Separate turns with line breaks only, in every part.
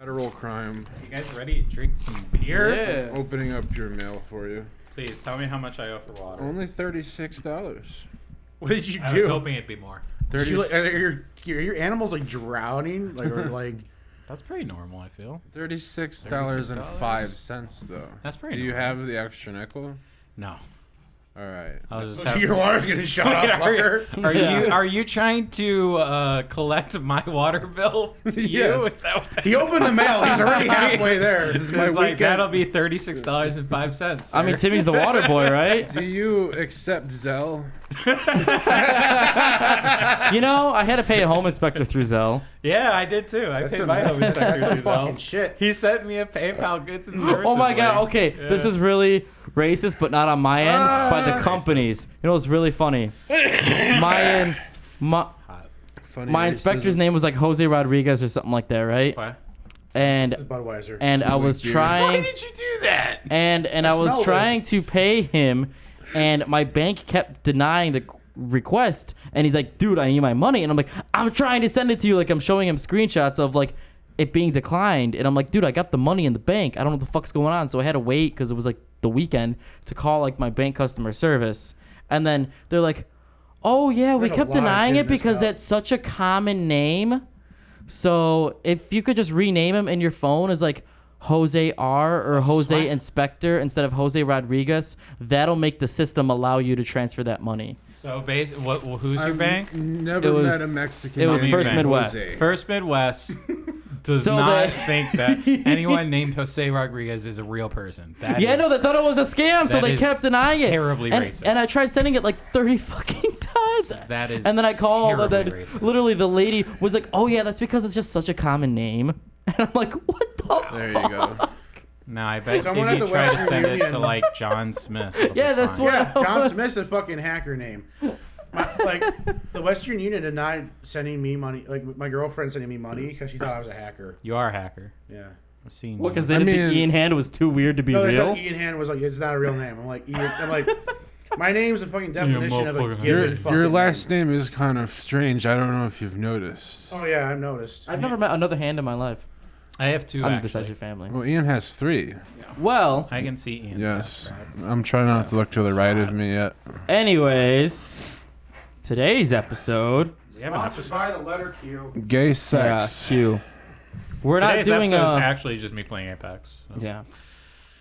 Federal crime.
You guys ready to drink some beer?
Yeah.
Opening up your mail for you.
Please tell me how much I owe for water.
Only thirty-six dollars.
What did you
I
do?
was hoping it'd be more.
Did
Thirty.
you, like, are your, are your animals like drowning? Like, or, like that's pretty normal. I feel.
Thirty-six dollars and five cents, though.
That's pretty
Do you
normal.
have the extra nickel?
No,
All right.
I was just.
Your water's gonna shut up,
are,
fucker.
you, are you are you trying to uh, collect my water bill to you?
Yes.
Is that what that
He opened the mail. He's already halfway there.
is?
my
It's like,
weekend.
that'll be thirty six dollars and five cents.
I mean, Timmy's the water boy, right?
Do you accept Zelle?
You know, I had to pay a home inspector through Zelle.
yeah, I did too. I paid my home inspector
That's
as
some fucking
well.
shit.
He sent me a PayPal goods and services.
Oh my god,
link.
okay. This is really racist, but not on my end,
Ah,
by the companies. You know, it's really funny. my end, my,
Funny.
my
racism.
inspector's name was like Jose Rodriguez or something like that, right?
Why?
This
And
is Budweiser.
and
uh,
I was
Dude.
Why
trying
did you do that?
and and I, was
smelled it.
trying to pay him, and my bank kept denying the request. And he's like, "Dude, I need my money," and I'm like, "I'm trying to send it to you." Like I'm showing him screenshots of like it being declined, and I'm like, "Dude, I got the money in the bank. I don't know what the fuck's going on." So I had to wait because it was like the weekend to call like my bank customer service, and then they're like, "Oh yeah, we
There's a
kept
lot of
denying
shit in
it
this
because
cup.
that's such a common name." So if you could just rename him in your phone as like Jose R or Jose Inspector instead of Jose Rodriguez, that'll make the system allow you to transfer that money.
So, base, what? Well, who's your
I've
bank?
Never met
It
a
was-
Mexican.
it was
named
First
Jose.
Midwest.
First Midwest does
So
not
they-
think that anyone named Jose Rodriguez is a real person. That
yeah,
is-
no, they thought it was a scam, so
that
they
is
kept denying it.
terribly
and,
racist.
And I tried sending it like thirty fucking times.
That is
And then I called, and then
terribly racist.
literally the lady was like, "Oh yeah, that's because it's just such a common name." And I'm like, "What the?"
There
fuck?
you go.
No, I bet
Someone
if
at
you
the
try to
Western
send it to
Union-
like John Smith. it'll be
Yeah, that's
fine.
what-
yeah, John Smith's a fucking hacker name. My, like the Western Union denied sending me money. Like my girlfriend sending me money because she thought I was a hacker.
You are a hacker.
Yeah.
I've seen.
What?
you.
Because they
I
didn't
mean-
think Ian Hand was too weird to be
No, they
real.
thought Ian Hand was like, it's not a real name. I'm like, Ian, I'm like, my name's the fucking definition of a
motherfucker.
given
Your,
fucking.
your
name.
last name is kind of strange. I don't know if you've noticed.
Oh yeah, I've noticed.
I've never met another hand in my life.
I have two.
I mean,
actually.
besides your family.
Well, Ian has three.
Well,
I can see Ian's.
Yes. I'm trying not to look to the right of me yet.
Anyways, today's episode.
We have an episode.
by the letter Q.
Gay
Yeah,
sex.
Q. uh, We're
Today's
not doing
episode is
a.
actually just me playing Apex. so.
Yeah.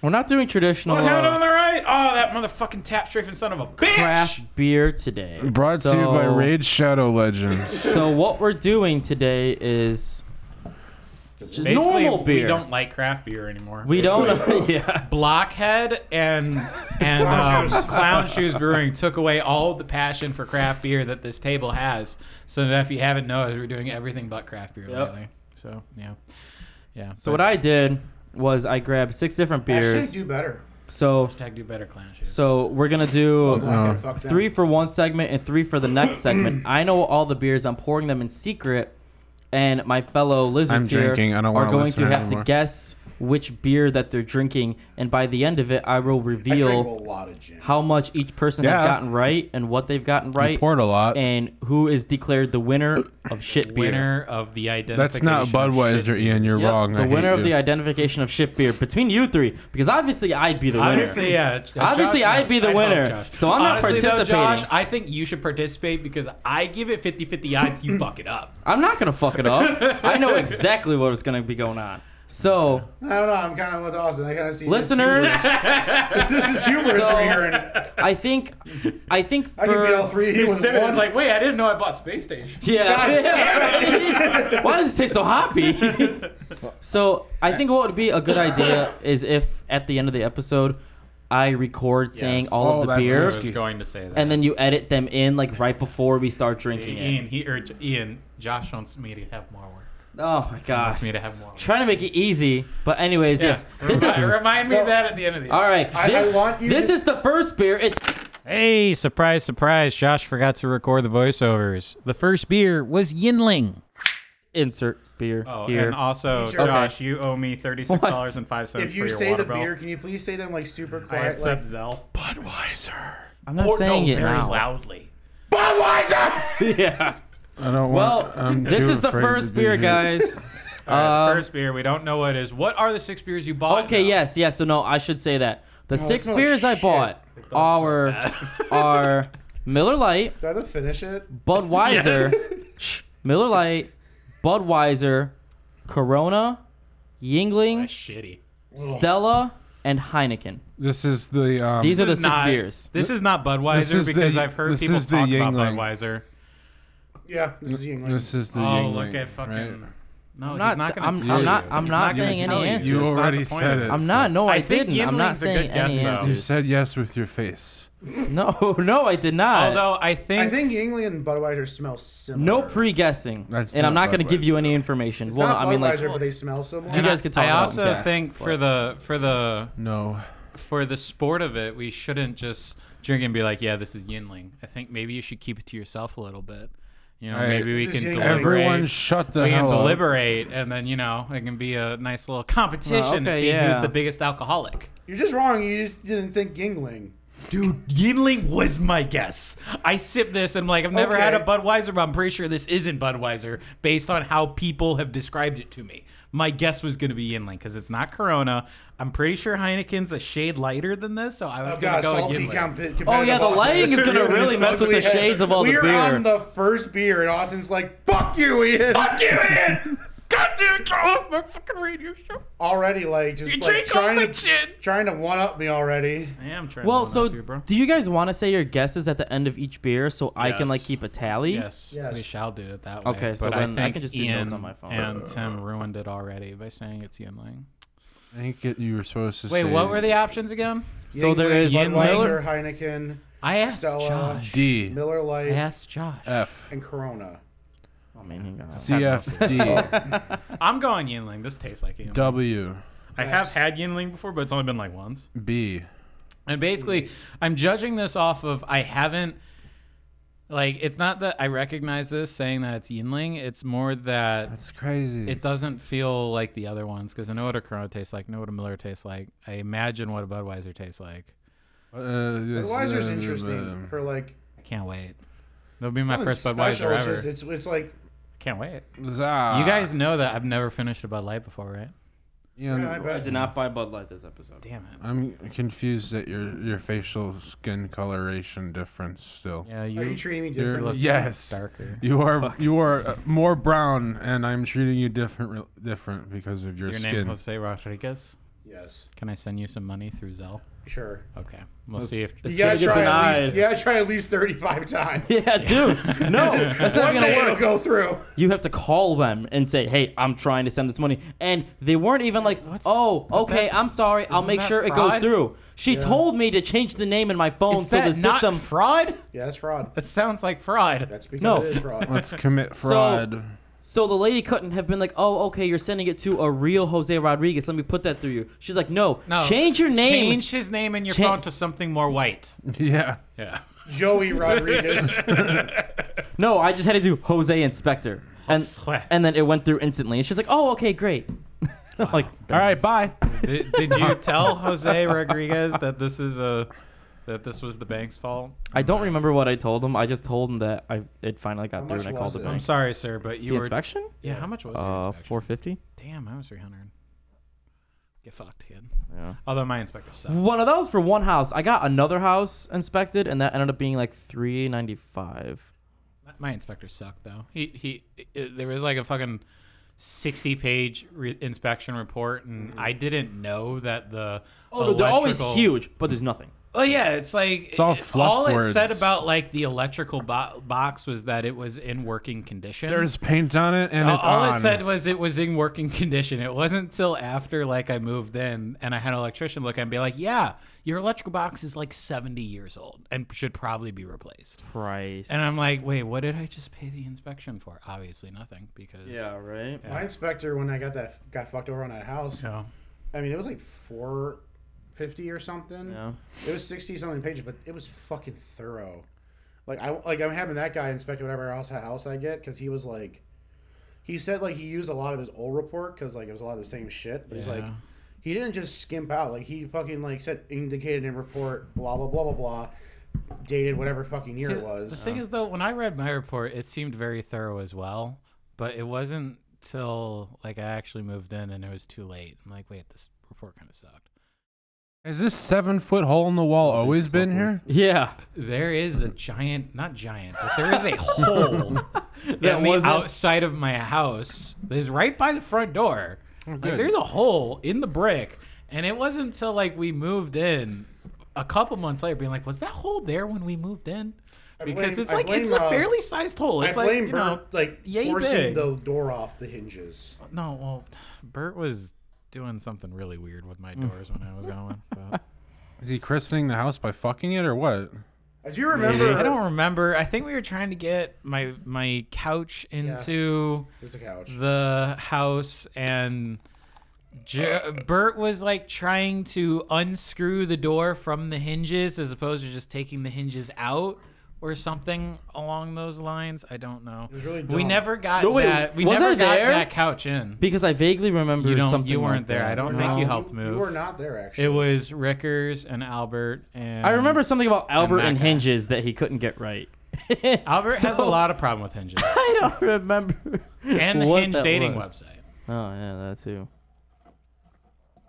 We're not doing traditional
What happened on
uh,
the right? Oh, that motherfucking tap strafing son of a bitch!
craft beer today.
Brought to you by
So-
Raid Shadow Legends.
So what we're doing today is just
Basically,
normal beer.
We don't like craft beer anymore.
We don't. yeah.
Blockhead and and
Clown
um,
Shoes.
Clown Shoes Brewing took away all the passion for craft beer that this table has. So that if you haven't noticed, we're doing everything but craft beer
Yep.
lately. So yeah, yeah.
So what I did was I grabbed six different
Beers.
beers.
do better.
So
hashtag do better Clown Shoes.
so we're gonna do.
Black
No.
and fuck them.
three for one segment and three for the next segment. I know all the beers. I'm pouring them in secret, and my fellow lizards
I'm
here
drinking, I don't
are
wanna
going
listen
to have
anymore.
to guess which beer that they're drinking. And by the end of it, I will
I drink a
reveal
lot of gin.
how much each person has
Yeah.
gotten right and what they've gotten
I
right,
poured a lot.
and who is declared the winner of shit beer.
winner of the identification.
That's not
of
Budweiser,
shit
Ian. You're
beers.
Yep,
wrong.
the
I hate
winner of
you.
the identification of shit beer between you three, because obviously I'd be the winner.
Obviously, yeah. Josh
Obviously, I'd
knows.
be the
I know
winner,
Josh.
so I'm not
Honestly, though, Josh,
participating.
I think you should participate because I give it 50-50 odds. You fuck it up.
I'm not gonna fuck it up. I know exactly what is gonna be going on. So
I don't know. I'm kind of with Austin. I kind of see
listeners,
This is humorous
So-
over here, and
I think, I think for
I can beat all three. He was
Simmons
one.
is like, wait, I didn't know I bought Space Station.
yeah. Why does it taste so hoppy? so I think what would be a good idea is if at the end of the episode I record saying
Yes.
all
Oh,
of the
that's
beer,
I
gross.
was going to say that.
and then you edit them in like right before we start drinking it.
Ian, he or J- Ian, Josh wants me to have more work.
Oh my
Wants
gosh.
me to have more. Work.
Trying to make it easy, but anyways, yes. This
remind,
is
remind me
No.
of that at the end of the.
all right.
I- I
this,
want you
this
to-
is the first beer. It's
Hey, surprise, surprise! Josh forgot to record the voiceovers. The first beer was Yinling.
insert beer
Oh,
here.
and also,
Sure.
Josh, you owe me thirty-six dollars and five cents
if you
for your
say
water
the
bill.
beer, can you please say them like super
I
quiet? Like,
accept Zell. Budweiser.
I'm not saying it
very
now.
loudly.
Budweiser.
Yeah.
I don't
Well,
want, Uh, I'm
this
too
is the
afraid to
first
be
beer,
here.
guys.
All right,
Um,
first beer. We don't know what it is. What are the six beers you bought?
Okay,
now?
yes, yes. So no, I should say that the six
smells
beers I
shit.
bought are are Miller Lite,
Do I have to finish it?
Budweiser,
Yes.
Miller Lite, Budweiser, Corona,
That's
Yingling,
shitty.
Stella, and Heineken.
This is the. Um,
These are the
This is
six
not-
beers.
This is not Budweiser
is the-
because I've heard
this
people
is the
talk about
Yingling.
Budweiser.
Yeah, this is Yingling.
This is the.
oh,
Yingling,
look at fucking.
right?
No,
I'm
he's
not.
not gonna
I'm,
tell
I'm
you.
not. I'm
He's
not,
not gonna
saying any
tell you.
answers.
You
It's not
already
the point
said
of
it.
it.
I'm not. No, I,
I think
didn't. I'm not
Yingling's a
saying
good guess,
any
though.
You
answers.
said yes with your face.
No, no, I did not.
Although I think,
I think Yingling and Budweiser smell similar.
no pre-guessing,
That's
and I'm
not
not going to give
Budweiser,
you any information.
It's
well,
not
I mean, like,
Budweiser, but they smell similar.
You
and I-
guys could talk
I
about
also
guess,
think for
but-
the for the
No.
for the sport of it, we shouldn't just drink and be like, yeah, this is Yinling. I think maybe you should keep it to yourself a little bit. You know,
All right.
maybe we
This is
can
Yingling.
deliberate.
Everyone shut the
we can
hell up.
deliberate, and then you know it can be a nice little competition
Well,
to
okay,
see
yeah.
who's the biggest alcoholic.
You're just wrong. You just didn't think Yingling.
Dude, Yinling was my guess. I sip this and I'm like, I've never had a
Okay.
Budweiser, but I'm pretty sure this isn't Budweiser based on how people have described it to me. My guess was going to be Yinling because it's not Corona. I'm pretty sure Heineken's a shade lighter than this, so I was
Oh
going to
god,
go with
salty
Yinling.
comp- competitive
Oh, yeah, the
Austin.
lighting is gonna
Dude,
really
his
mess with
ugly
the shades of all the
We're
beer.
on the first beer, and Austin's like, "Fuck you, Ian."
Fuck you, man! God damn it, go off my fucking radio show.
Already, like, just
You
like,
drink all
trying
my
to
shit.
trying to one up me already.
I am trying
Well,
to one-up
so
you, bro.
do you guys want to say your guesses at the end of each beer so I can like
Yes.
keep a tally?
Yes,
Yes.
we shall do it that way.
Okay, so
but
then I
think
can just do
Ian
notes on my phone.
And Tim ruined it already by saying it's Yinling.
I think it, you were supposed to
Wait,
say.
what were the options again?
So there is
Yingling, uh,
Miller-
Budweiser, Heineken,
I asked
Stella.
Josh.
D.
Miller
I
Lite,
asked Josh.
F.
and Corona.
Oh, man, you got-
CFD.
I'm going Yinling. This tastes like Yinling.
W.
I have had Yinling before, but it's only been like once.
B.
And basically, I'm judging this off of I haven't. Like, it's not that I recognize this saying that it's Yinling. It's more that
That's crazy.
it doesn't feel like the other ones because I know what a Corona tastes like, know what a Miller tastes like. I imagine what a Budweiser tastes like.
uh, this,
Budweiser's
uh,
interesting for like
I can't wait. That'll be my first
special,
Budweiser
it's
ever.
just- Uh, It's it's like
Can't wait.
Za.
you guys know that I've never finished a Bud Light before, right?
You know,
I
I
bet.
did not buy Bud Light this episode.
Damn it.
I'm confused at your your facial skin coloration difference. Still,
Yeah, you,
Are you treating me
you're
differently?
yes,
darker.
you are you are uh, more brown, and I'm treating you different different because of your,
Your name
skin.
Jose Rodriguez.
Yes,
Can I send you some money through Zelle?
sure.
Okay, we'll see if.
You
It's
gotta,
gonna get
try at
denied.
least, you gotta try at least 35 times.
Yeah, dude. No, that's not
One
gonna
day
work.
it'll go through.
You have to call them and say, "Hey, I'm trying to send this money," and they weren't even like,
What's-
"Oh,
but
okay,
that's-
I'm sorry. I'll
isn't
make
that
sure it
fraud?
goes through." She told me to change the name in my phone so the system.
fraud?
Yeah, that's fraud.
That sounds like fraud.
That's because
No.
it is fraud.
Let's commit fraud.
So the lady couldn't have been like, "Oh, okay, you're sending it to a real Jose Rodriguez. Let me put that through you." She's like, "No,
No.
change your name."
Change his name in your
Cha-
phone to something more white.
yeah,
Yeah.
Joey Rodriguez.
No, I just had to do Jose Inspector, and
Josue.
and then it went through instantly. And she's like, "Oh, okay, great." I'm like, all right, bye.
did, did you tell Jose Rodriguez that this is a that this was the bank's fault?
I don't remember what I told him. I just told him that I it finally got through
much
and I
was
called the
it?
I'm
bank.
sorry, sir, but you
The
were.
inspection?
Yeah, how much was your
Uh,
inspection?
four fifty.
Damn, I was 300. Get fucked, kid.
Yeah.
Although my inspector sucked.
One of those for one house. I got another house inspected, and that ended up being like three ninety five.
My inspector sucked though. He he. i- there was like a fucking sixty-page re- inspection report, and I didn't know that the
Oh, they're always
electrical-
huge, but there's nothing.
Oh yeah, it's like it's
all fluff
all it said
words.
about like the electrical bo- box was that it was in working condition.
there's paint on it, and
all,
it's
all
on.
it said was it was in working condition. It wasn't till after like I moved in and I had an electrician look and be like, "Yeah, your electrical box is like seventy years old and should probably be replaced."
Price.
And I'm like, "Wait, what did I just pay the inspection for?" Obviously nothing because
right.
My inspector, when I got that got fucked over on that house,
No.
I mean it was like four fifty or something. It was sixty something pages, but it was fucking thorough. Like I like I'm having that guy inspect whatever else house I get because he was like, he said like he used a lot of his old report because like it was a lot of the same shit. But he's like,
Yeah.
he didn't just skimp out. Like he fucking like said indicated in report blah blah blah blah blah, dated whatever fucking year
See,
it was.
The thing is, though, when I read my report, it seemed very thorough as well, but it wasn't till like I actually moved in and it was too late. I'm like, wait, this report kind of sucked.
Has this seven foot hole in the wall always been here?
Yeah.
There is a giant, not giant, but there is a hole
That
that was
wasn't-
outside of my house. that Is right by the front door.
Oh,
Like,
good.
there's a hole in the brick, and it wasn't until like we moved in a couple months later, being like, was that hole there when we moved in? Because
blame-
it's
I
like it's
blame,
a
uh,
fairly sized hole.
I
It's
blame
like, you
Bert,
know,
like
yay
forcing
big.
the door off the hinges.
No, well, Bert was doing something really weird with my
Mm.
doors when I was going. But.
Is he christening the house by fucking it or what?
I do remember.
I don't remember. I think we were trying to get my my couch into
There's a couch.
the house, and J- Bert was like trying to unscrew the door from the hinges as opposed to just taking the hinges out. Or something along those lines. I don't know.
was really
we
dumb.
never got
No, wait,
that. We
was
never
I
got
there?
that couch in.
Because I vaguely remember
You don't.
something.
you weren't
like
there.
that.
I don't
No,
think you helped move.
You were not there actually.
It was Rickers and Albert and
I remember something about Albert
that
and
guy.
hinges that he couldn't get right.
Albert has a
So-
lot of problem with hinges
I don't remember.
and the
what
Hinge
that
dating
was.
website.
Oh yeah, that too.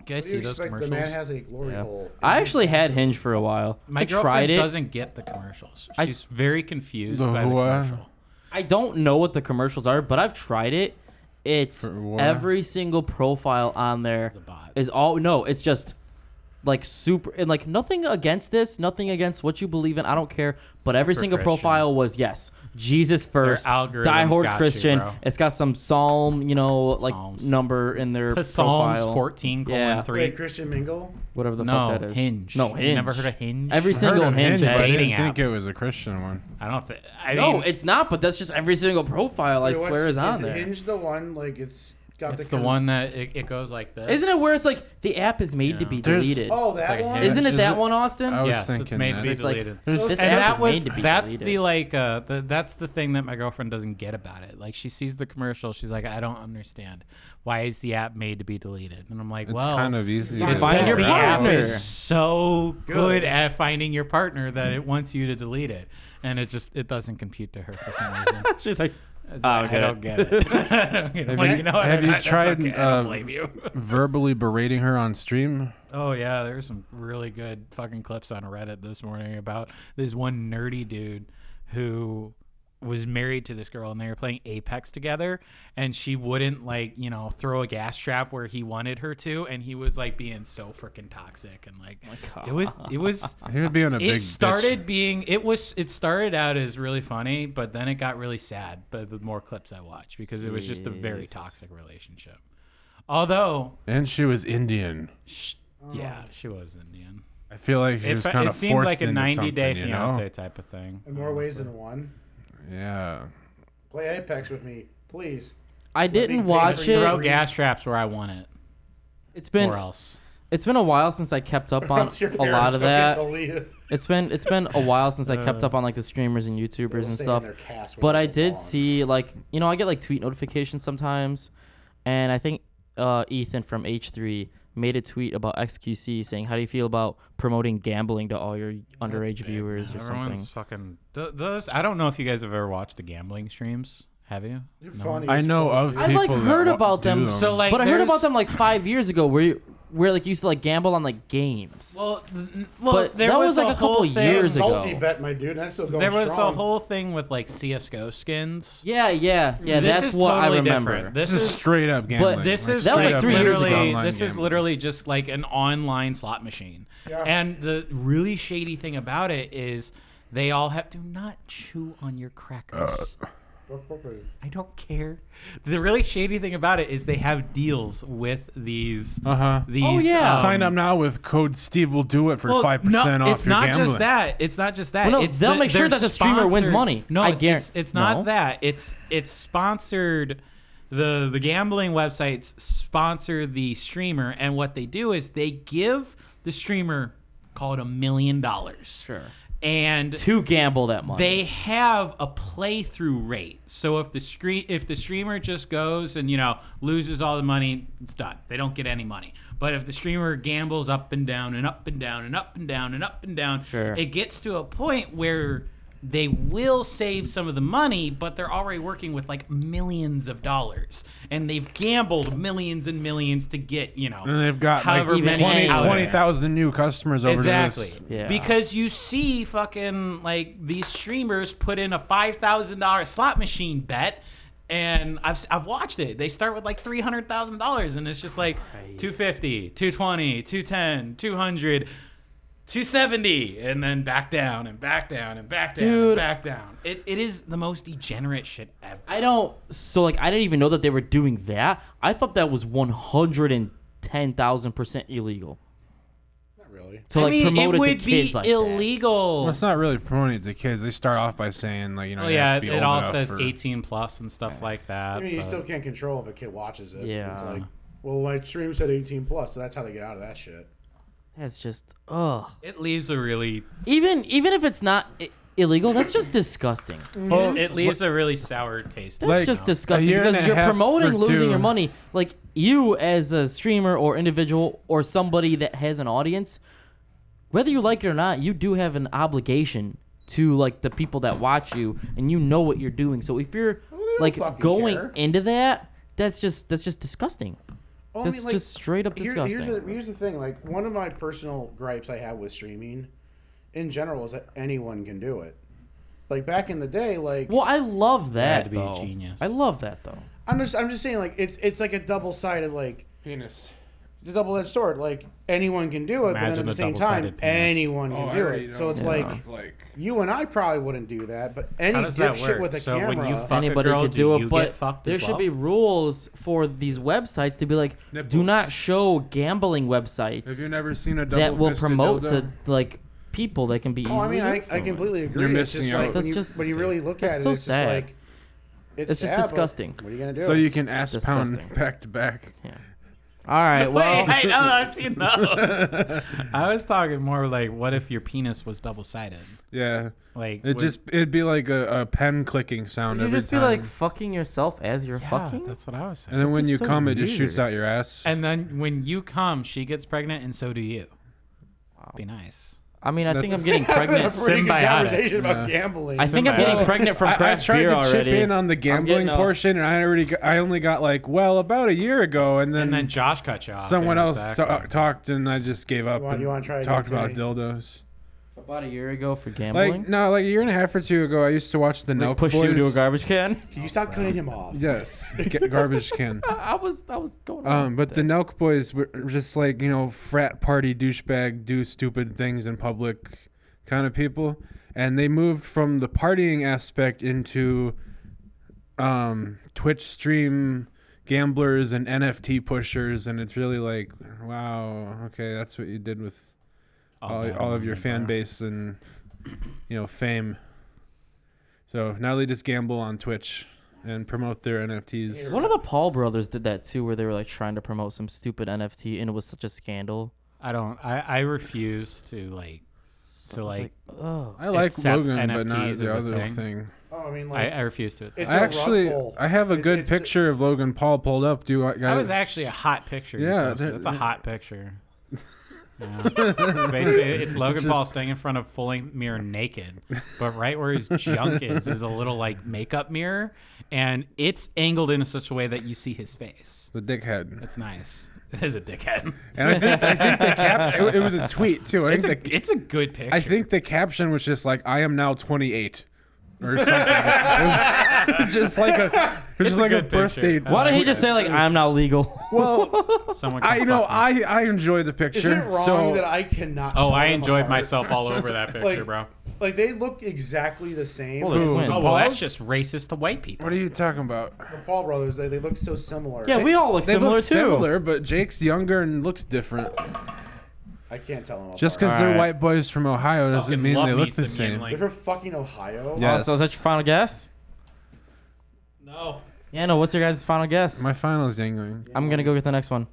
You guys
What do
see
you
those
expect? The
commercials?
man has a glory
Yeah.
hole.
I actually had Hinge for a while.
My
I
girlfriend
tried it.
doesn't get the commercials.
I- uh,
She's very confused
The
by the
what?
commercial.
I don't know what the commercials are, but I've tried it. It's
For what?
every single profile on there
It's a bot.
is all no, it's just like super and like nothing against this, nothing against what you believe in. I don't care. But every single
Christian.
profile was yes, Jesus first,
algorithm's got
diehard
you,
Christian.
bro.
it's got some psalm, you know, like
Psalms.
number in their
Psalms
profile,
fourteen colon
Yeah.
three.
Wait, Christian Mingle.
whatever the
no,
fuck that is.
Hinge.
No, Hinge.
You never heard of Hinge?
Every single
Heard of
Hinge,
but
has
I
it.
didn't
Dating
think
app.
it was a Christian one.
I don't think. I
no,
mean,
it's not. But that's just every single profile. I
Wait,
swear
what's-
is on
is
there.
Hinge the one like it's it's got
it's the
the, kind of-
one that it, it goes like this.
Isn't it where it's like the app is made to be
There's-
deleted?
Oh, that
like a
one.
hand.
Isn't it
Is
that
it-
one, Austin?
I was
Yes,
thinking
it's made
that.
to be
It's
like-
deleted.
There's-
This
and
app
that
is
was
made to be
that's the
deleted.
like uh the, that's the thing that my girlfriend doesn't get about it like she sees the commercial she's like i don't understand why is the app made to be deleted and i'm like
It's
well
kind of easy. to
it's
figure
find
because
your
the
out.
app
partner.
is so good
Good.
at finding your partner that it wants you to delete it and it just it doesn't compute to her for some reason
She's like,
It's
Oh,
like,
okay.
i don't get it I'm like,
you-
know what?
have you
I- that's
tried,
okay. i
uh,
don't blame you
Verbally berating her on stream.
Oh yeah, there's some really good fucking clips on Reddit this morning about this one nerdy dude who was married to this girl and they were playing Apex together and she wouldn't like, you know, throw a gas trap where he wanted her to and he was like being so freaking toxic and like it was it was
He would be on a big.
it started being it was it started out as really funny but then it got really sad but the more clips I watched because it was just a very
Jeez.
toxic relationship. Although,
bitch. and she was Indian.
sh- yeah, she was Indian.
I feel like she
It,
was
fe-
kind
it
of
seemed
forced
like a
into
90 day
something, you know?
fiance type of thing.
In more ways than one.
Yeah.
Play Apex with me, please.
I
me
didn't
pay
watch
for your
Throw
it.
Agree.
gas traps where I want it,
It's been
or else.
it's been a while since I kept up on
Else your
a lot
parents
of
don't get
that.
to leave.
It's been it's been a while since I kept up on like the streamers and YouTubers
They'll
and
stay in
stuff.
their cast where
But
they
I did
belong.
see like you know I get like tweet notifications sometimes, and I think uh, Ethan from H3 made a tweet about XQC saying how do you feel about promoting gambling to all your underage viewers or something.
Everyone's fucking th- those. I don't know if you guys have ever watched the gambling streams. Have you?
You're funny.
I
as
know
fuck,
of.
dude.
I've like
people that
heard
wa-
about
do
them.
So like,
but I heard
there's-
about them like five years ago, where where like you used to like gamble on like games.
Well, th- well,
But
there
that
was,
was, like, a couple
whole thing-
years ago.
salty bet, my dude. and That's still going
There was
strong.
a whole thing with like CS:GO skins.
yeah, yeah, yeah.
This
that's
is
what I
totally
remember.
different. This,
This is
is.
straight up gambling.
This is
That was,
straight
like,
up
three years
gambling.
ago.
literally
Online
this is
gambling.
literally just like an online slot machine.
Yeah.
And the really shady thing about it is they all have do not chew on your crackers. I don't care. The really shady thing about it is they have deals with these
Uh-huh.
these
Oh, yeah.
um,
Sign up now with code Steve will do it for
well,
five
no,
percent off
It's
your
not
gambling.
just that. It's not just that.
Well, no,
it's
they'll make sure
they're
that the streamer wins
sponsored-
money.
No,
I
it's-
guarant-
it's, it's not
No.
that. It's it's sponsored. The the gambling websites sponsor the streamer, and what they do is they give the streamer call it a million dollars.
Sure.
And
to gamble that money.
they have a playthrough rate. So if the screen if the streamer just goes and you know loses all the money, it's done. They don't get any money. But if the streamer gambles up and down and up and down and up and down and up and down,
Sure.
it gets to a point where they will save some of the money, but they're already working with like millions of dollars, and they've gambled millions and millions to get you know.
And they've got like
However many
20
out there.
20,000 new customers over
Exactly.
to this.
Yeah.
Because you see fucking like these streamers put in a five thousand dollar slot machine bet, and I've I've watched it. They start with like three hundred thousand dollars, and it's just like 250, 220, 210, 200. 270 and then back down and back down and back down
Dude.
and back down. It, it is the most degenerate shit ever.
I don't. So like, I didn't even know that they were doing that. I thought that was one hundred and ten thousand percent illegal
Not really.
to like
I mean,
promote it,
it would
to kids
be
like that.
illegal.
Well, it's not really promoting it to kids. They start off by saying, like, you know,
Well,
you
yeah,
have to be
it
old
all
enough
says
or-
18 plus and stuff like that.
I mean, you
but-
still can't control if a kid watches it.
Yeah.
It's like, well, my stream said 18 plus, so that's how they get out of that shit.
That's just ugh.
It leaves a really
Even even if it's not I- illegal, that's just disgusting.
Well,
it leaves a really sour taste.
That's
Like,
just
a
disgusting
year
because
and a
you're
half
promoting
or
losing
two.
your money. Like you as a streamer or individual or somebody that has an audience, whether you like it or not, you do have an obligation to like the people that watch you and you know what you're doing. So if you're
don't
like
fucking
going
care.
into that, that's just that's just disgusting.
Well,
That's just straight up disgusting.
Here's the, here's the thing. Like one of my personal gripes I have with streaming, in general, is that anyone can do it. Like back in the day, like
Well, I love that.
to be a
though.
genius.
I love that though.
I'm just I'm just saying like it's it's like a double sided like
Penis.
the double edged sword. Like anyone can do it, but then
Imagine
at the,
the
same time,
double-sided penis.
anyone can
Oh, I
do
already
it. So
know.
it's
Yeah.
like
like
you and I probably wouldn't do that, but any
How does that
dipshit
work?
with a
So when
camera. Oh,
you fuck- a
anybody
girl,
could
do
do
you
it, but
get fucked
there
as
should be
well?
rules for these websites to be like, do
Nipples.
not show gambling
Have you
websites
never seen a double
that will
fisted
promote
dildo?
to like people that can be easily.
oh, I mean, I, I
influenced.
completely
You're
agree. It's
missing
just
out.
like when
That's
you,
just-
when you really look
that's
at it,
so
it's
sad.
just like it's,
It's just
sad, but
disgusting.
What are you gonna do?
So you can ass
It's
pound
disgusting.
back to back.
All right, well,
Wait, I know, I've seen those. I was talking more like, what if your penis was double sided?
Yeah.
Like,
It
would-
just it'd be like a, a pen clicking sound
you
every
just be
time.
like fucking yourself as you're
Yeah,
fucking.
That's what I was saying.
and then when
That's
you
so
come, it just shoots
weird.
out your ass.
And then when you come, she gets pregnant, and so do you. Be nice.
I mean, I think I'm
That's-
getting
Having
pregnant.
a pretty good
symbiotic.
conversation about gambling.
I think I'm getting
Well,
pregnant from
I-
craft
I tried
beer
to chip
already.
in on the gambling
getting a-
portion, and I already got, I only got like well about a year ago, and then,
And then Josh cut you off.
someone
yeah,
else
exactly.
ta- talked, and I just gave up.
You want-
and
you wanna try again
talked about
today?
dildos.
About a year ago for
Like
gambling,
no, like a year and a half or two ago, I used to watch the
I
Nelk
pushed
Boys.
you into a garbage can.
Can you stop cutting him off?
Yes, ga- garbage can.
I was, I was going. on
Um, but the Nelk boys were just like you know frat party douchebag, do stupid things in public, kind of people, and they moved from the partying aspect into um, Twitch stream gamblers and NFT pushers, and it's really like, wow, okay, that's what you did with all,
that
uh, all of your
money,
fan
bro.
base and you know fame. So now they just gamble on Twitch and promote their NFTs.
One of the Paul brothers did that too, where they were like trying to promote some stupid NFT, and it was such a scandal.
I don't. I, I refuse to like. To
I
like,
was like, oh,
I like
Except
Logan, but
NFTs
not
is a
the other
thing.
thing.
Oh, I mean,
I,
like
I refuse to. accept
it's
I
a
actually,
rug pull.
I have a
It's-
good
it's the-
picture of Logan Paul pulled up. Do I, guys?
That was actually a hot picture. you
Yeah,
posted.
that-
that's a hot picture. Yeah. Basically, it's Logan Paul staying in front of a full length mirror naked, but right where his junk is is a little like makeup mirror, and it's angled in such a way that you see his face.
the dickhead.
It's nice. It is a dickhead.
And I think, I think the cap. It, it was a tweet too. I
It's
think
a,
the,
it's a good picture.
I think the caption was just like, "I am now 28." Or something. it's just like a, it's, just
a
like a
good picture.
birthday.
why didn't he just say like I'm not legal?
Well,
someone.
I
come
know
fuck me.
I I enjoy the picture.
is it wrong
so
that I cannot?
Oh,
tell
I
them
enjoyed
apart?
myself all over that picture,
Like-
bro.
Like they look exactly the same.
Well, they're
Who?
twins.
Oh well, that's
Paul's?
just racist to white people.
what are you talking about?
the Paul brothers, they, they look so similar.
yeah, we all look
They
similar
look
too.
similar, but Jake's younger and looks different.
I can't tell them apart.
Just because they're
Alright.
white boys from Ohio doesn't
Fucking
mean
love
they
me
look the
some Ian
same.
Lang.
they're from fucking Ohio.
Yeah.
So is that your final guess?
No.
Yeah, no. What's your guys' final guess?
My final is dangling.
I'm gonna go get the next one.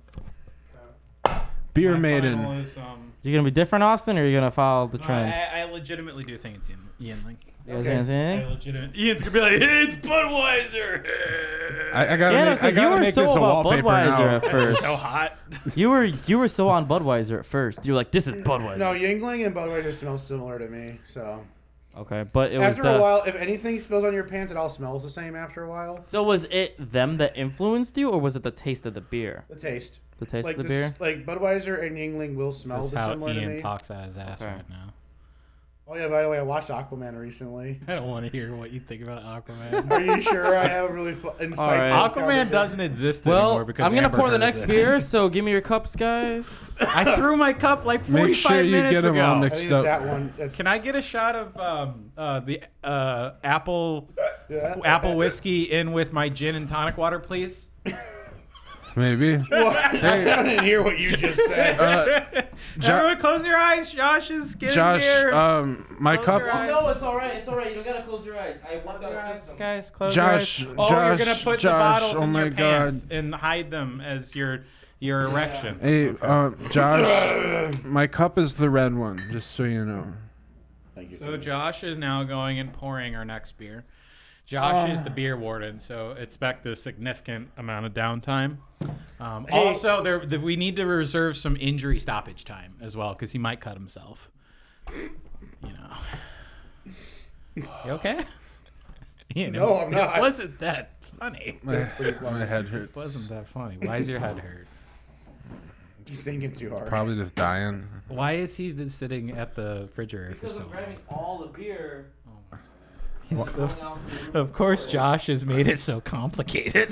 Beer
My
Maiden.
final is, um,
You're gonna be different, Austin, or you're gonna follow the trend?
I, I legitimately do think it's Ian, Ian Link.
You guys
okay.
gonna say
I
anything?
legitimately, Ian's gonna be like, "Hey, it's Budweiser.
I, I gotta
Yeah,
make,
no,
I
because you
gotta
were
make
so
this a
about
wallpaper
Budweiser
now.
at first.
so hot.
you were you were so on Budweiser at first. You're like, this is Budweiser.
No, Yingling and Budweiser smell similar to me, so
Okay, but it
After
was the.
a while, if anything spills on your pants, it all smells the same after a while.
So was it them that influenced you, or was it the taste of the beer?
The taste.
The taste
Like
of the
this,
beer.
like Budweiser and Yingling will
This
smell
is how
dissimilar to
Ian
me.
talks out his ass
Okay.
right now.
Oh yeah, by the way, I watched Aquaman recently.
I don't want to hear what you think about Aquaman.
Are you sure I have a really fu- insightful?
right.
Aquaman
conversation?
doesn't exist
Well,
anymore because
I'm gonna
Amber
pour the
Heard's
next
in it.
beer, so give me your cups, guys.
I threw my cup like 45
Make sure you
minutes
get 'em
ago.
all
I
mixed
think
up.
it's that one. That's,
Can I get a shot of um, uh, the uh, apple
yeah.
apple whiskey in with my gin and tonic water, please?
Maybe.
I didn't hear what you just said.
Uh, Jo-
Everyone, close your eyes. Josh uh, is getting
Josh,
beer.
um, my
Close
cup.
your eyes.
no, it's all right. It's all right. You don't gotta close your eyes. I worked
Close
on
your
a
eyes,
system.
guys, close
Josh,
your eyes. Oh, you're gonna
Josh,
put the
Josh,
bottles
oh
in
my
your
God.
pants and hide them as your your erection.
Hey, um, Josh, my cup is the red one, just so you know.
Thank you.
So
Tim.
Josh is now going and pouring our next beer. Josh
Ah.
is the beer warden, so expect a significant amount of downtime. Um, Also, there th- we need to reserve some injury stoppage time as well because he might cut himself. You know. You okay? You know,
No, I'm not.
It wasn't that funny.
My, my head hurts.
wasn't that funny. Why is your head hurt?
He's thinking too hard.
Probably just dying.
Why has he been sitting at the refrigerator for
Because
so
I'm
long?
grabbing all the beer.
He's-
going out to the room.
Of course, Josh has made it so complicated.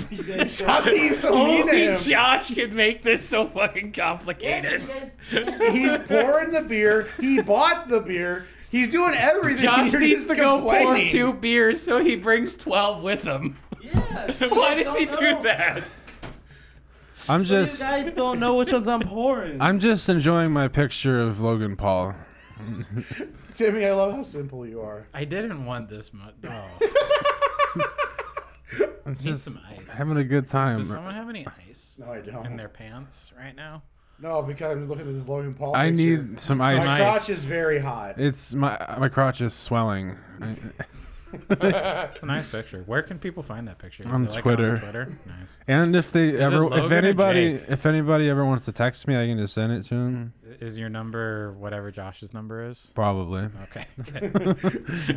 Stop being so mean to
Only
him.
Josh could make this so fucking
Yeah, but you
complicated.
guys can't-
He's pouring the beer. He bought the beer. He's doing everything.
Josh
You're
needs to
just
go pour
complaining.
two beers, so he brings 12 with him.
Yes, you
Why
guys
does he
don't
do
know.
that?
I'm
You
just,
guys don't know which ones I'm pouring.
I'm just enjoying my picture of Logan Paul.
Timmy, I love how simple you are.
I didn't want this much. Oh,
I'm
need
just
some ice.
having a good
Does
time.
someone have any ice
No, I don't.
in their pants right now?
No, because I'm looking at this Logan Paul.
I
picture.
need some
My
ice.
ice.
crotch is very hot.
It's my my crotch is swelling.
It's a nice picture. Where can people find that picture? Is
On
it, like,
Twitter.
Twitter. Nice.
And if they ever,
Logan
if
or
anybody,
Jake?
if anybody ever wants to text me, I can just send it to them.
Is your number whatever Josh's number is?
Probably.
Okay.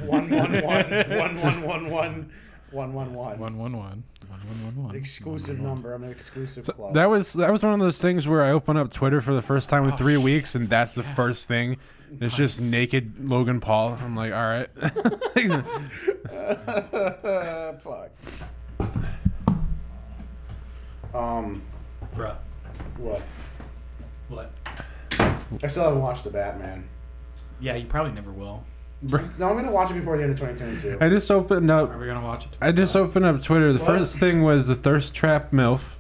One one one one one one one one one one.
One one one one one one one.
Exclusive number. I'm an exclusive club.
That was that was one of those things where I open up Twitter for the first
Oh,
time in three weeks, and that's the first thing. It's just naked Logan Paul. I'm like, all right.
Fuck. Um,
Bruh.
what?
What?
I still haven't watched the Batman.
Yeah, you probably never will.
No, I'm gonna watch it before the end of 2022.
I just opened
Are
up.
we gonna watch it?
I just opened up Twitter. The
What?
first thing was the thirst trap milf,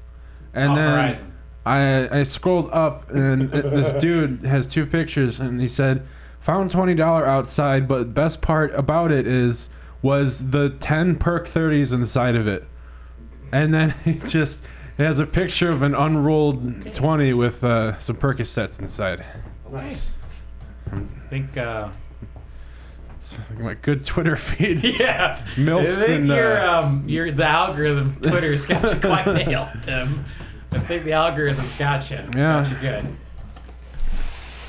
and
Oh,
then
Horizon.
I I scrolled up, and it- this dude has two pictures, and he said, "Found twenty dollar outside, but best part about it is was the ten perk thirties inside of it." And then he just it has a picture of an unrolled twenty with uh, some Percocets inside.
Nice.
I think. Uh,
It's like my good Twitter feed.
yeah. I
Milfs
think
and
your,
uh,
um, your, the algorithm Twitter's got you quite nailed, Tim. I think the algorithm's got you.
Yeah.
Got you good.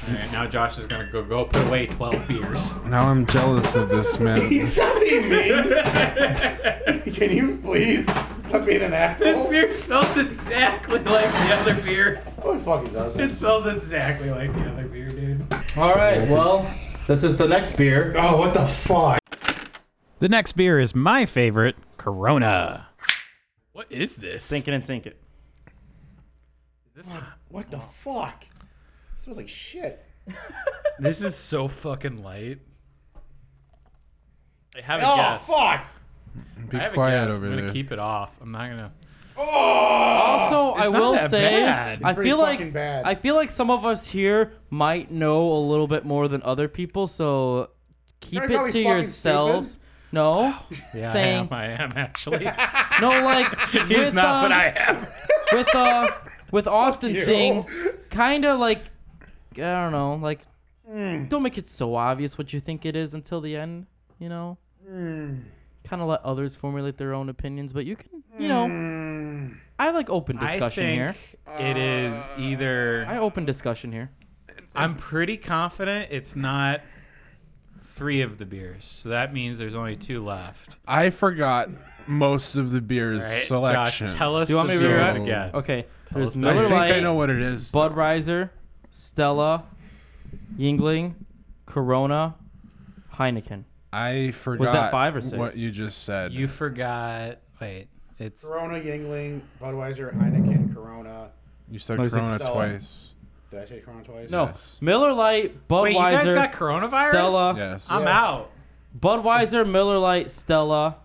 All right, now Josh is gonna go go put away twelve beers.
now I'm jealous of this man.
He's not being mean.
this
Can you please stop being an asshole?
beer smells exactly like the other beer.
Oh, it fucking
It
doesn't.
smells exactly like the other beer, dude.
All right, well, this is the next beer.
Oh, what the fuck?
The next beer is my favorite, Corona. What is this?
Sink it and sink it.
this,
What the fuck? It smells like shit.
this is so fucking light. I have a
Oh,
guess.
fuck.
Be
I have a
quiet
guess.
over
I'm gonna
there.
keep it off. I'm not gonna.
Also, I
Oh, not
will
that
say,
bad.
I
Pretty
feel like
fucking bad.
I feel like some of us here might know a little bit more than other people, so keep
Don't call
it
me
to
fucking
yourselves. No,
Yeah,
Saying-
I am. I am actually.
no, like
He's
with
not,
uh,
but I am.
with uh with Austin
you.
thing, kind of like I don't know, like don't make it so obvious what you think it is until the end. You know, kind of let others formulate their own opinions, but you can, you know, I like open discussion here.
it is either.
I open discussion here.
I'm pretty confident it's not three of the beers. So that means there's only two left.
I forgot most of the beer's
All right,
selection.
Josh, tell us
Do you want
the
me to
beers
read it?
again.
Okay. There's
I
Miller
think
Lite,
I know what it is.
Budweiser, Stella, Yingling, Corona, Heineken.
I forgot
five or six?
what you just said.
You forgot. Wait, it's
Corona, Yingling, Budweiser, Heineken, Corona.
You said
No, you said
Corona
Stella.
twice.
Did I say Corona twice?
No,
Yes.
Miller Lite, Budweiser.
Wait, you guys got coronavirus?
Stella,
Yes.
I'm
Yeah.
out.
Budweiser, Miller Lite, Stella,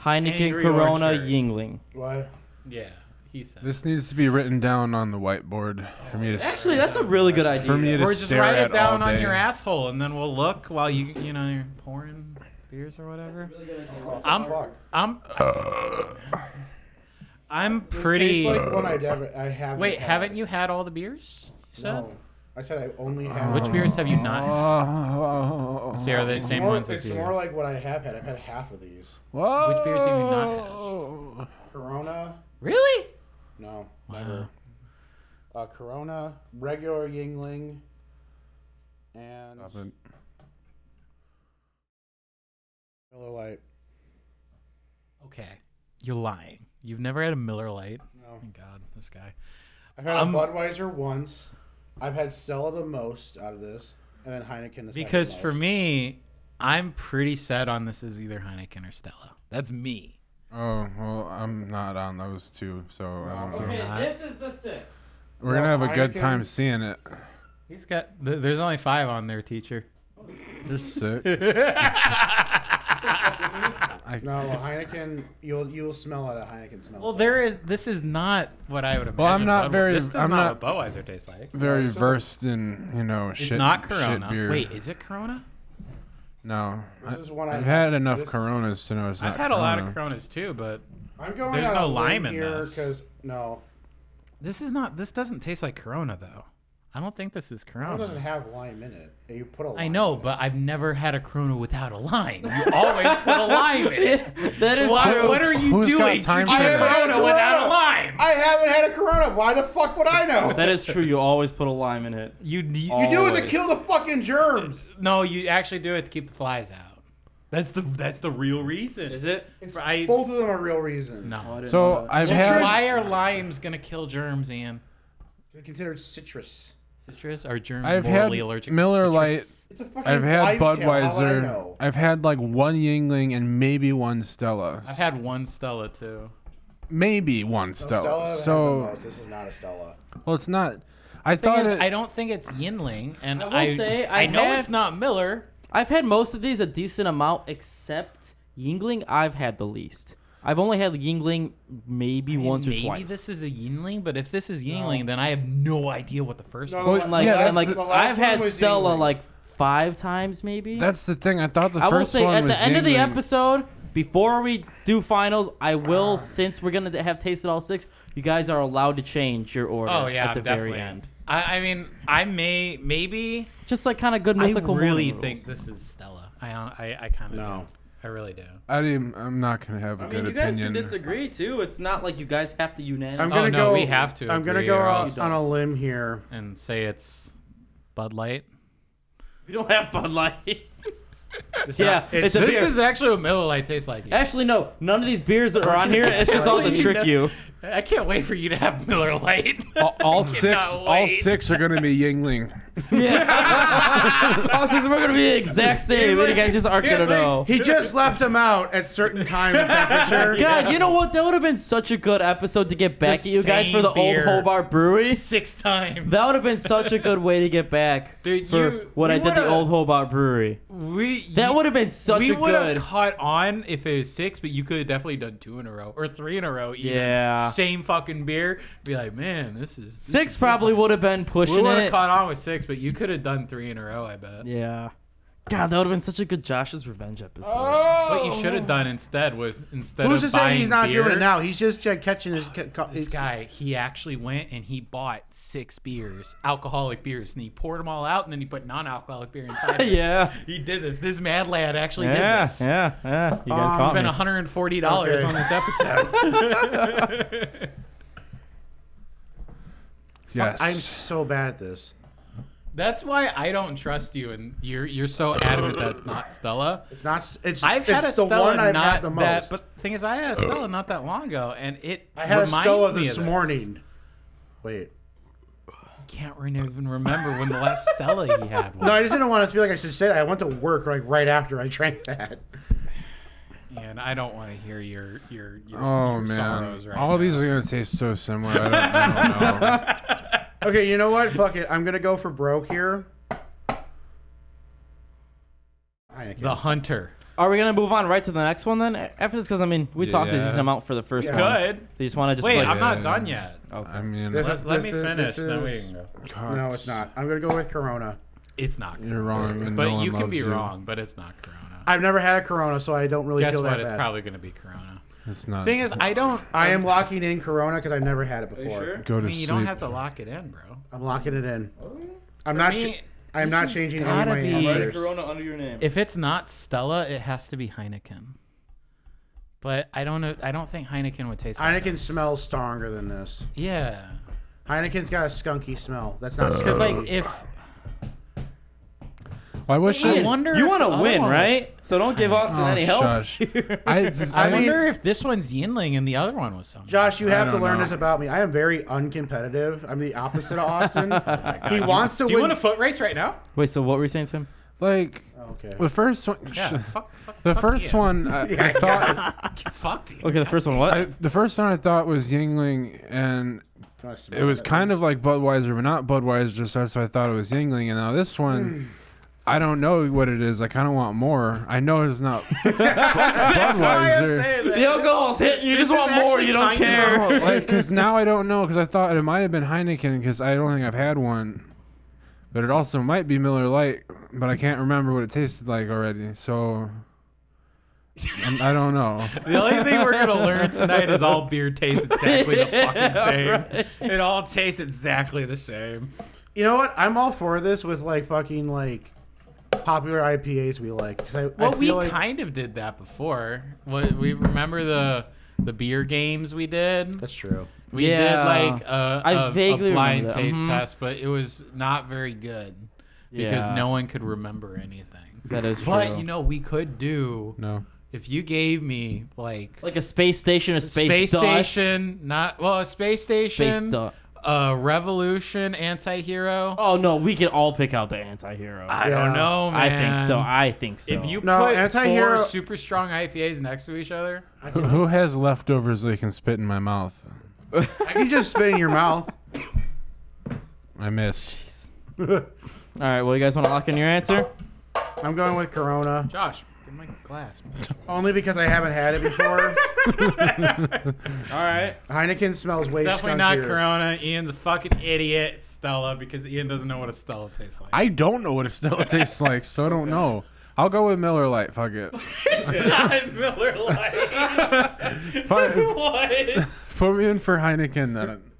Heineken,
Angry
Corona,
Orchard.
Yingling.
What?
Yeah, he said.
this needs to be written down on the whiteboard for me to
Actually, that's a really good idea.
for me to
or just
stare
write
at
it down
all
on
day.
your asshole, and then we'll look while you you know you're pouring beers or whatever. I'm
Fuck.
I'm I'm
This
pretty.
tastes like one I never, I haven't.
Wait,
had.
haven't you had all the beers? You said.
No. I said I only have.
Which beers have you not? had?
Oh,
See, are they the
It's
same
more,
ones as
It's
you?
more like what I have had. I've had half of these.
Which beers have you not
oh. Whoa.
Corona,
Really?
no, never. Uh, Corona, regular Yingling, and Miller Lite.
Okay, you're lying. You've never had a Miller Lite.
No.
Oh my God, this guy.
I've had
Um,
a Budweiser once. I've had Stella the most out of this, and then Heineken the second
Because for
most.
me, I'm pretty set on this is either Heineken or Stella. That's me.
Oh well, I'm not on those two, so I don't know.
this is the six.
We're gonna have a good
Heineken.
time seeing it.
He's got. Th- there's only five on there, teacher.
There's six.
no a Heineken, you'll you'll smell it. A Heineken smells.
Well,
it.
there is. This is not what I would imagine.
Well, I'm not
Budwe-
very-
This is
I'm
not, what Budweiser tastes like.
Very
this is a-
versed in you know
It's
shit. Shit
not Corona.
beer.
Wait, is it Corona?
no. I,
This is one I
I've had enough
this-
Coronas to know it's not.
I've had a lot of
Corona.
Coronas too, but
I'm going
There's
out
no
on a
lime
limb
in
here
this.
because no,
this is not. This doesn't taste like Corona though. I don't think this is
it doesn't
Corona.
have lime in it. You put a. Lime
I know,
in it.
but I've never had a Corona without a lime. You always put a lime in it.
that is
Why-
true.
what are you
Who's got
doing?
time
You
for
get
that?
Corona without a
Corona.
lime.
I haven't had a Corona. Why the fuck would I know?
That is true. You always put a lime in it.
You, you,
you do it to
always.
kill the fucking germs.
No, you actually do it to keep the flies out. That's the that's the real reason.
Is it?
It's-
Right?
Both of them are real reasons.
No.
So I've
So
had.
Citrus-
Why are limes gonna kill germs, Ian?
They're considered citrus.
Citrus are germs
I've
morally
had
allergic
Miller
to citrus?
It's a fucking
I've had
lifestyle. How would I
Budweiser.
know?
I've had like one Yingling and maybe one Stella.
I've had one Stella too.
maybe one
Stella
Stella.
had the
So
most. this is not a Stella.
well, it's not. I
Thing
thought
is,
it,
I don't think it's Yinling, and I,
will say, I
know
have-
it's not Miller.
I've had most of these a decent amount, except Yingling. I've had the least. I've only had Yingling maybe once
Maybe
or twice.
this is a Yinling, but if this is Yingling, then I have no idea what the first one.
No,
Well,
the
And
la-
like,
Yeah, that's
and like
the last
I've
one
had
was
Stella
Yingling.
like five times maybe.
That's the thing. I thought the
I will
first
say
one
at
was
the end of the
Yingling.
episode, before we do finals, I will since we're gonna have tasted all six. You guys are allowed to change your order.
Oh yeah,
at the
definitely.
very end.
I, I mean, I may maybe
Just like kind of good
I
mythical.
really
morning
think
rules.
this is Stella. I I, I kind of
No.
I really do.
I didn't, I'm not gonna have a good opinion.
disagree too. It's not like you guys have to
I'm
unanimously.
Oh,
gonna
no,
go.
we have to
I'm gonna
agree
go
or
out
else-
on a limb here.
And say it's Bud Light.
We don't have Bud Light. yeah,
it's-
it's, a
this
beer.
is actually what Miller Light tastes like. Ian.
Actually, no. None of these beers that are on here. It's just all to trick you.
I can't wait for you to have Miller Light.
all, all
cannot
six, all
wait.
six are gonna be Yingling.
Yeah. since we're gonna be the exact same, and you guys just aren't gonna know.
He just left them out at certain time and temperature.
God, you know what? That would have been such a good episode to get back
The
at you guys for
same
the
beer.
old Hobart Brewery.
six times.
That would have been such a good way to get back
Dude,
for
you-
what
we
I did the
would've-
old Hobart Brewery.
we.
That would have been such
We
a
would have
good.
caught on if it was six, but you could have definitely done two in a row or three in a row. Even.
Yeah.
Same fucking beer. Be like, man, this is this
Six
is-
probably would have been
We
pushing
would
it.
have caught on with six, but you could have done three in a row. I bet.
yeah. God, that would have been such a good Josh's revenge episode.
What you should have done instead was instead
Who's
of
to say
buying
he's not
beer,
doing it now? He's just uh, catching his. ca- ca-
This
his-
guy, he actually went and he bought six beers, alcoholic beers, and he poured them all out, and then he put non-alcoholic beer inside. it.
yeah.
he did this. This mad lad actually did
Yeah,
this.
yeah, yeah. You guys
Um,
caught
Spent
me.
140 dollars
Okay.
on this episode.
Yes.
I'm so bad at this.
That's why I don't trust you, and you're you're so adamant that's not Stella.
It's not. It's.
I've had
it's
a
the
Stella
one I've
not
had the most.
that, but the thing is, I had a Stella not that long ago, and it
I had a
reminds
Stella
me of
this morning. Wait.
I can't re- even remember when the last Stella he had was.
No, I just didn't want to feel like I should say that. I went to work like right after I drank that.
And I don't want to hear your your, your,
Oh
your
man,
sorrows right
all
now.
these are gonna taste so similar. I don't, I don't know.
Okay, you know what? Fuck it. I'm gonna go for broke here. Heineken.
the hunter.
Are we gonna move on right to the next one then? After this, because I mean, we talked a
Yeah.
decent amount for the first
Yeah.
one.
Good.
They just want to just
Wait,
like
I'm not
Yeah.
done yet.
I mean,
Oh, This
Let,
is-
let me
this is-
finish.
this
then we
is-
can go.
Cox,
no, it's not. I'm gonna go with Corona.
It's not. Corona.
You're wrong, and
But
no one
you can
loves
be
you.
wrong. But it's not Corona.
I've never had a Corona, so I don't really
Guess
feel
what?
that
It's
bad.
probably going to be Corona.
It's not.
Thing is, I don't.
I am locking in Corona because I've never had it before.
Go
I
to
mean, you
sleep.
don't have to lock it in, bro.
I'm locking it in. I'm not.
me,
cha- I'm
this
not
has
changing any of
gotta
my
be- Write a
answers.
under your name.
If it's not Stella, it has to be Heineken. But I don't know. I don't think Heineken would taste. like
Heineken
this.
smells stronger than this.
Yeah,
Heineken's got a skunky smell. That's not
because
because
like if
I wish
I
I.
wonder.
you
want to
win, right? So don't give Austin
Oh,
any help.
shush. I, just,
I,
I mean,
wonder if this one's Yinling and the other one was something.
Josh, you have to
don't
learn
know.
this about me. I am very uncompetitive. I'm the opposite of Austin. he wants to
Oh Do
win.
you want a foot race right now?
Wait, so what were you saying to him?
like
Oh, okay.
the first one.
Yeah.
sh-
fuck, fuck,
The
fuck
first
Ian.
one, I, I thought.
Fucked. Ian.
Okay, the first one. What?
I, the first one I thought was Yingling, and
You wanna smell
it was
that
kind
one?
of like Budweiser, but not Budweiser. So that's why I thought it was Yingling. And now this
Mm.
one, I don't know what it is. I kind of want more. I know it's not Bu- Budweiser.
the alcohol's hitting. You just
is
want more.
actually
You don't
kind of-
care.
Because now I don't know. Because I thought it might have been Heineken. Because I don't think I've had one. But it also might be Miller Lite. But I can't remember what it tasted like already. So I'm, I don't know.
The only thing we're gonna learn tonight is all beer tastes exactly the fucking same. It all tastes exactly the same.
You know what? I'm all for this with like fucking like popular IPAs we like because I, I
Well,
feel
we
like
kind of did that before. What we remember the the beer games we did.
that's true.
We
Yeah.
did like a,
I
a- a
vaguely
blind
remember that.
taste
Mhm.
test, but it was not very good because
Yeah.
no one could remember anything.
That is
But
true.
you know, we could do
No.
if you gave me like
like a space station, a space,
space
dust,
station, not well, a space station,
Space dust.
a revolution anti-hero.
Oh no, we can all pick out the anti-hero.
I
Yeah.
don't know,
I
man.
think so. I think so.
If you
No,
put
anti-hero-
four super strong IPAs next to each other,
Who, who has leftovers they can spit in my mouth?
I can just spit in your mouth.
I missed.
all right, well, you guys want to lock in your answer?
I'm going with Corona
Josh, give me my glass.
only because I haven't had it before.
All right.
Heineken smells way
Definitely
skunkier.
not Corona. Ian's a fucking idiot. It's Stella because Ian doesn't know what a Stella tastes like.
I don't know what it still tastes like, so I don't know. I'll go with Miller Lite. Fuck it.
it's not Miller Lite.
Fuck,
what?
put me in for Heineken then.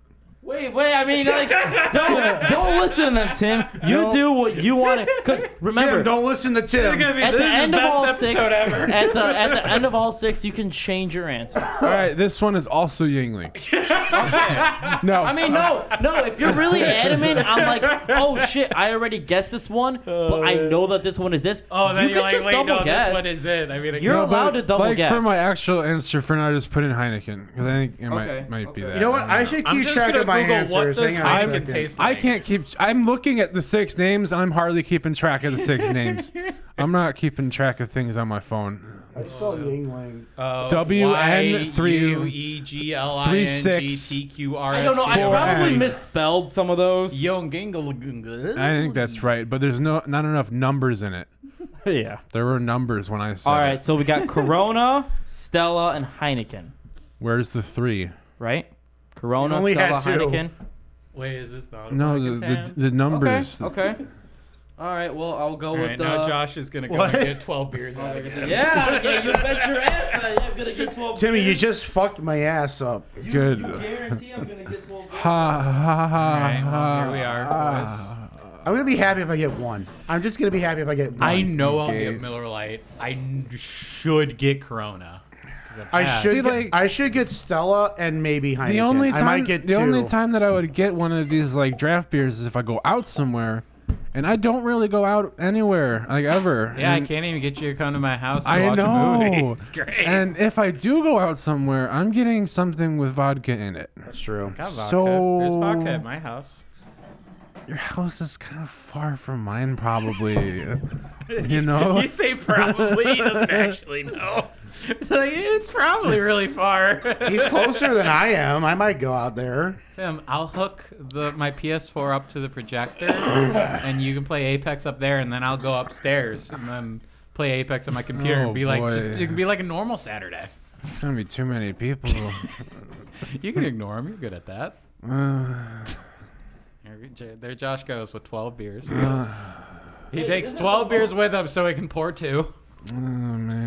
Wait, wait. I mean, like, don't don't listen to them, Tim. You
No.
do what you want. Because remember,
Tim, don't listen to Tim.
be,
at the
is
end of
best
all
episode
six,
ever.
at the at the end of all six, you can change your answers.
All right, this one is also Yingling. No,
I mean, no, no. If you're really adamant, I'm like, oh shit, I already guessed this one, but I know that this one is this.
Uh, oh, then
you
you are
could
like,
just
wait,
double
no,
guess.
this one is it. I mean, I
You're
guess-
but,
allowed to double
like
guess.
for my actual answer, for now, just put in Heineken because I think it might
Okay,
might be that.
okay.
You know what? I should
I'm
keep
just
track
gonna
of my
Google what
answers.
does
Hang on a
Heineken
second.
taste like.
I can't keep. I'm looking at the six names. I'm hardly keeping track of the six names. I'm not keeping track of things on my phone.
It's still Yingling.
Uh,
WN three-
U E G L I N G T Q R S.
I don't know. I
Four
probably
and-
misspelled some of those.
Yo, gingle.
I think that's right, but there's no not enough numbers in it.
yeah.
There were numbers when I said.
All
it.
right, so we got Corona, Stella, and Heineken,
Where's the three?
right? Corona,
You only
Stella,
had two.
Heineken.
Wait, is this not? a
No,
fucking
the
tab?
the, the numbers.
Okay. Okay. All right. Well, I'll go
All
with uh,
right,
the.
now Josh is gonna go
What?
and get 12 beers out of it.
Yeah, yeah, you bet your ass I am gonna get twelve.
Timmy, you just fucked my ass up.
Good.
guarantee I'm gonna get twelve.
Ha ha ha.
All right, well, here we are. boys.
I'm gonna be happy if I get one. I'm just gonna be happy if I get one.
I know I'll
Okay.
get Miller Lite. I n- should get Corona. 'Cause I've
I
had-
should
See,
get,
like-
I should get Stella and maybe Heineken.
The only
I
time
might get
the
two.
only time that I would get one of these like draft beers is if I go out somewhere and I don't really go out anywhere like ever.
Yeah,
and
I can't even get you to come to my house to
Mm. I
watch a
know.
movie. It's great.
And if I do go out somewhere, I'm getting something with vodka in it.
That's true.
Got vodka.
so-
There's vodka at my house.
Your house is kind of far from mine, probably. you know,
You say probably. He doesn't actually know. It's, like, it's probably really far.
He's closer than I am. I might go out there.
Tim, I'll hook the my PS4 up to the projector, and you can play Apex up there, and then I'll go upstairs and then play Apex on my computer
Oh,
and be like,
boy.
just, it can be like a normal Saturday.
it's gonna be too many people.
You can ignore them. You're good at that.
Uh,
There- J- There, Josh goes with 12 beers. he takes 12 beers with him so he can pour two.
oh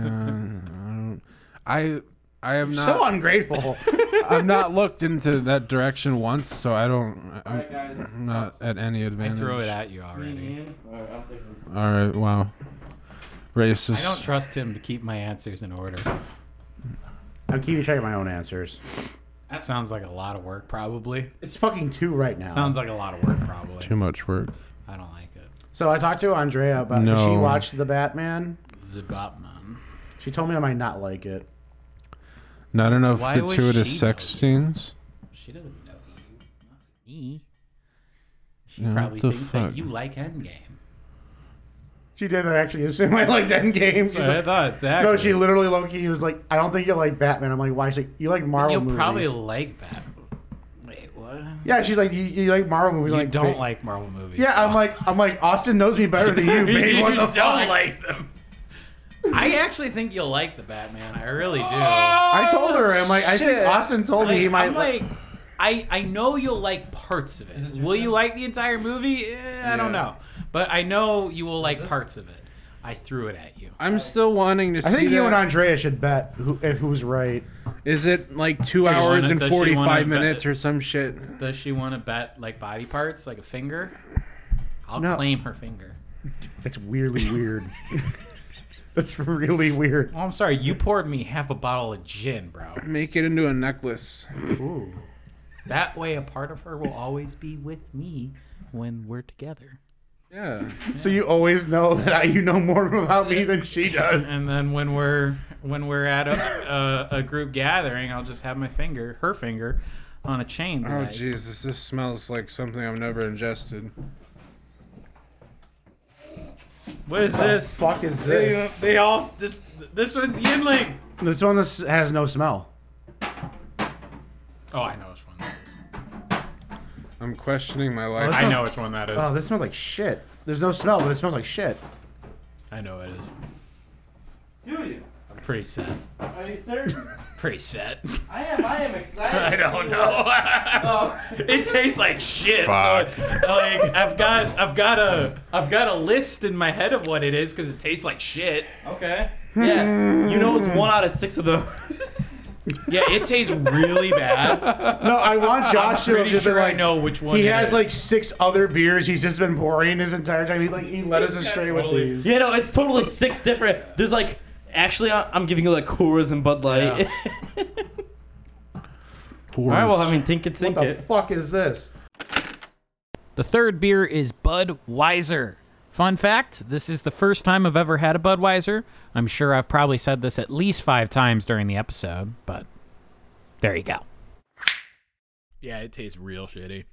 man, I, don't, I, I have not.
So ungrateful.
I've not looked into that direction once, so I don't. I'm not at any
I Mm-hmm.
advantage.
threw it at you already.
All right. Wow. Racist.
I don't trust him to keep my answers in order.
I'm keeping track of my own answers.
That sounds like a lot of work, probably.
It's fucking two right now.
Sounds like a lot of work, probably.
Too much work.
I don't like it.
so I talked to Andrea about
No.
she watched the Batman.
Zabatman.
She told me I might not like it.
Not enough
Why was
gratuitous
she
sex
nosy?
scenes.
She doesn't know you, not me. She
Yeah, what
probably
the
thinks
fuck?
that you like Endgame.
She did actually assume I liked Endgame. She's like,
thought exactly.
no, she literally low key was like, I don't think you'll like Batman. I'm like, why? She's like, you like Marvel
You'll
movies.
probably like that. Wait, what?
yeah, she's like, you, you like Marvel movies.
You
I'm like,
don't
"Ba-
like Marvel movies.
Yeah, I'm like, I'm like, Austin knows me better than you, babe.
you
What the
don't
fuck?
like them. I actually think you'll like the Batman. I really do.
I told her, I'm like, I think
Shit.
Austin told me he might.
I'm like, I, I know you'll like parts of it. Will you like the entire movie? Eh, I don't
Yeah.
know, but I know you will like parts of it. I threw it at you.
I'm still wanting to
I
see.
think you
that.
and Andrea should bet who, if who's right.
Is it like two
she
hours
wanna-
and
does she wanna
45
vet
minutes
it?
or some shit?
Does she want to bet like body parts, like a finger? I'll
No.
claim her finger.
That's weirdly weird. That's really weird.
Well, Oh, I'm sorry, you poured me half a bottle of gin, bro.
Make it into a necklace.
Ooh.
That way, a part of her will always be with me when we're together.
Yeah.
So you always know that I, you know more about me than she does.
And then when we're when we're at a, a, a group gathering, I'll just have my finger, her finger, on a chain. be
Oh
like,
Jesus, this smells like something I've never ingested.
What is this?
Fuck is
They, they all this this one's Yinling.
This one this has no smell.
Oh, I know which one. This is.
I'm questioning my life.
this
I
smells-
know which one that is.
Oh, this smells like shit. There's no smell, but it smells like shit.
I know it is.
Do you?
I'm pretty set.
Are you certain?
Pretty set.
I am. I am excited.
I
to
don't
see
know.
what- Oh.
it tastes like shit. So, like I've got I've got a I've got a list in my head of what it is because it tastes like shit.
Okay. Yeah. You know it's one out of six of those.
Yeah, it tastes really bad.
No, I want Josh to have
Pretty
just been
sure I
like-
know which one.
He
it
has
is.
like six other beers he's just been pouring his entire time. He like he led us astray with
totally-
these.
yeah, no, it's totally six different. There's like, actually, I- I'm giving you like Coors and Bud Light. All right, well, I mean, think it, sink
What the
it.
fuck is this?
The third beer is Budweiser. Fun fact this is the first time I've ever had a Budweiser. I'm sure I've probably said this at least five times during the episode, but there you go. Yeah, it tastes real shitty.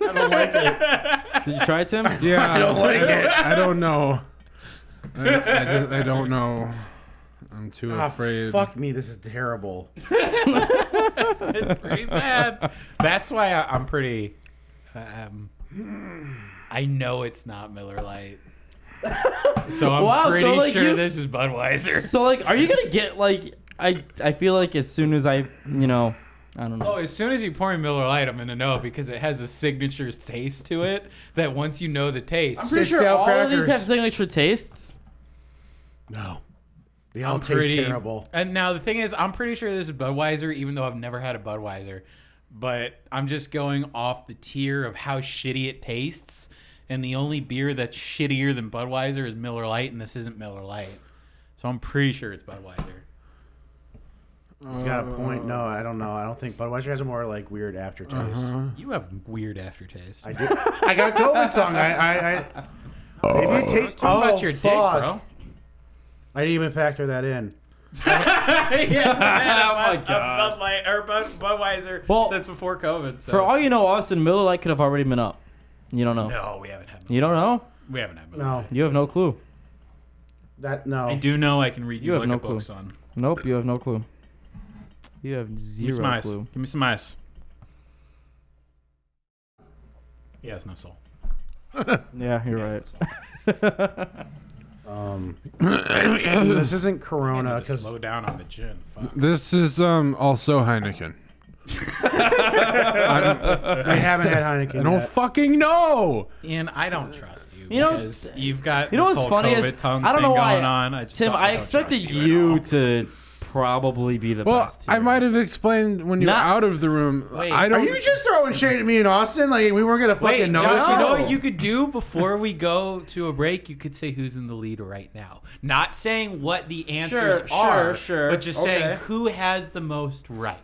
I don't like it.
Did you try it, Tim?
yeah, I
don't like
I don't,
it.
I don't know. I, I just I don't know. I'm too
Ah,
afraid.
fuck me, this is terrible.
It's pretty bad. That's why I, I'm pretty. Um, I know it's not Miller Lite. So I'm
Wow, so,
pretty
like,
sure
you-
this is Budweiser.
So like, are you gonna get like? I I feel like as soon as I, you know, I don't know.
Oh, as soon as you pour in Miller Lite, I'm gonna know because it has a signature taste to it. That once you know the taste,
I'm pretty
Six
sure
stale
all of these
crackers.
have signature tastes.
No. They all taste
pretty
terrible.
And now the thing is, I'm pretty sure this is Budweiser, even though I've never had a Budweiser. But I'm just going off the tier of how shitty it tastes. And the only beer that's shittier than Budweiser is Miller Lite, and this isn't Miller Lite. So I'm pretty sure it's Budweiser.
He's got a point. No, I don't know. I don't think Budweiser has a more like weird aftertaste.
You have weird aftertaste.
I do. I got COVID tongue. I. I, I they do taste.
Talk
oh,
about your
fuck.
dick, bro.
I didn't even factor that in.
yes,
Oh my God.
Bud Light or Bud, Budweiser
Well,
since before COVID. So.
For all you know, Austin Miller Lite could have already been up. You don't know.
no, we haven't had.
You don't know.
We haven't had. Bud Light.
No,
You have no clue.
that no.
I do know I can read you,
You have
like
no
a book,
clue.
son.
Nope. You have no clue. You have
Give me some
zero
ice.
clue.
Give me some ice. He has no soul.
Yeah, you're right.
Um, this isn't Corona
Just
because
slow down on the gin. Fuck.
This is um also Heineken.
I haven't had Heineken.
I don't
yet.
fucking know.
Ian, I don't trust you.
You know-
because you've got
You know
this
what's
whole
funny
COVID
is
tongue
I don't know
thing
why.
going on. I just
Tim,
don't-
I,
don't
expected
trust
you,
at all.
to probably be the
Well,
best.
I
here.
might have explained when you
Not-
were out of the room.
Wait,
I
Are
don't.
you just throwing shade at me and Austin? Like we weren't gonna fucking
Wait,
know.
Josh, you know
No.
what you could do before we go to a break? You could say who's in the lead right now. Not saying what the answers
sure,
are,
sure.
but just
Okay.
saying who has the most right.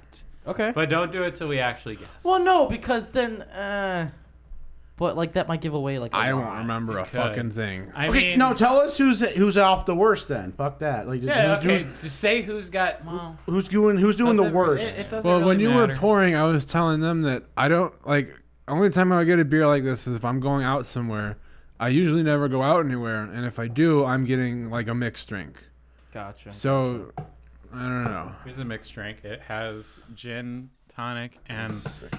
Okay.
But don't do it till we actually guess.
well, no, because then, uh, but like that might give away like. a
I
lot.
don't remember a
could.
fucking thing.
I
Okay,
mean,
no, tell us who's who's off the worst then. Fuck that. Like, just,
Yeah,
who's,
okay.
who's,
Just say who's got. Well,
who's doing who's doing the
doesn't-
worst?
It, it doesn't
Well,
really
when you
matter.
were pouring, I was telling them that I don't like. Only time I would get a beer like this is if I'm going out somewhere. I usually never go out anywhere, and if I do, I'm getting like a mixed drink.
Gotcha.
So I don't know.
It's a mixed drink. It has gin, tonic, and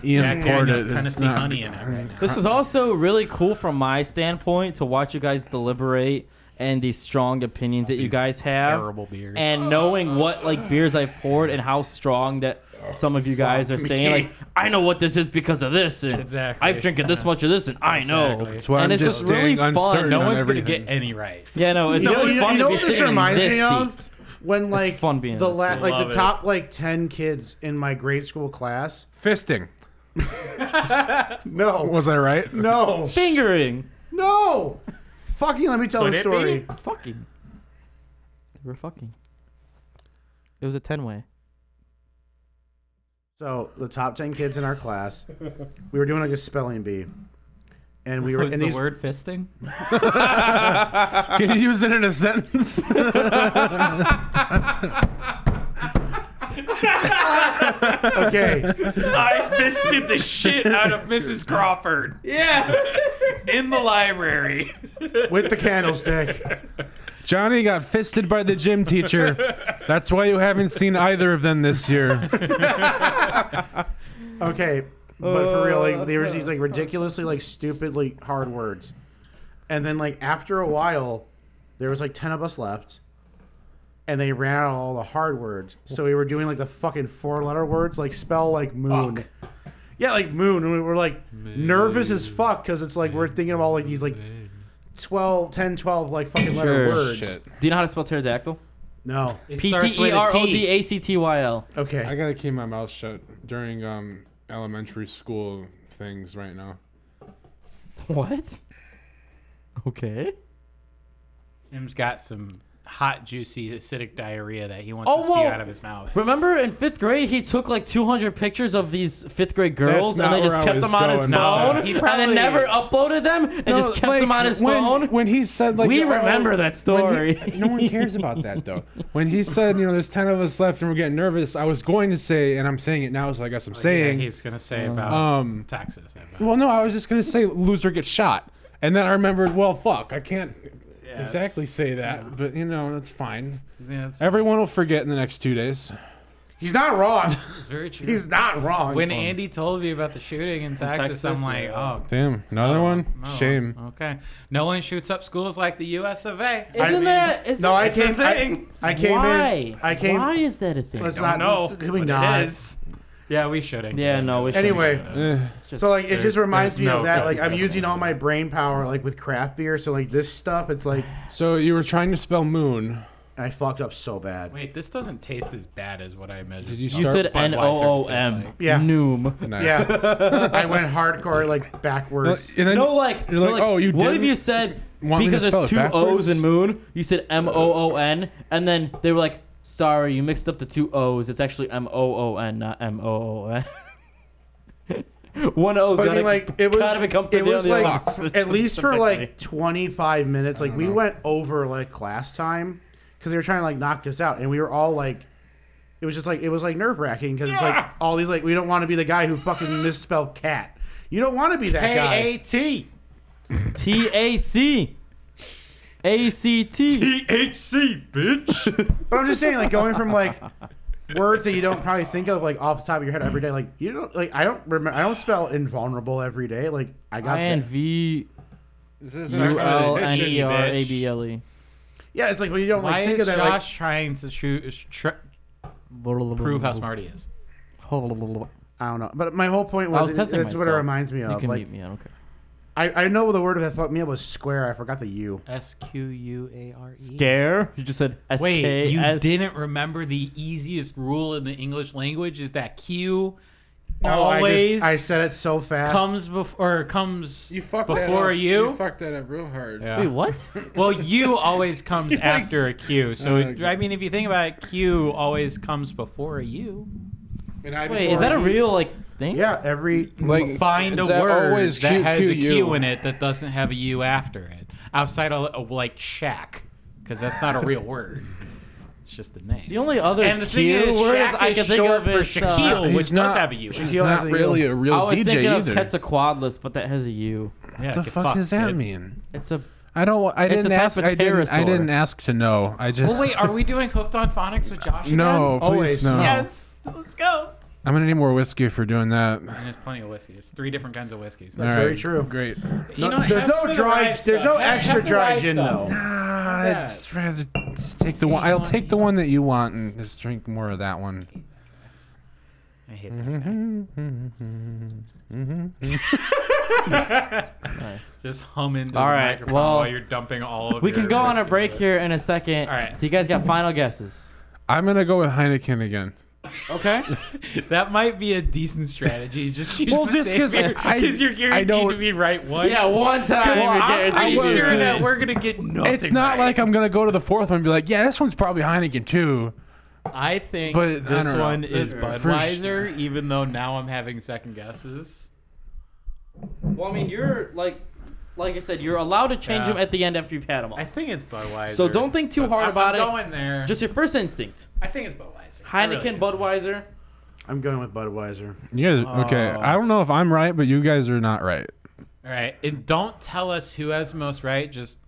Ian
Jack
poured
Daniel's
it. It's
Tennessee
not-
honey in it right now.
This is also really cool from my standpoint to watch you guys deliberate and the strong opinions that you
These
guys have.
terrible beers.
And knowing what like beers I've poured and how strong that some of you guys are saying, like, I know what this is because of this and
Exactly.
I've drinking this much of this and I know.
Exactly.
That's why
and
I'm
it's
just
just really
staying
fun.
uncertain.
No
on
one's going to
everything.
get any right.
Yeah, no, it's
You know-
really
you know-
fun
you know
to be
what this
sitting in
reminds
this
me of?
seat.
When like
fun being in
the
this
la-
seat.
like
Love
the
it.
top like ten kids in my grade school class.
fisting.
No,
Was I right?
no,
Fingering.
no. Fucking let me tell
Could
a
it
story.
be?
Fucking. We were fucking. It was a ten way.
So the top ten kids in our class, we were doing like a spelling bee, and we were
Was
in
the
these.
word fisting?
Can you use it in a sentence?
Okay,
I fisted the shit out of Mrs. Crawford. Yeah. In the library.
with the candlestick.
Johnny got fisted by the gym teacher. That's why you haven't seen either of them this year.
Okay, but for real, like there was these like ridiculously like stupidly hard words, and then like after a while, there was like ten of us left, and they ran out of all the hard words. So we were doing like the fucking four letter words, like spell like moon. Yeah, like moon, and we were like nervous as fuck because it's like we're thinking of all like these like 12, 10, 12 like fucking letter
Sure.
words.
Shit.
Do you know how to spell pterodactyl?
No,
P T E R O D A C T Y L.
I
okay,
gotta keep my mouth shut during um, elementary school things right now.
What? Okay.
Tim's got some hot, juicy, acidic diarrhea that he wants
Oh,
to spew
whoa.
out of his mouth.
Remember in fifth grade, he took like 200 pictures of these fifth grade girls
That's
and
not
they just
where I
kept
was
them on his
going. No.
phone
He
and
probably-
then never uploaded them and just kept them on his phone.
When he said, like,
We
oh,
remember that story.
when he- no one cares about that though. When he said, you know, there's ten of us left and we're getting nervous, I was going to say, and I'm saying it now, so I guess
Oh,
I'm saying,
he's going to say about
um,
taxes. I bet.
well, no, I was just gonna say loser gets shot, and then I remembered, well, fuck, I can't
Yeah,
exactly
it's-
say that, but you know, that's fine.
Yeah, it's,
Everyone will forget in the next two days.
he's not wrong.
it's very true.
He's not wrong.
when Andy told me about the shooting in Texas, I'm
Texas,
like,
yeah.
oh,
Damn, another one.
oh,
Shame.
Okay, no one shoots up schools like the U.S. of A.
Isn't
I mean-
that. Isn't
no, I
It's a
came. I-
thing.
I, came
why?
in. I came.
Why is that a thing?
Let's
Don't
not.
know.
Can we
but it
not?
is. Yeah, we shouldn't.
Yeah, no, we shouldn't.
Anyway,
Eh.
It's just-
So like it
There's-
just reminds
there's
me
no-
of that.
that's
Like I'm
disgusting.
using all my brain power like with craft beer. So like this stuff, it's like
So you were trying to spell moon.
and I fucked up so bad.
Wait, this doesn't taste as bad as what I imagined.
Did you
you
start
said
Budweiser
N O O
feels
M.
like-
Yeah.
Noom.
Nice.
Yeah, I went hardcore like
Uh,
backwards.
and then-
No, like,
You're like, oh, you
What if
didn't
you said
want me to
because
spell
there's
it
two
backwards?
O's in moon? You said M O O N, and then they were like, Sorry, you mixed up the two O's. It's actually M O O N, not M O O N. One O's
But I
gotta,
mean, like it was,
gotta become for
it
the
was
other
like
ones
at least for
specifically.
like 25 minutes. Like we went over like class time because they were trying to like knock us out, and we were all like, it was just like it was like nerve wracking because it's like all these like we don't want to be the guy who fucking misspelled cat. You don't want to be that guy.
K A T
T A C. A C T.
T H C, bitch.
But I'm just saying, like going from like words that you don't probably think of like off the top of your head every day. Like you don't like I don't remember I don't spell invulnerable every day. Like I got
I N
that.
V
This is
U L N E
competition.
R A B L E.
Yeah, it's like well you don't
Why
like think
is
of that.
Josh trying to shoot, tr- prove how smart he is?
You
Like I don't know. But my whole point
I
was,
was
that's
testing
what it
myself.
reminds me of.
can
Like
mute me. I don't care.
I, I know the word that fucked me up was square. I forgot the U.
S Q U A R E.
Scare? You just said S
Wait,
K.
you
S-
didn't remember the easiest rule in the English language is that Q
Oh, I,
always
just, I said it so fast.
comes before or comes
You fucked that
before
up.
a
You
U.
fucked that up real hard.
Yeah.
Wait, what?
well, U always comes after a Q. So it-
Okay.
I mean, if you think about it, Q always comes before a U.
And I-
Wait, is that a real like thing?
Yeah, every
Like
Find a
it's that
word
always
that has a Q
QQU.
in it that doesn't have a U after it, outside of of, like shack, because that's not a real word. It's just a name.
The only other
and the
Q
thing is,
word
Shaq
I
is
can think
short
of
for
is uh,
Shaquille,
He's
which does
not-
have a U. in it.
Shaquille
It's
has
not
a U.
really a real
I was
DJ
thinking
either.
of Quetzalcoatlus, but that has a U.
Yeah,
the
get
fuck,
fucked,
does that
kid.
mean?
It's a.
I don't. I
It's a
didn't ask. I didn't, I
tapatosaur.
didn't ask to know. I just.
Well, wait, are we doing Hooked on Phonics with Josh?
no, please
Always.
no.
Yes. Let's go.
I'm gonna need more whiskey for doing that.
And there's plenty of whiskey. There's three different kinds of whiskeys.
All
very
right,
true.
Great.
You know, have
there's
some
no
of the
dry.
rye
There's no
stuff. Have-
extra
have the
dry
rye
gin
stuff.
though.
Ah,
that.
I'd just rather just take the one. I'll
one
take the
he
one
wants.
that you want and just drink more of that one. Mm-hmm.
I hate that. guy. Just hum into
All
the
right,
microphone
well,
while you're dumping all of
We can
your
go on a
whiskey.
break here in a second.
All right.
Do you guys got final guesses?
I'm gonna go with Heineken again.
Okay.
That might be a decent strategy. Just use
Well,
the
just
same
'cause
beer,
I-
'cause you're guaranteed
I don't-
to be right once.
yeah, one
Well,
time. you're
I'm
I'm
guaranteed
pretty
I was-
to
sure
see.
that we're gonna get nothing.
It's not
right.
like I'm gonna go to the fourth one and be like, yeah, this one's probably Heineken too.
I think
But I
this
don't know.
one is
For
Budweiser, even though now I'm having second guesses.
Well, I mean, you're like, like I said, you're allowed to change
Yeah.
them at the end after you've had them all.
I think it's Budweiser.
So don't think too hard
I'm-
about
I'm
it.
Going there.
Just your first instinct.
I think it's Budweiser. I really
Heineken,
do.
Budweiser.
I'm going with Budweiser.
Yeah. okay.
Oh.
I don't know if I'm right, but you guys are not right.
All right, and don't tell us who has the most right. Just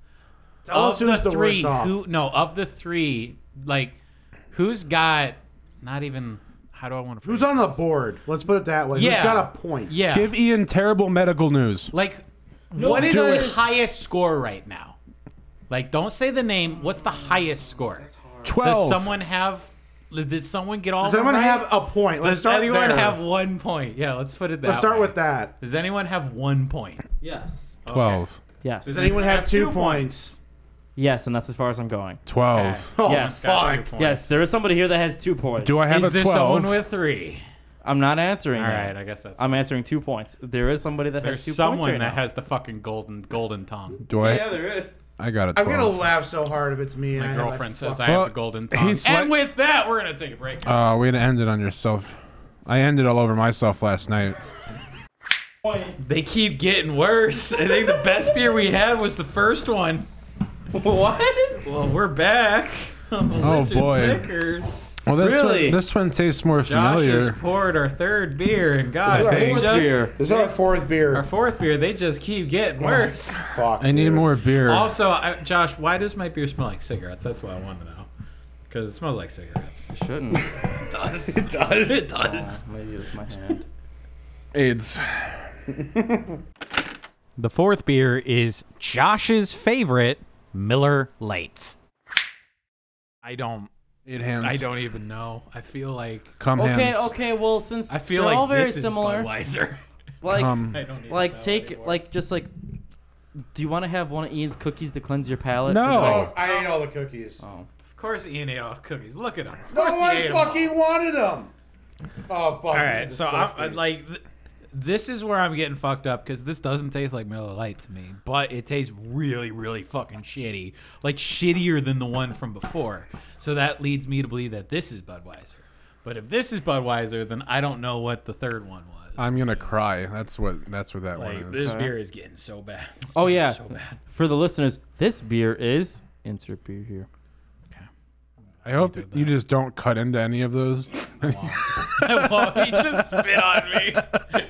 Tell
of
us who's the,
three,
worst off.
who no of the three, like who's got not even. How do I want to?
Who's on the board? Let's put it that way.
Yeah.
Who's got a point?
Yeah,
Give Ian terrible medical news.
like what is
do
the
it.
highest score right now? Like, don't say the name. What's the highest score? Does
Twelve.
someone have? Did someone get all?
Does
of them
anyone
right?
have a point? Let's
Does
start
anyone
there.
have one point? Yeah, let's put it that.
Let's start
way.
with that.
Does anyone have one point?
Yes.
Okay.
Twelve.
Yes.
Does anyone have two points?
yes, and that's as far as I'm going.
Twelve.
Oh,
Yes.
Got two
fuck.
points.
Yes, there is somebody here that has two points.
Do I have
Is
a
this
twelve?
someone with three?
I'm not answering.
All
that.
right, I guess that's.
I'm answering two points. There is somebody that
there's
has two
someone
points right
that
now.
has the fucking golden golden tongue.
Do I?
Yeah, there is.
I got a
I'm
12
gonna laugh so hard if it's me. and I
My
have a
girlfriend says
fuck-
I have
Well,
the golden tongue.
he's
and
sli-
with that, we're gonna take a break.
Uh, way to end it on yourself. I ended all over myself last night.
they keep getting worse. I think the best beer we had was the first one.
what?
Well, we're back. oh
boy.
Liquors.
Well, this
Really?
one this one tastes more
Josh
familiar.
has poured our third beer, and God,
our
they
fourth
just-
beer.
This is our fourth
Our
beer.
fourth beer, they just keep getting worse.
Fuck,
I need
dude.
more beer.
Also, I, Josh, why does my beer smell like cigarettes? That's what I want to know. Because it smells like cigarettes.
Shouldn't.
It does. It does. It does.
Maybe it was my hand.
AIDS.
The fourth beer is Josh's favorite, Miller Lite. I don't.
Eight hands.
I don't even know. I feel like.
Come
Okay,
hands.
okay. Well, since
I feel
they're
like
all very
this
similar,
is Budweiser.
like,
Come.
I don't even know
like take,
anymore.
like just like. Do you want to have one of Ian's cookies to cleanse your palate?
No.
For
Oh,
breakfast?
I ate all the cookies.
Of course, Ian ate all the cookies. Look at him. Oh. Of
No
course he
one
ate 'em all.
fucking wanted them. Oh fuck!
All
this
right,
is
so I'm,
disgusting.
I'm like, th- This is where I'm getting fucked up because this doesn't taste like Miller Lite to me, but it tastes really, really fucking shitty. Like shittier than the one from before. So that leads me to believe that this is Budweiser. But if this is Budweiser, then I don't know what the third one was.
I'm gonna cry. That's what. That's what that
Like
one is.
this beer is getting so bad. This
Oh,
beer is
yeah.
so bad.
For the listeners, this beer is insert beer here.
I hope you just don't cut into any of those.
well, he just spit on me.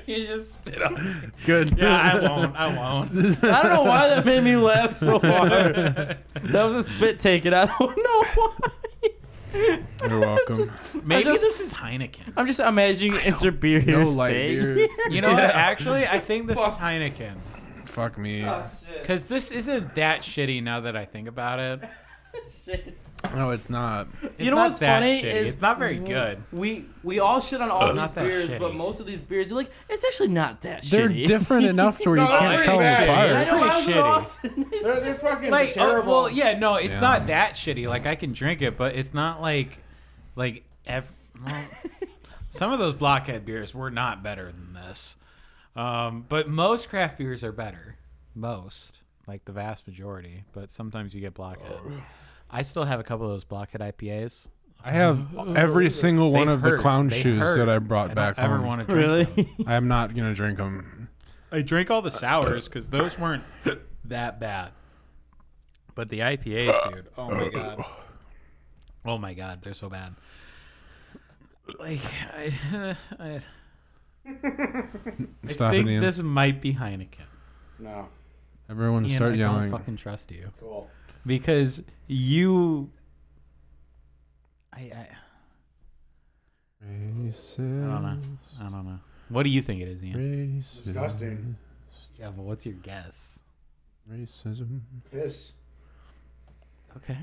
He just spit on me.
Good.
Yeah, I won't. I won't.
I don't know why that made me laugh so hard. That was a spit take, and I don't know why.
You're welcome.
Maybe
just-
this is Heineken.
I'm just imagining insert beer here.
no light
steak.
beers.
You know, what? actually, I think this is Heineken.
Fuck me.
Because this isn't that shitty now that I think about it.
No, it's not.
It's
You know
not
what's
that
funny
shitty.
is
it's not very good.
We we all shit on all these
Not that
beers, but
shitty.
most of these beers, you're like, it's actually not that
They're
shitty.
different enough to where you
No,
can't
it's
tell them
pretty
apart.
shitty.
I know,
pretty
I was in
shitty.
Austin.
They're, they're fucking
Like,
terrible.
oh, well, yeah, no, it's
Yeah.
not that shitty. Like, I can drink it, but it's not like, like, ev- well, some of those blockhead beers were not better than this. Um, but most craft beers are better. Most, like the vast majority. But sometimes you get blockhead. I still have a couple of those blockhead IPAs.
I have every single one
They
of
hurt.
the clown
They
shoes
hurt.
that I brought back
don't ever
home.
want to drink
Really?
I am not gonna drink them.
I drank all the sours because those weren't that bad. But the IPAs, dude. Oh my god. Oh my god, they're so bad. Like I, I
Stop it,
think
Ian.
this might be Heineken.
No.
Everyone,
Ian,
start
I
yelling.
don't fucking trust you
Cool.
because you. I, I I don't know. I don't know. What do you think it is, Ian?
Racist,
Disgusting.
Yeah, but what's your guess?
Racism.
Piss.
Okay.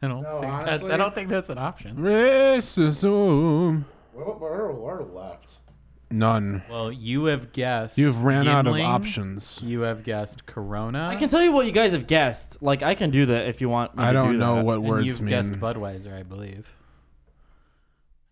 I don't.
No,
think that's, I
honestly-
don't think that's an option.
Racism.
What, what, what, are, what are left?
None.
Well, you have guessed.
You've ran out of
Yuengling.
options.
You have guessed Corona.
I can tell you what you guys have guessed. Like, I can do that if you want. Me
I
to
don't
do
know
that.
what
and
words
you've guessed
mean.
Budweiser, I believe.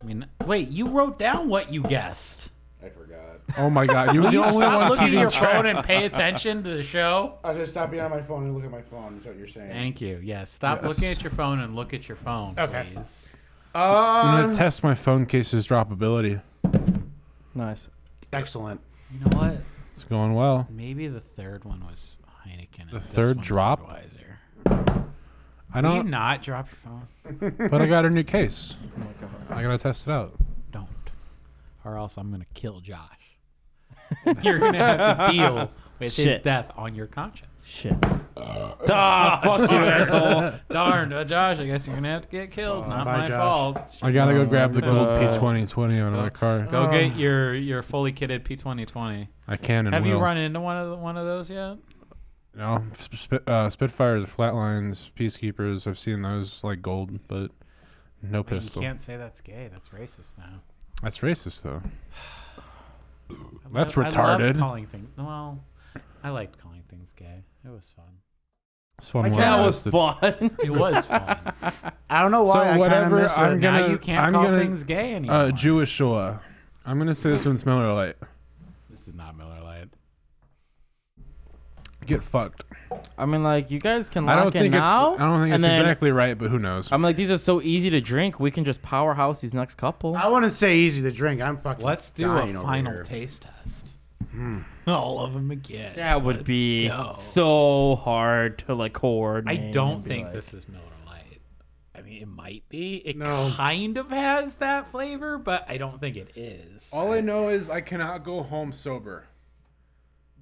I mean, wait, you wrote down what you guessed.
I forgot.
Oh my god, you're the
You
only
stop
one
looking at
keeping
your
track.
phone and pay attention to the show.
I just stop being on my phone and look at my phone. Is what you're saying.
Thank you. Yes, stop
Yes.
looking at your phone and look at your phone,
Okay.
please.
I'm
Uh,
gonna test my phone case's droppability.
Nice.
excellent.
You know what?
It's going well.
Maybe the third one was Heineken. The
third drop? Uh,
Budweiser.
I
Will you Oh
don't,
not drop your phone?
but I got a new case. I gotta test it out.
don't, or else I'm gonna kill Josh. You're gonna have to deal with his
Shit.
death on your conscience.
Shit.
Ah,
Duh, fuck you, asshole.
Darn, uh, Josh, I guess you're gonna have to get killed. Not
bye,
my
Josh.
fault. It's
I
your
gotta go
fault.
grab the
Still.
gold P2020 out of my car.
Go get your your fully kitted P2020.
I can and
Have
will.
you run into one of the, one of those yet?
No, sp- sp- uh, Spitfires, Flatlines, Peacekeepers. I've seen those like gold, but no pistol.
You can't say that's gay. That's racist now.
That's racist though.
I
That's
lo- I loved
retarded.
calling things. Well, I liked calling things gay. It was fun.
It's fun.
I
while it
That was
lasted.
fun.
It was fun.
I don't know why.
So
I kinda
whatever,
miss it.
I'm gonna-
now you can't
I'm
call
gonna-
things gay anymore.
Uh, Jewish Shoah. I'm gonna say this one's Miller Lite.
this is not Miller Lite.
Get fucked.
I mean, like, you guys can
I
lock
don't
it
think it's.
now.
I don't think
and
it's
then,
exactly right, but who knows?
I'm like, these are so easy to drink. We can just powerhouse these next couple.
I wouldn't say easy to drink. I'm fucking.
Let's do a
dying over
final
here.
taste test. Hmm. All of them again.
That would be
go.
so hard to like
I
coordinate.
don't
and be
think
like-
this is Miller Lite. I mean, it might be. It
No.
kind of has that flavor, but I don't think it is.
All I know is I cannot go home sober.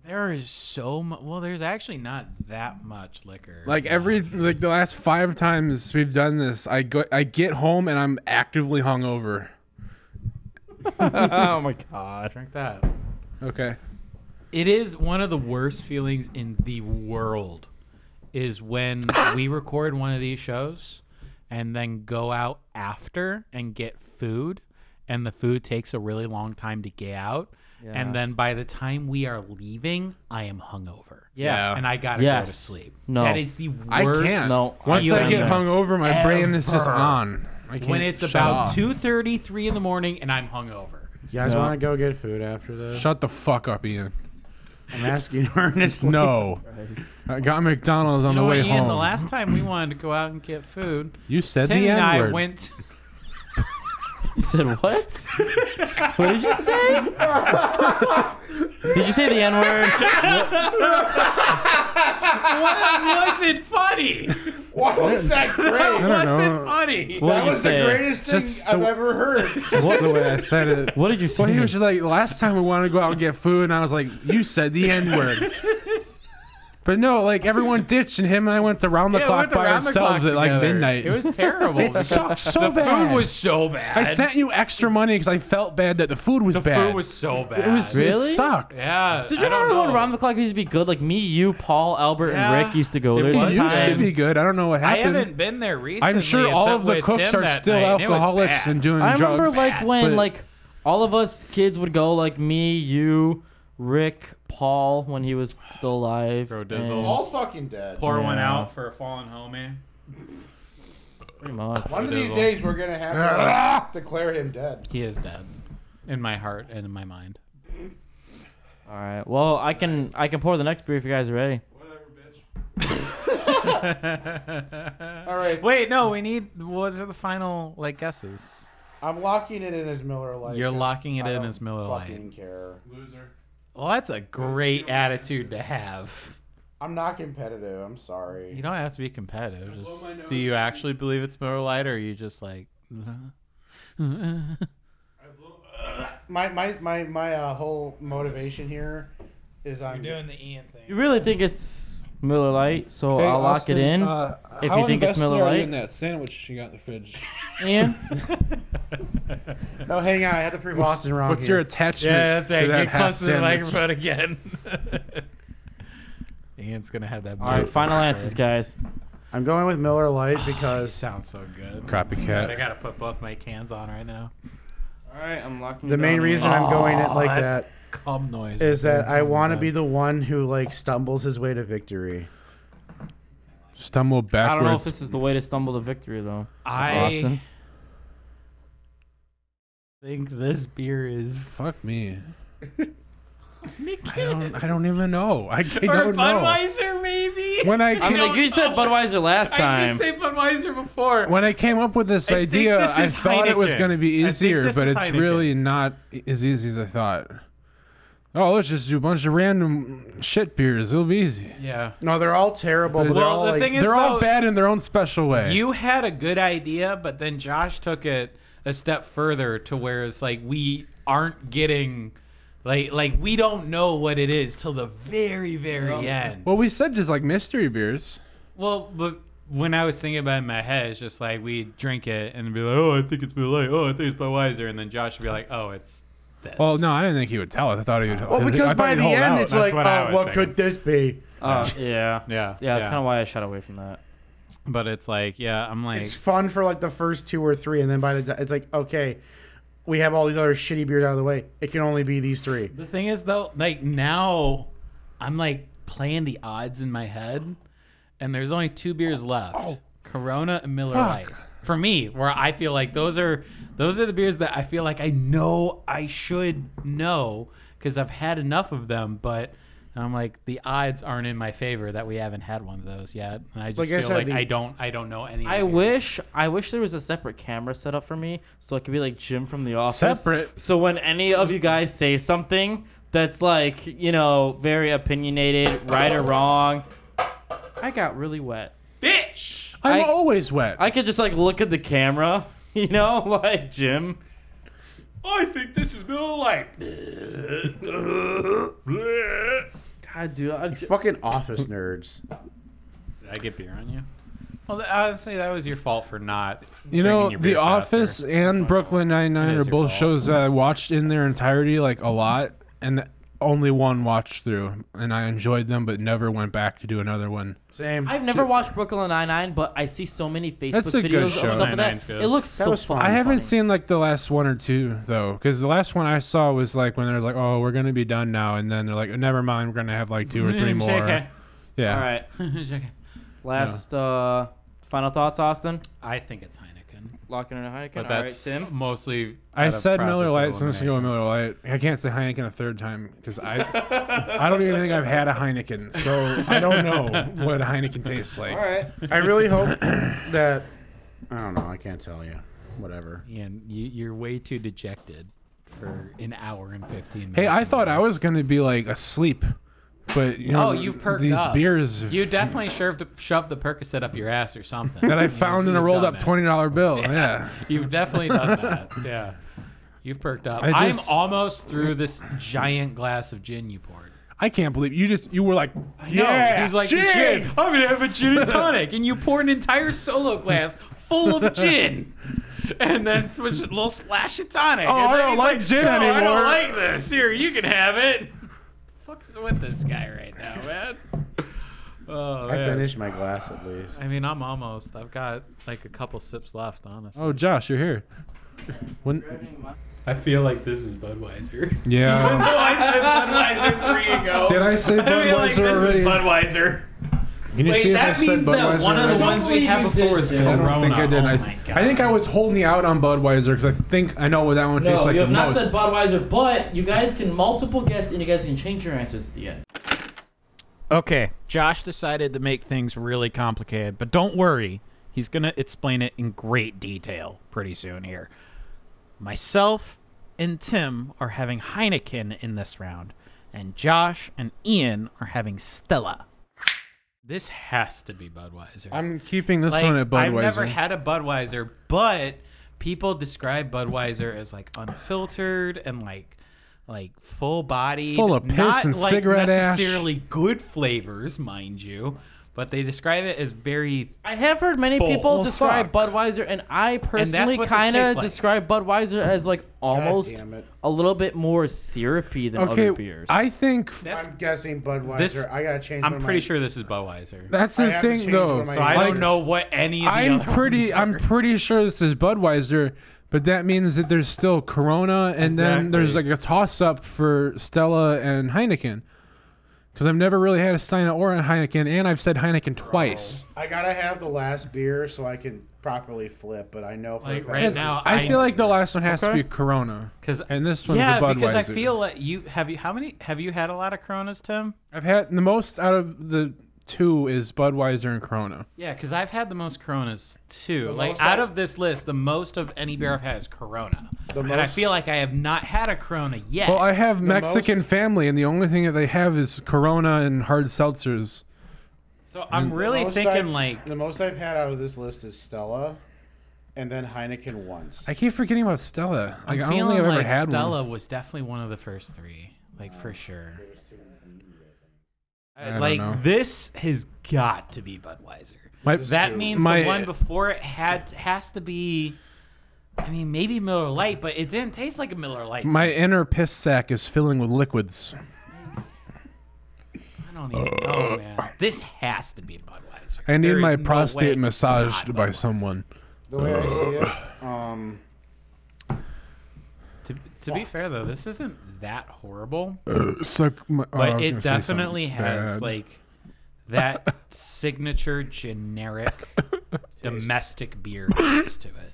There is so much. Well, there's actually not that much liquor.
Like every like the last five times we've done this, I go I get home and I'm actively hungover.
Oh my god.
drink that.
Okay.
It is one of the worst feelings in the world is when we record one of these shows and then go out after and get food and the food takes a really long time to get out and then
Yes.
by the time we are leaving I am hungover.
Yeah.
And I got to go to
Yes.
sleep.
No.
That is the worst.
I can't.
No,
Once
I
I,
don't
get
know.
hungover, my brain is just
Ever.
on. I can't
When it's
shut
about
off.
2:33 in the morning and I'm hungover.
You guys
No.
want to go get food after this?
Shut the fuck up, Ian.
I'm asking earnestly.
No. I got McDonald's on
You know
the way
what, Ian,
home.
the last time we wanted to go out and get food,
you said
Timmy
the
and I
N word.
went.
You said what? what did you say? did you say the N word?
Why was it funny?
Why was that
I
great?
don't
Why was
know.
it funny?
What
That
did you
was the
say?
greatest thing
Just
I've
so-
ever heard.
That's the way I said it.
What did you say?
Well, he was just like, last time we wanted to go out and get food, and I was like, you said the N word. but no, like everyone ditched, and him and I went to round the
Yeah, we
clock
went to
by
Round the
ourselves
Clock
at like
together.
midnight.
It was terrible.
it
because
sucked so
the
bad.
food was so bad.
I sent you extra money because I felt bad that the food was
the
bad.
food was so bad.
it was
Really?
It sucked.
Yeah.
Did you
I don't
remember when
know.
Round the Clock used to be good? Like me, you, Paul, Albert,
Yeah.
and Rick used to go
It
there
was.
It
sometimes.
used to be good. I don't know what
I
happened.
haven't been there recently.
I'm sure all
except
of the
with
cooks
Tim
are
that
still
night, and it was
alcoholics
bad.
and doing
I
drugs.
remember like when
But-
like all of us kids would go like me, you, Rick, Paul when he was still alive.
Throw Dizzle.
and-
All's fucking dead.
pour one
Yeah.
out for a fallen homie.
pretty much.
One of these
Dizzle.
days, we're gonna have to
Ah!
like, declare him dead.
He is dead, in my heart and in my mind.
All right. Well, I can I can pour the next beer if you guys are ready.
All right,
Wait, no, we need. What are the final like guesses?
I'm locking it in as Miller Lite.
You're
'cause
locking it
I
in
don't
as Miller Lite.
Fucking care.
Well, that's a great attitude to have.
I'm not competitive. I'm
You
sorry.
don't have to be competitive. Just, do you actually believe it's Miller Lite, or are you just like?
My my my my uh, whole motivation here is I'm
the Ian
You
thing.
really think it's Miller Lite, so I'll lock it in.
uh,
if uh, how you think it's invested Miller are you Lite? in
that sandwich she got in the fridge.
Ian,
No, Oh, hang on. I have to prove Austin wrong.
What's
here.
your attachment
Yeah, that's
to
right.
that
Get
half
close to the
sandwich?
microphone again. Ian's gonna have that.
all right, final answers, guys.
I'm going with Miller
Oh,
Lite because
Sounds so good.
Copycat.
I gotta put both my cans on right now.
All right, I'm locking.
the main reason I'm going it like
Oh,
that
that's- Cum noise.
is that I want to be the one who like stumbles his way to victory.
Stumble backwards.
I don't know if this is the way to stumble to victory though.
I
Austin.
think this beer is
Fuck me. I don't. I don't even know. I, I
or
don't know.
Budweiser maybe.
When I
I mean,
came,
like you said Budweiser last
I
time.
did say Budweiser before.
when I came up with this
I think
idea,
this
I
is
thought it was
Heineken.
going to
I
be
think
easier,
this
but
is
it's
Heineken.
really not as easy as I thought. Oh, let's just do a bunch of random shit beers. It'll be easy.
Yeah.
No, they're all terrible. But they're
Well,
all
the
like,
thing is-
They're all
though-
bad in their own special way.
You had a good idea, but then Josh took it a step further to where it's like we aren't getting like like we don't know what it is till the very very end.
well, we said just like mystery beers.
Well, but when I was thinking about it in my head, it's just like we drink it and be like, oh, I think it's Miller Lite. Oh, I think it's Budweiser, and then Josh would be like, oh, it's this.
Well, no, I didn't think he would tell us. I thought he would.
well,
I
because
thought
by
he'd
the
hold
end
out.
it's like,
what I
oh,
was
what
thinking.
could this be?
Uh, yeah. yeah.
yeah,
that's kind of why I shot away from that.
But it's like, yeah, I'm like,
It's fun for like the first two or three, and then by the it's like okay, we have all these other shitty beers out of the way. It can only be these three.
The thing is though, like now I'm like playing the odds in my head and there's only two beers left. Corona and Miller Lite. For me, where I feel like those are those are the beers that I feel like I know I should know cuz I've had enough of them, but I'm like the odds aren't in my favor that we haven't had one of those yet. And I just
Like I
feel
said,
like
the-
I don't I don't know any of
I
the beers.
wish I wish there was a separate camera set up for me so I could be like Jim from the office.
Separate?
So when any of you guys say something that's like, you know, very opinionated, right or wrong, I got really wet.
bitch.
I'm
I-
always wet.
I could just like look at the camera, you know, like Jim.
I think this is Miller Lite.
God, dude, I, j-
Fucking office nerds.
Did I get beer on you? Well, th- honestly, that was your fault for not.
You
drinking
know,
your
The
beer faster.
Office and Brooklyn Nine Nine
It
are
is your
both
fault.
shows that I watched in their entirety, like a lot, and th- only one watched through, and I enjoyed them, but never went back to do another one.
Same.
I've never watched Brooklyn Nine Nine, but I see so many Facebook
That's a good
videos of
show.
stuff like
Nine-Nine's
that.
good.
It looks
That
so
was fun.
fucking
I haven't
funny.
seen like the last one or two though, because the last one I saw was like when they're like, "Oh, we're gonna be done now," and then they're like, "Never mind, we're gonna have like two or three more."
JK.
Yeah.
All right,
JK.
last uh, final thoughts, Austin.
I think it's Heineken.
Locking in a Heineken.
But
All right,
that's
Tim.
mostly.
I
out of
said Miller
process of
Lite, so I'm just gonna go
elimination.
with Miller Lite. I can't say Heineken a third time because I, I don't even think I've had a Heineken, so I don't know what a Heineken tastes like.
All right.
I really hope that I don't know. I can't tell you. Whatever.
Ian, you, you're way too dejected for an hour and 15 minutes.
Hey, I
of
thought I
this.
was gonna be like asleep, but you know,
Oh, you've perked
these
up.
beers have-
You definitely shoved, shoved the Percocet up your ass or something.
that I found in a
You've
rolled
done
up
it.
twenty dollar bill. Yeah.
You've definitely done that. Yeah. You've perked up.
I
I'm
just-
almost through this giant glass of gin you poured.
I can't believe you just you were like,
No,
yeah,
he's like "The gin. I'm gonna have a gin and tonic, and you pour an entire solo glass full of gin, and then with a little splash of tonic.
Oh,
and
I
then
don't
he's
like gin
"No, I
anymore."
don't like this. Here, you can have it. fuck is with this guy right now, man? Oh,
I
man.
finished my glass at least.
I mean, I'm almost. I've got like a couple sips left, honestly.
Oh, Josh, you're here. When,
I feel like this is Budweiser.
yeah.
Oh, I said Budweiser three ago.
Did I say
I feel like
Budweiser
this
already?
is Budweiser.
Can you
Wait,
see if
that
I said
means that
Budweiser?
one of the
already?
ones we had before is
I
Corona.
don't think I did.
Oh
I,
my God.
I think I was holding out on Budweiser because I think I know what that one
No,
tastes like
you
the
have not
most.
said Budweiser, but you guys can multiple guess and you guys can change your answers at the end.
Okay, Josh decided to make things really complicated, but don't worry. He's going to explain it in great detail pretty soon here. Myself and Tim are having Heineken in this round, and Josh and Ian are having Stella. This has to be Budweiser.
I'm keeping this
Like,
one at Budweiser.
I've never had a Budweiser, but people describe Budweiser as like unfiltered and like like full body,
Full of piss
not
and
like
cigarette ash.
necessarily good flavors, mind you. But they describe it as very
I have heard many
Full.
people
Well,
describe
fuck.
Budweiser, and I personally
what this
kind of
tastes like.
describe Budweiser as like almost
damn it.
a little bit more syrupy than
okay,
other beers.
I think
that's.
I'm guessing Budweiser.
This-
I gotta change. one
I'm
of
pretty
my-
sure this is Budweiser.
that's
I
the
have to
thing
change one
though.
of my
so I
like,
don't know what any of the
I'm
other
pretty.
ones
I'm
are.
pretty sure this is Budweiser, but that means that there's still Corona, and then there's like
Exactly.
a toss up for Stella and Heineken. Because I've never really had a Steina or a Heineken, and I've said Heineken twice.
I gotta have the last beer so I can properly flip. But I know for
Like,
a fact
right
Because
this is-
now-
I,
I-
feel like the last one has
Okay.
to be Corona,
because
and this one's
yeah,
a Budweiser.
because I feel like you have you how many have you had a lot of Coronas, Tim?
I've had the most out of the two is Budweiser and Corona.
Yeah, because I've had the most Coronas too. like
most
out
I-
of this list, the most of any beer I've had is Corona,
The
and I
most-
feel like I have not had a Corona yet.
Well, I have Mexican
most-
family, and the only thing that they have is Corona and hard seltzers.
so I'm really
most
thinking
I've-
like
the most I've had out of this list is Stella, and then Heineken once.
I keep forgetting about Stella. Like, I
I'm
don't think
feeling
I've
like
ever had
Stella
one.
was definitely one of the first three, like for sure. Uh,
don't
like
know.
this has got to be Budweiser.
My-
that means
my-
the one before it had has to be. I mean, maybe Miller Lite, but it didn't taste like a Miller Lite. to
My
me.
inner piss sack is filling with liquids.
I don't even know, man. This has to be Budweiser.
I need
There is
my
no way
prostate
it's
massaged
not
by
Budweiser.
someone.
the way I see it, um,
To, to be fair though, this isn't that horrible,
Suck my, oh, I
but
was
it
gonna say something
definitely has
bad.
like that signature generic domestic beer taste to it.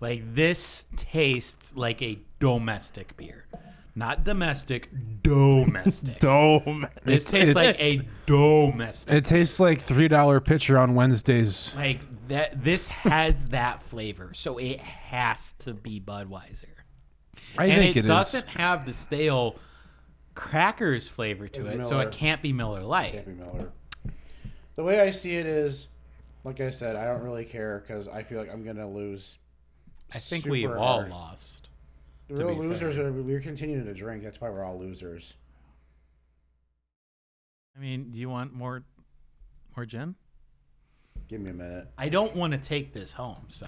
Like this tastes like a domestic beer, not domestic, domestic.
dome.
this tastes
it,
like a domestic.
it tastes like three dollar pitcher on Wednesdays.
Like that this has that flavor, so it has to be Budweiser.
I
and
think
it,
it is.
doesn't have the stale crackers flavor to it, so
Miller.
it can't be Miller Lite.
Happy Miller. The way I see it is, like I said, I don't really care because I feel like I'm gonna lose.
I think we
super
all
hard.
lost.
The real
be
losers are we're continuing to drink. That's why we're all losers.
I mean, do you want more more gin?
Give me a minute.
I don't want to take this home, so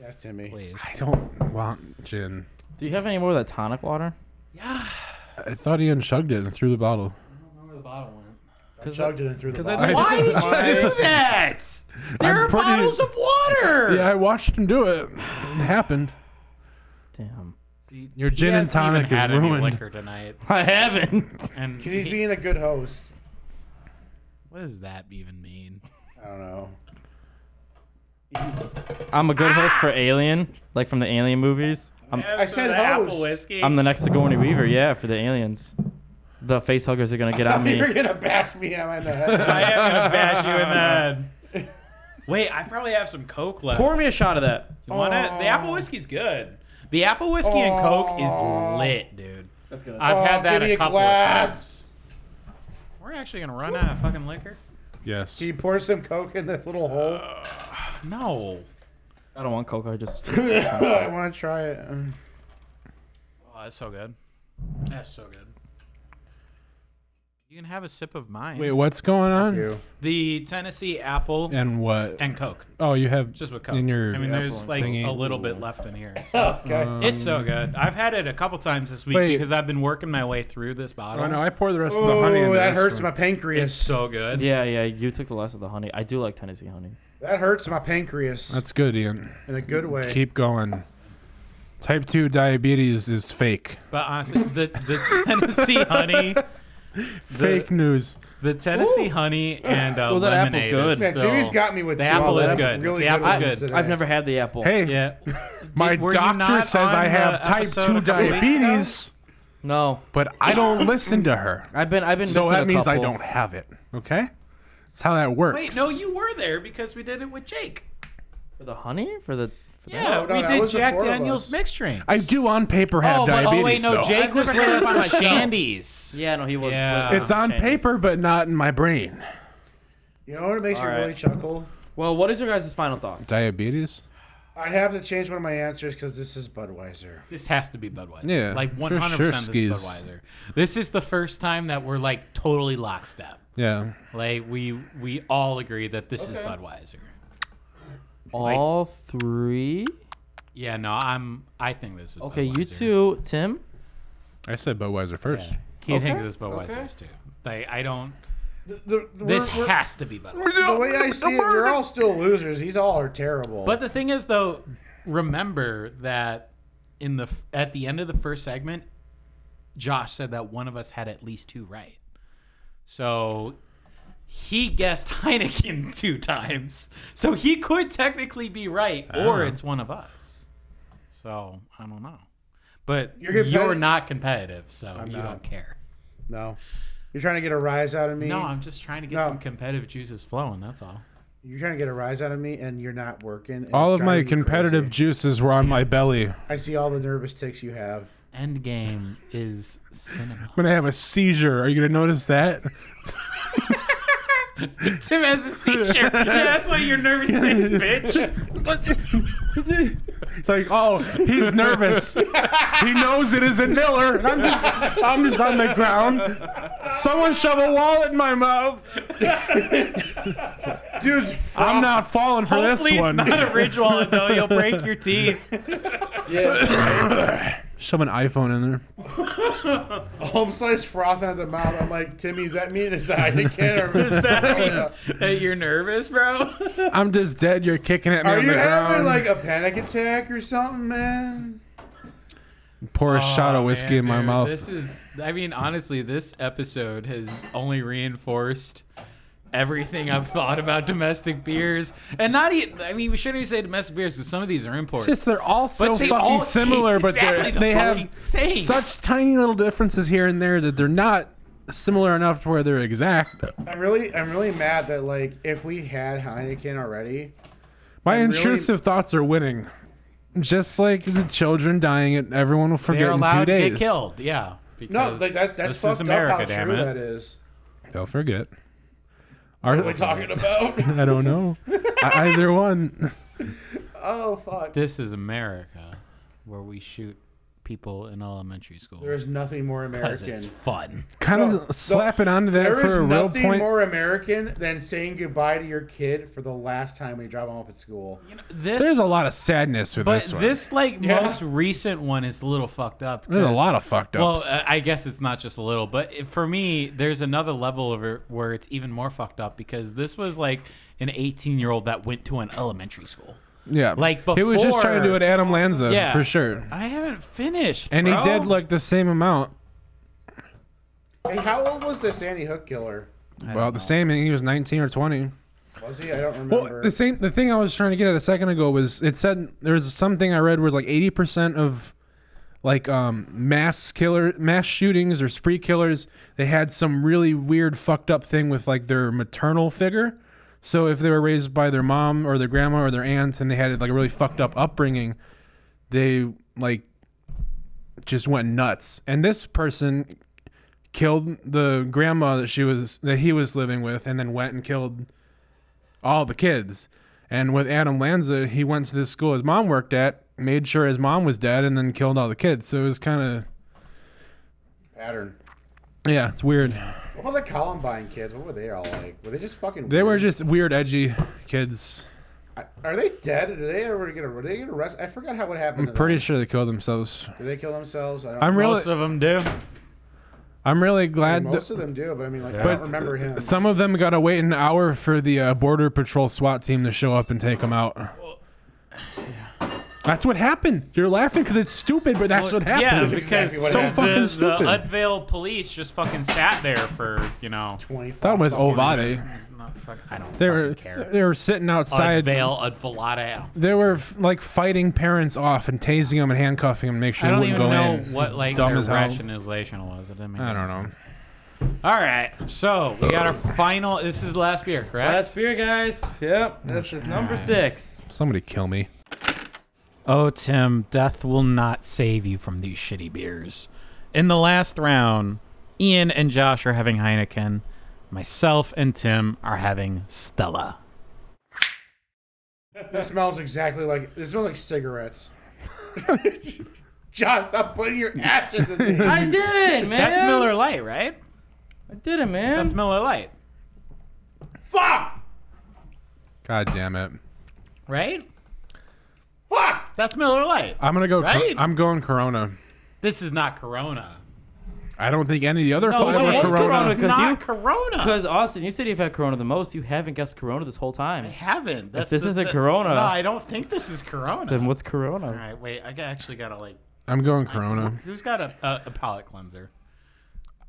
That's Timmy.
please.
I don't want gin.
Do you have any more of that tonic water?
Yeah.
I thought he unchugged it and threw the bottle.
Remember the bottle went.
I chugged it in through the
'cause I-
bottle.
Why did you do that? There
I'm
are
pretty-
bottles of water.
Yeah, I watched him do it. It happened.
Damn.
Your gin and tonic is ruined.
liquor tonight,
I haven't.
and
He's
he-
being a good host.
what does that even mean?
I don't know.
I'm a good host for Alien, like from the Alien movies. I'm,
I said
the apple
host.
whiskey.
I'm the next Sigourney Weaver, yeah, for the aliens. The face huggers are gonna get on me.
You're gonna bash me on my head.
I am gonna bash you in the head. Wait, I probably have some Coke left.
Pour me a shot of that.
You want it? The apple whiskey's good. The apple whiskey and Coke is lit, dude.
That's good.
I've
Aw,
had that
give me
a
a
couple
glass.
of times. We're actually gonna run out of fucking liquor.
Yes.
Do you pour some coke in this little hole?
No.
I don't want Coke. I just
Uh,
I want to try it. Um,
Oh, that's so good. That's so good. You can have a sip of mine.
Wait, what's going on?
you.
The Tennessee apple
And what?
and Coke.
Oh, you have
Just with Coke.
in your.
I mean, there's
Apple
like
thingy.
a little bit left in here.
Okay.
It's so good. I've had it a couple times this week
Wait.
because I've been working my way through this bottle.
Oh no, I pour the rest of the honey.
oh,
into
that
this
hurts
one.
my pancreas.
It's so good.
yeah, yeah. You took the last of the honey. I do like Tennessee honey.
that hurts my pancreas
That's good, Ian.
in a good way.
Keep going. Type two diabetes is fake.
But honestly, the, the Tennessee honey,
fake news.
the Tennessee honey and uh,
Well, that
lemonade.
apple's
is
Man,
still-
Jimmy's got me with
The
two.
apple
That
is
apple's
good.
Really
The apple's
ones
good.
today.
I've never had the apple.
Hey,
Yeah.
my
Did- were you
doctor
not
says
on
I
the
have type
episode
two
a couple weeks
diabetes,
No,
but I don't listen to her.
I've been, I've been.
So
missing a
that means I
couple.
don't have it. Okay, that's how that works.
Wait, no, you were there because we did it with Jake.
for the honey for the. For that?
Yeah,
No, no,
we
that
did
was the
Jack
four of
Daniels
us.
mixed drinks.
I do on paper have
oh, but-
diabetes.
oh, wait, no,
though.
Jake was
never
with
had
us
it
on
myself.
Shandy's.
Yeah, no, he was.
Yeah.
with-
It's
It's on
Shandy's.
paper, but not in my brain.
You know what makes you
All
really
right.
chuckle?
Well, what is your guys' final thoughts?
Diabetes.
I have to change one of my answers because this is Budweiser.
This has to be Budweiser.
Yeah,
like
for
100% this
sure, skis.
is Budweiser. This is the first time that we're like totally lockstep.
Yeah.
Like we we all agree that this is Budweiser.
All three.
Yeah, no, I'm. I think this is
Okay,
Budweiser.
you two, Tim.
I said Budweiser first.
He
Okay.
thinks it's Budweiser too. Like I don't.
The- the- the-
This
we're- we're-
has to be Budweiser.
the way I see it, we're all still losers. These all are terrible.
But the thing is, though, remember that in the at the end of the first segment, Josh said that one of us had at least two right. So he guessed Heineken two times. So he could technically be right, or it's one of us. So I don't know. But
You're
you're,
competi-
not competitive, so you
not.
don't care.
no, you're trying to get a rise out of me.
No, I'm just trying to get
No.
some competitive juices flowing. That's all.
you're trying to get a rise out of me, and you're not working. and
All
it's
of my
driving me
competitive
crazy.
juices were on my belly. I'm
I see all the nervous ticks you have.
End game is cinema.
gonna have a seizure. Are you gonna notice that?
Tim has a seizure. yeah, that's why you're nervous, ticks, bitch.
it's like, oh, he's nervous. he knows it isn't Miller. And I'm just, I'm just on the ground. Someone shove a wall in my mouth.
Dude,
I'm not falling for
Hopefully
this
it's
one.
not a ridge wallet though. You'll break your teeth.
shove an iPhone in there.
home slice frothing at the mouth. I'm like, Timmy, is that me in his eye? You can't. Or
Does that mean that you're nervous, bro?
I'm just dead. You're kicking at me
Are
on
you
the
having
ground.
like a panic attack or something, man?
Pour a shot of whiskey
Oh, Man,
in my
dude,
mouth.
This is. I mean, honestly, this episode has only reinforced everything I've thought about domestic beers, and not even. I mean, we shouldn't even say domestic beers because some of these are imports.
Just they're all so
they
fucking
all taste
similar, but
exactly
they're,
the
they have
fucking same.
such tiny little differences here and there that they're not similar enough to where they're exact.
I'm really, I'm really mad that like if we had Heineken already,
My
really-
intrusive thoughts are winning. Just like the children dying, it everyone will forget
they're
in
allowed
two
to
days.
get killed. Yeah.
no, like that, that's
this
fucked
is America,
up how
damn
true
it.
that is.
They'll forget. Are,
What are we talking about?
I don't know. I, either one.
oh fuck!
This is America, where we shoot people in elementary school.
There's nothing more
'Cause
American.
it's fun.
Kind
No,
of slap it onto that
There is
for a real
nothing
point.
more American than saying goodbye to your kid for the last time when you drop him off at school.
This,
There's a lot of sadness with
but
this one.
this like
Yeah.
most recent one is a little fucked up.
There's a
'cause-
lot of fucked
Well, uh,
ups.
I I guess it's not just a little, but it- for me, there's another level of it where it's even more fucked up because this was like an 18 year old that went to an elementary school.
yeah,
like
he was just trying to do
before-
an Adam Lanza
Yeah.
for sure,
I haven't finished,
and
bro.
he did like the same amount.
Hey, how old was this Sandy Hook killer?
Well, the same. He was 19 or 20.
Was he? I don't remember.
Well, the same the thing I was trying to get at a second ago was it said there was something I read was like eighty percent of like um, mass killer mass shootings or spree killers they had some really weird fucked up thing with like their maternal figure. So if they were raised by their mom or their grandma or their aunts and they had like a really fucked up upbringing, they like just went nuts. And this person killed the grandma that she was that he was living with and then went and killed all the kids. And with Adam Lanza, he went to this school his mom worked at, made sure his mom was dead, and then killed all the kids. So it was kind of
pattern.
yeah, it's weird.
What about the Columbine kids? What were they all like? Were they just fucking?
They were
weird?
just weird, edgy kids.
I- Are they dead? Did they ever get? Were they get arrested? I forgot how what happened.
I'm
to
pretty
them.
sure they killed themselves.
Did they kill themselves? I don't.
I'm really,
Most of them do.
I'm really
I
glad.
mean, most
That
of them do, but I mean, like I
But
don't remember him.
some of them gotta wait an hour for the uh, border patrol SWAT team to show up and take them out. That's what happened. You're laughing because it's stupid, but that's what
Yeah,
happened.
because
exactly what
the-
happened.
So fucking
the,
stupid.
the Utvale police just fucking sat there for you know.
Twenty.
that was Ovade.
It's not fuck- I don't
They
fucking
were
care.
they were sitting outside.
Utvale, Udvalada.
They were f- like fighting parents off and tasing them and handcuffing them, to make sure
I
they
don't
wouldn't
even
go
know
in.
what like
Dumb
their
as hell.
rationalization was. It didn't make
I
any
don't know.
sense. All right, so we got our final. This is last beer, correct?
Last beer, guys.
Oh,
Yep, this is number six.
Somebody kill me.
Oh, Tim, death will not save you from these shitty beers. In the last round, Ian and Josh are having Heineken. Myself and Tim are having Stella.
This smells exactly like. This smells like cigarettes. John, stop putting your ashes in these.
I did it, man.
That's Miller Light, right?
I did it, man.
That's Miller Light,
Fuck!
God damn it.
right?
Fuck!
That's Miller Light.
I'm gonna go. Cor-
Right?
I'm going Corona.
This is not Corona.
I don't think any of the other
wait,
five were
what's
Corona.
Corona?
Oh, It's not
you-
Corona.
Because Austin, you said you've had Corona the most. You haven't guessed Corona this whole time.
I haven't. That's
this
the-
isn't
the-
Corona-
No, I don't think this is Corona.
Then what's
All
Corona?
right, wait. I got- actually got to like.
I'm going Corona.
Who's got a, a, a palate cleanser?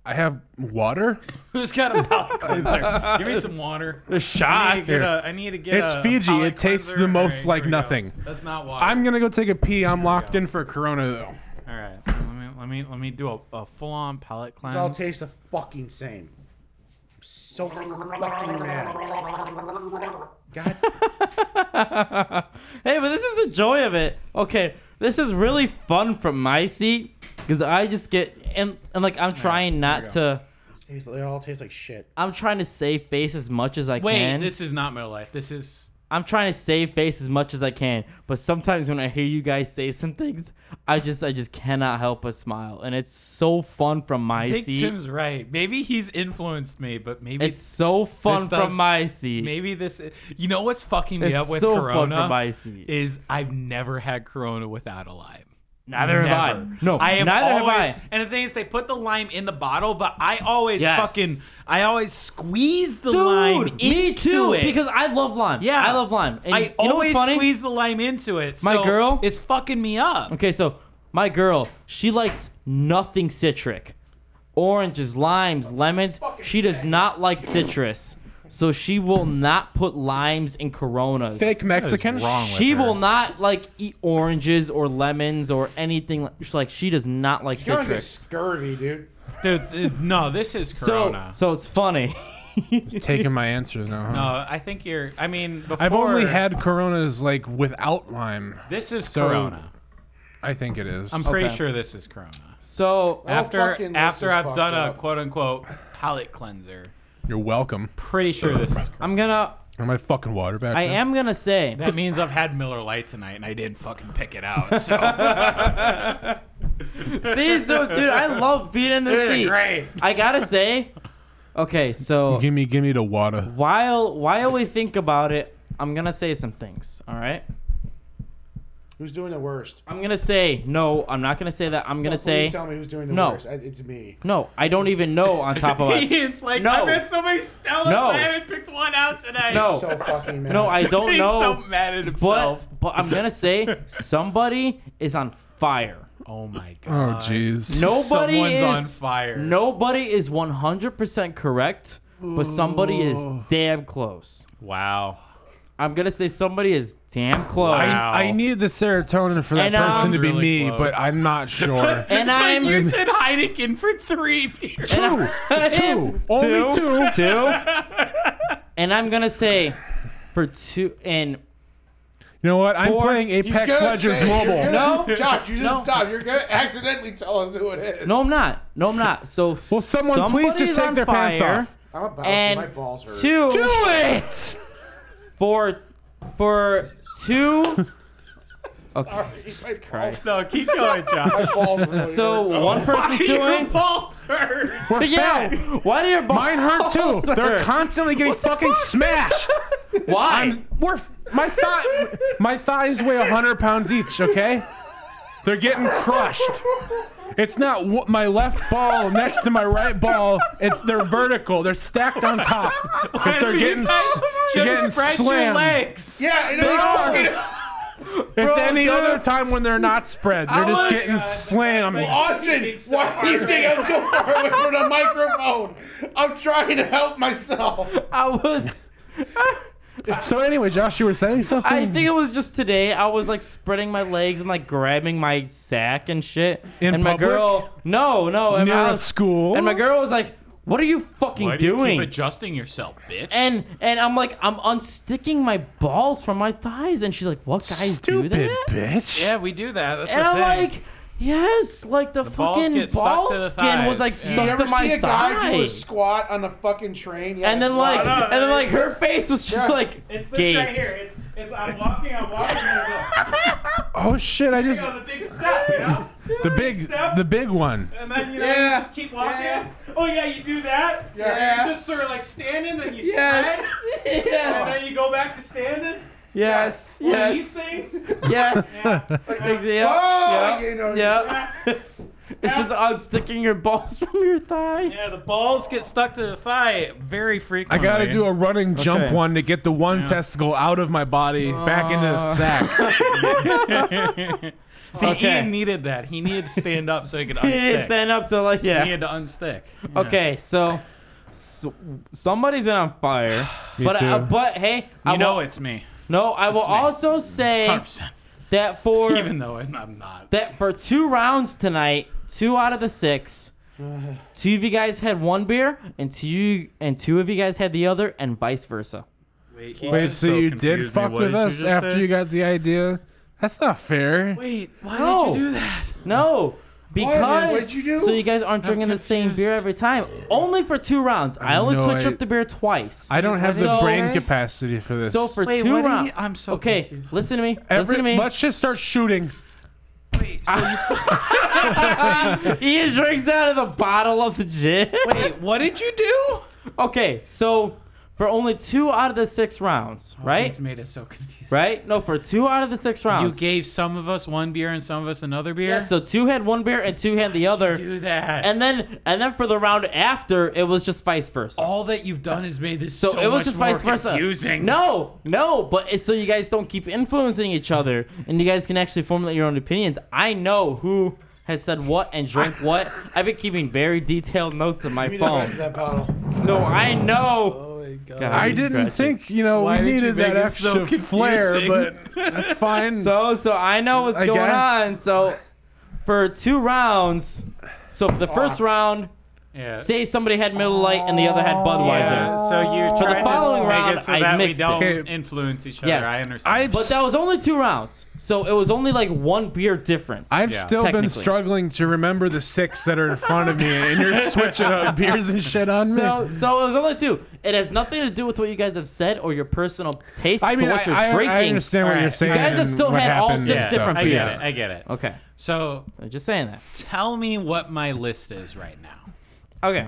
I have water.
Who's got a palate cleanser? Give me some water.
The
I need
shots.
to get a- I need to get
It's
a
Fiji.
palate
It tastes
cleanser.
the most
All here
like
we go.
nothing.
That's not water.
I'm gonna go take a pee. I'm locked in for Corona though.
All right. Let me let me let me do a, a full on palate
They all
cleanse.
taste the fucking same. I'm so fucking mad. God,
Hey, but this is the joy of it. Okay, this is really fun from my seat because I just get and and like I'm trying not to.
taste- they all taste like shit.
I'm trying to save face as much as I
Wait,
can.
this is not Miller Lite. This is
I'm trying to save face as much as I can, but sometimes when I hear you guys say some things, I just I just cannot help but smile, and it's so fun from my
I think
seat.
Tim's right. Maybe he's influenced me, but maybe
it's so
this
fun
does-
from my seat.
Maybe this. is- You know what's fucking me
it's
up with
so fun
Corona
from my seat.
is I've never had Corona without a lime.
neither have
Never.
I. No,
I have
neither
always,
have I.
And the thing is, they put the lime in the bottle, but I always
Yes.
fucking, I always squeeze the
Dude,
lime into
me too.
it
Because I love lime.
Yeah.
I love lime. And
I
you know what's
always
funny?
squeeze the lime into it.
My
so
girl-
it's fucking me up.
Okay, so my girl, she likes nothing citric. Oranges, limes, lemons. She does not like citrus. So she will not put limes in coronas.
Fake Mexican.
She will not like eat oranges or lemons or anything. like- She's like she does not like
You're just
citrus.
scurvy, dude.
Dude, th- no, this is
So
Corona.
so it's funny.
Taking my answers now. Huh?
no, Uh, I think you're. I mean, before,
I've only had Coronas like without lime.
This is
So-
Corona.
I think it is.
I'm pretty
Okay.
sure this is Corona.
So
After
Oh, fucking this
after
is
I've
fucked
done
up.
a quote unquote palate cleanser,
You're welcome.
pretty sure this is. Corona.
I'm gonna
Am my fucking water back?
I
now?
am gonna say
That means I've had Miller Lite tonight and I didn't fucking pick it out. So
See, so dude, I love being in the seat.
great.
I gotta say, okay, so
Gimme, gimme the water.
while while we think about it, I'm gonna say some things. All right,
Who's doing the worst?
I'm gonna say no. I'm not gonna say that. I'm gonna
Please
say
tell me who's doing the
no.
worst. I, it's me.
no. I don't even know. On top of it,
Ian's like,
No.
I've had so many Stellas,
No.
I haven't picked one out tonight.
No.
So fucking mad.
no, I don't
He's so
know.
mad at
But
himself.
but I'm gonna say somebody is on fire.
oh my
Oh
god.
jeez.
Nobody
Someone's
is
on fire.
Nobody is 100% correct. but somebody is damn close.
Wow.
I'm gonna say somebody is damn close.
Wow.
I need the serotonin for that
And, um,
person to be
Really
me,
close.
but I'm not sure.
And I'm
You said Heineken for three beers.
two,
two. Only two.
And I'm gonna say for two and
You know what? I'm playing
He's
Apex
gonna
Legends
say-
Mobile.
No, Josh, you just stop. You're gonna accidentally tell us who it is.
no, I'm not. No, I'm not. So
Will someone please just
somebody's
take
on
their pants
fire.
off?
I'm about
And
to. My balls hurt.
two
Do it!
for for two.
Sorry, my balls,
No, keep going, Josh.
my balls really
So
Oh.
hurt.
one person's
Your
doing.
balls hurt.
We're
Yeah.
fat.
Why do your balls?
Mine hurt too.
hurt?
They're constantly getting fucking smashed.
Why?
I'm, we're f- my thigh, my thighs weigh hundred pounds each. Okay, they're getting crushed. It's not w- my left ball next to my right ball. It's they're vertical. They're stacked on top because they're getting s- they're getting
Spread your
slammed.
legs.
Yeah, and
They
it's
are.
fucking-
It's any
dude.
other time when they're not spread. They're just
was-
getting slammed.
Austin, why do you think I'm so far away from the microphone? I'm trying to help myself.
I was.
So anyway, Josh, you were saying something.
I think it was just today. I was like spreading my legs and like grabbing my sack and shit.
In
and my
public?
girl, no, no, and
near
I
a
was-
school.
And my girl was like, "What are you fucking
Why do you
doing?"
keep adjusting yourself, bitch?
and and I'm like, I'm unsticking my balls from my thighs, and she's like, "What guys
Stupid
do that?"
bitch.
yeah, we do that. That's
And
a
I'm
thing.
like, "Yes, like the,
balls
fucking
get stuck
ball
to the
skin was
thighs.
like
Yeah.
stuck
you ever
to my
see a guy do
thigh."
a squat on the fucking train? Yeah,
And then
it's
like,
wild.
and then like, her face was just
Yeah.
like,
It's this
gaped.
right here. It's, it's I'm walking, I'm walking, and
Oh shit! I
I
just
go, you know, the big step, you know?
the big the big one.
And then, you know,
Yeah.
you just keep walking.
Yeah.
Oh, yeah, you do that.
Yeah.
You just sort of like standing, then you spread, and
yes,
then you go back to standing.
yes,
One of
yes,
These things.
yes. Ex- yep,
Oh,
yep,
you know,
yep. It's just unsticking your balls from your thigh.
yeah, the balls get stuck to the thigh very
I
frequently.
gotta do a running jump
Okay.
one to get the one testicle out of my body back into the sack.
See,
Okay.
Ian needed that. He needed to stand up so he could
You
unstick.
need to stand up to like
He
yeah.
had to unstick.
Okay, so, so somebody's been on fire.
Me
but
too.
Uh, but hey, I
You know
will,
it's me.
No, I will
me.
also say
100%.
that for
Even though I'm I'm not.
that for two rounds tonight, two out of the six, two of you guys had one beer, and two and two of you guys had the other, and vice versa.
Wait,
Wait, so, you did fuck with us after you got the idea? That's not fair.
Wait, why
No.
did you do that?
No, because
What'd you do?
so you guys aren't drinking the same beer
confused.
every time. Only for two rounds. I only
no,
switch
I-
up the beer twice.
I don't have
So-
the brain capacity for this.
so for
Wait,
two
what do you-
rounds.
I'm so
okay.
confused.
Listen to me.
Every,
listen to me.
let's just start shooting.
Wait, so you,
He drinks out of the bottle of the gin.
wait, what did you do?
Okay, so for only two out of the six rounds, right?
This made us so confused.
Right? No, for two out of the six
Oh, You
rounds.
gave some of us one beer and some of us another beer.
Yeah, so two had one beer and two had the other.
do that.
And then and then for the round after, it was just vice versa.
all that you've done is made this
so,
Oh, so,
it was
much
just
more
vice versa.
Confusing.
No, no, but it's so you guys don't keep influencing each other and you guys can actually formulate your own opinions. I know who has said what and drank what. I've been keeping very detailed notes on my
Give me the rest of
phone.
that bottle.
So I know.
Oh my god.
God,
I
he's
didn't
scratching.
think, you know,
Why
we
did you
needed that
make it so
extra flair, but
confusing?
that's fine.
So so I know what's
I
going
guess.
on. So for two rounds, so for the first round,
Yeah.
say somebody had Miller Lite and the other had Budweiser.
Yeah, so you for
the following
to
round,
make it so
I
that we
mixed it.
don't
Okay.
influence each other.
Yes.
I understand.
I've,
But that was only two rounds, so it was only like one beer difference.
I've
Yeah.
still been
Technically.
struggling to remember the six that are in front of me, and you're switching up beers and shit on me.
so so it was only two. It has nothing to do with what you guys have said or your personal taste
I mean,
for what you're
I, I,
drinking.
I understand what
All
you're
right. You
saying.
guys have
and
still
what
had all
happened
six
and
Yeah,
stuff.
different
I get
beers.
it. I get it.
Okay,
So
I'm just saying that.
tell me what my list is right now.
Okay,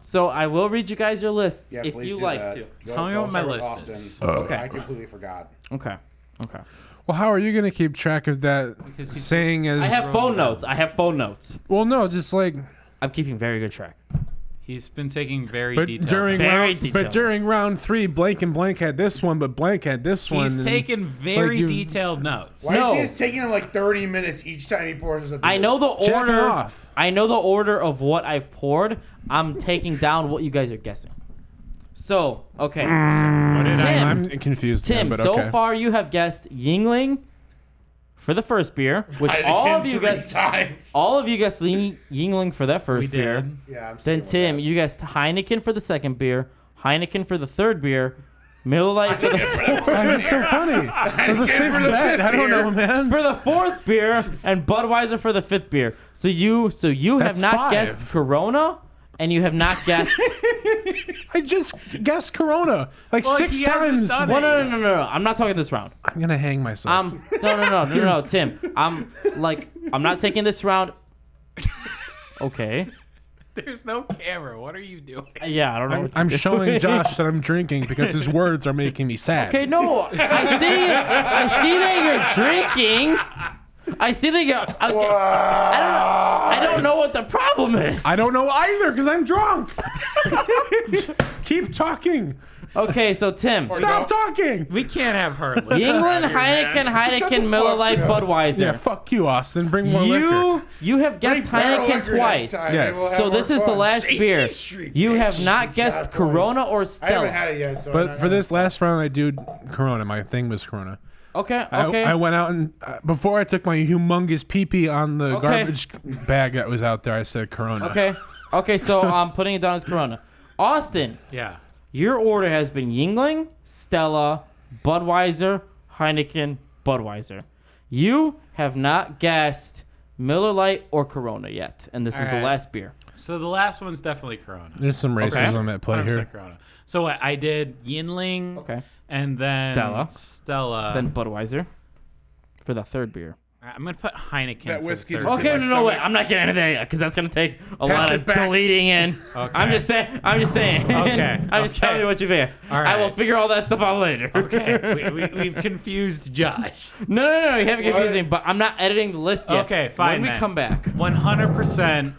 so I will read you guys your lists
Yeah,
if
please
you
do
like
that.
to.
Go-
Tell me
go
what my
start with
list is.
Austin.
Okay.
I completely forgot.
Okay, okay.
Well, how are you going to keep track of that
Because he's-
saying as
I have phone notes. I have phone notes.
Well, no, just like
I'm keeping very good track.
He's been taking very
but
detailed.
during
Very
round, but
detailed.
during round 3 blank and blank had this one but blank had this one.
he's
and-
taking very
like you-
detailed notes.
Why
No.
is it taking him like 30 minutes each time he pours us a beer?
I know the
Jack
order.
it off.
I know the order of what I've poured. I'm taking down what you guys are guessing. So, okay.
I'm,
Tim,
I'm confused. now,
Tim,
but
so
okay.
far you have guessed Yingling for the first beer, which
I
all
did
of you
three
guessed.
times.
All of you guessed Ying- Yingling for that first beer.
Yeah, I'm
Then
sticking with
Tim,
that.
you guessed Heineken for the second beer, Heineken for the third beer, Miller Lite for the fourth,
Why is it so funny? It was a safe
for the
bet. I don't
beer.
know, man.
for the fourth beer, and Budweiser for the fifth beer. So you, so you
That's
have not
five.
guessed Corona, and you have not guessed.
I just guessed Corona like six
he
times.
hasn't done
no,
What
it.
a-
no, no, no, no. I'm not talking this round.
I'm gonna hang myself.
Um, no, no, no, no, no, no, Tim. I'm like, I'm not taking this round. Okay.
There's no camera. What are you doing?
Yeah, I don't know.
I'm,
what to
I'm
do.
showing Josh that I'm drinking because his words are making me sad.
Okay, no, I see, I see that you're drinking. I see that you're. Okay, I don't, I don't know what the problem is.
I don't know either because I'm drunk. Keep talking.
Okay, so Tim,
Stop talking.
We can't have her. live around
England,
here,
Heineken,
man.
Heineken, Miller Lite,
Yeah,
Budweiser.
fuck you, Austin. Bring more
you,
liquor.
you have guessed
Bring barrel liquor
Heineken
next
twice.
time,
Yes.
and we'll have
So
more
this is the
fun.
last beer.
18th Street,
You have
bitch.
not guessed
That's right.
Corona or
I haven't
Stella.
had it yet, so I'm
But
not
for
gonna-
this last round, I do Corona. My thing was Corona.
Okay,
I-
okay.
I, went out and uh, before I took my humongous pee pee on the
Okay.
garbage bag that was out there, I said Corona.
Okay. Okay, so I'm putting it down as Corona. Austin,
Yeah.
your order has been Yingling, Stella, Budweiser, Heineken, Budweiser. You have not guessed Miller Lite or Corona yet, and this is the
Alright.
last beer.
So the last one's definitely Corona.
There's some racism at play
100%
here.
Corona. So what, I did Yinling.
Okay.
And then
Stella.
Stella.
Uh.
Then Budweiser for the third beer.
I'm gonna put Heineken.
That
for the
whiskey
third
just-
one.
Okay, no, no, wait. I'm not getting into that yet because that's gonna take a lot
it
of
back.
deleting in. I'm just saying. I'm just saying.
Okay,
I'm just telling
okay.
you what you've asked. I will
Alright.
figure all that stuff out later.
Okay. We, we, we've confused Josh.
No, no, no, you haven't
What?
confused me, but I'm not editing the list yet.
Okay, fine
When we
then.
come back.
100. percent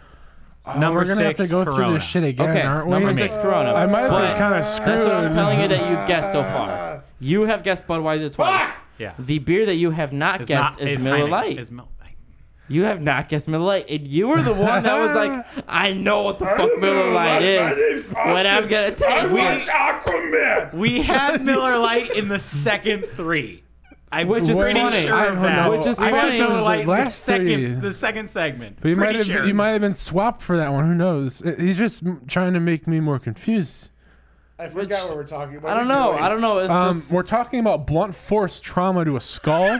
Number
Oh, We're gonna
six.
have to go
Corona.
through this shit again,
okay,
aren't we?
number six, Corona.
I might
But
be kind of screwed.
That's what I'm telling you that you've guessed so far. You have guessed Budweiser twice.
Yeah.
The beer that you have not
It's
guessed
not-
is
it's
Miller
Heineken.
Lite.
It's Mil- Lite.
you have not guessed Miller Lite, and you were the one that was like, "I know what the fuck Miller Lite is, when I'm gonna taste it."
We had Miller Lite in the second three. I'm
Which is
pretty
funny.
sure
I
of
don't
that.
know.
Which is
I had
funny. It
Miller
was the
Lite the
last
second,
three.
the second segment.
But you might
Pretty
have
sure.
you might have been swapped for that one. Who knows? He's just m- trying to make me more confused.
I forgot what we're talking about.
I don't know. I don't know. It's
Um,
just
We're talking about blunt force trauma to a skull.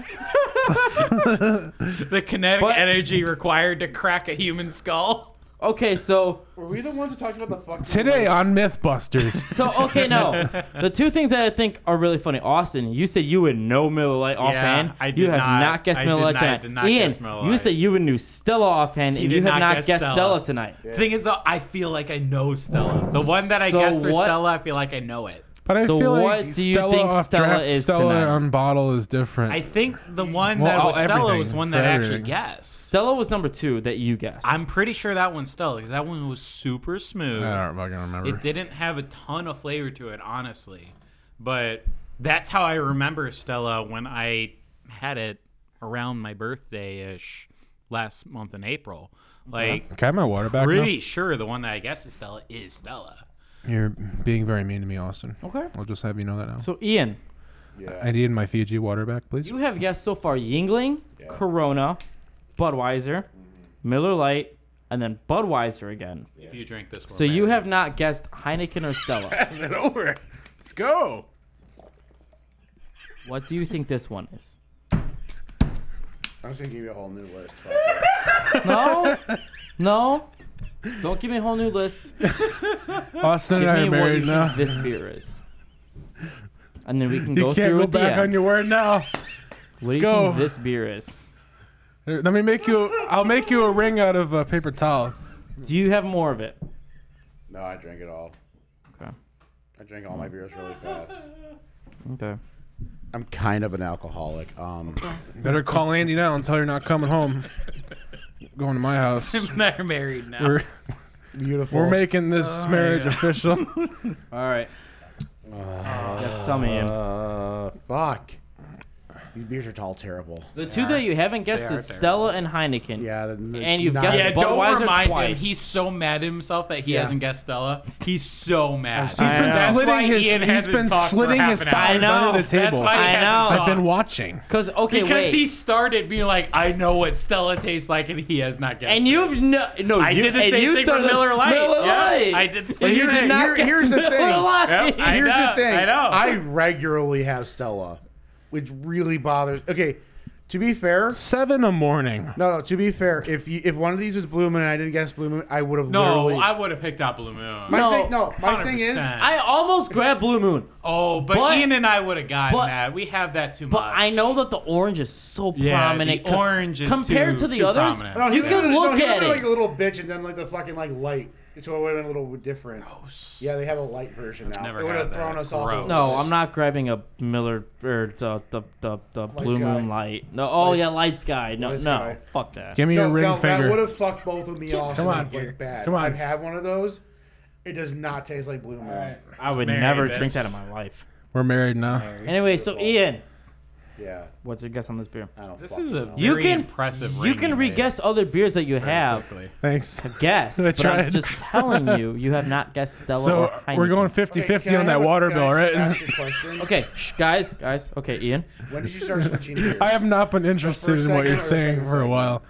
the kinetic energy required to crack a human skull.
okay. So
Were we the ones who talked about the fuck
Today on MythBusters.
So okay, no. the two things that I think are really funny, Austin. You said you would know Miller Lite offhand.
I did
you have
not-
not guessed
I
Miller
did
Lite
not- I
tonight.
did not
Ian,
guess Miller
you
Lite.
said you would knew Stella offhand, and
did
you have
not
not
guess
guessed Stella,
Stella.
tonight.
Thing is, though, I feel like I know Stella. The one that I
So
guessed for
what-
Stella, I feel like I know it.
But I
So
feel
what
like
do you
Stella
think
off
Stella
draft
is
Stella
tonight?
on bottle is different.
I think the one
Well,
that
all-
was Stella
everything,
was one
for
that actually
everything.
guessed.
Stella was number two that you guessed.
I'm pretty sure that one's Stella because that one was super smooth.
I don't fucking remember.
It didn't have a ton of flavor to it, honestly. But that's how I remember Stella when I had it around my birthday ish last month in April. Like,
Can I have my water back? now?
pretty sure the one that I guessed is Stella is Stella.
You're being very mean to me, Austin.
okay.
I'll just have you know that now.
So Ian,
I need my Fiji water back, please.
you have guessed so far Yingling, Corona, Budweiser,
Mm-hmm.
Miller Lite, and then Budweiser again.
If you drink this one,
So you
man.
have not guessed Heineken or Stella.
Is it over? Let's go.
what do you think this one is?
I'm just gonna give you a whole new list.
No, no. Don't give me a whole new list.
Austin
Give
and I
me
are
what you
married now.
think this beer is. And then we can
You
go
can't
through
go
it
back
the
on your word now.
What do you
go.
think this beer is?
Here, Let me make you. I'll make you a ring out of a paper towel.
Do you have more of it?
no, I drank it all.
Okay.
I drank all my beers really fast.
Okay.
I'm kind of an alcoholic. Um,
Better call Andy now and tell her you're not coming home. Going to my house.
they're married now.
We're,
beautiful.
we're making this marriage official.
Uh,
All right. you have to tell me. Ian.
Uh, fuck. These beers are all terrible.
The two that you haven't guessed
they are
is Stella and Heineken.
Yeah, the, the,
And you've
not-
guessed
Yeah,
Budweiser
don't remind
twice.
him. He's so mad at himself that he
Yeah.
hasn't guessed Stella. He's so mad.
sorry. He's been
That's
slitting
why
his-
Ian
he's
hasn't
been
talked for
slitting
half
his
an hour.
thighs under the
That's
table.
why he
I
hasn't
know.
talked.
I've been watching.
Because okay,
Because
wait.
he started being like, I know what Stella tastes like, and he has not guessed.
and you've no, no.
I
you,
did the
and
same
you
thing for
started with
Miller Lite.
Miller
Yeah,
Lite.
I did the
And
same
you
thing.
did not
Here-
guess
here's the
Miller
thing.
Lite.
Yep, I-
Here's
know,
the thing.
I know.
I regularly have Stella, which really bothers. Okay, to be fair,
Seven a morning.
no, no. To be fair, if you, if one of these was Blue Moon and I didn't guess Blue Moon, I would have
No,
literally.
I would have picked out Blue Moon.
my
no,
thing, no, my thing is,
100%.
I almost grabbed Blue Moon,
oh, but,
But-
Ian and I would have gotten
but-
that. We have that too
but
much.
I know that the orange is so
Yeah,
prominent.
the
com-
orange is
compared
too-
to the
too
others.
prominent.
no, he
you
would've-
can
no,
look
he
at
would've,
it.
like a little bitch, and then like the fucking like light. So it would have been a little different. Yeah, they have a light version now.
Oh. never
it would
had
have
that.
thrown us off. a
Gross.
little
No,
bit.
I'm not grabbing a Miller or the the the, the Blue
Sky.
Moon light. No, oh
Light-
yeah, light sky. No,
Light
no,
Sky.
fuck that.
Give me
No,
your ring
no, that
finger.
would have fucked both of me off.
Come
Come
on,
on, like bad.
Come on.
I've had one of those. It does not taste like Blue Moon.
I would
Mary,
never
bitch.
drink that in my life.
We're married now.
Anyway, so Ian,
Yeah,
what's your guess on this beer?
I don't.
This
fucking
is a
know.
very
You can-
impressive.
You
ranking
can
there.
re-guess other beers that you have
Thanks.
guessed,
I
but I'm
tried.
just telling you, you have not guessed Stella or
So
Heineken.
we're going
Okay,
50
can
50
I
on that
have a-
water
can
bill,
I
right?
Ask you a question?
Okay, shh, guys, guys. Okay, Ian.
When did you start switching beers?
I have not been interested in
second
what
or
you're
the
saying
second
for a
segment?
while.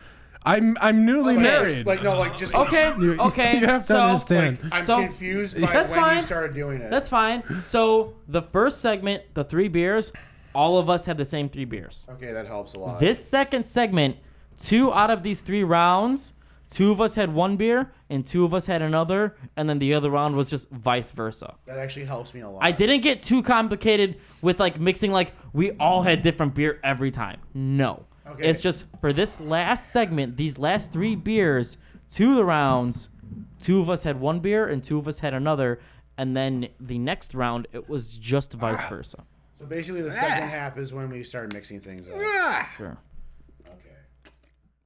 I'm I'm newly
Like, just-
married.
Like no, like just
Okay,
You-
okay.
you have to
so,
understand.
Like, I'm
So-
confused by
That's
when
fine.
you started doing it.
That's fine. So the first segment, the three beers, all of us had the same three beers.
okay. That helps a lot.
This second segment, two out of these three rounds, two of us had one beer and two of us had another, and then the other round was just vice versa.
that actually helps me a lot.
I didn't get too complicated with like mixing like we all had different beer every time. No.
Okay.
It's just for this last segment, these last three beers, two of the rounds, two of us had one beer and two of us had another, and then the next round it was just vice versa.
So basically, the
Ah.
second half is when we started mixing things up.
Sure.
Okay.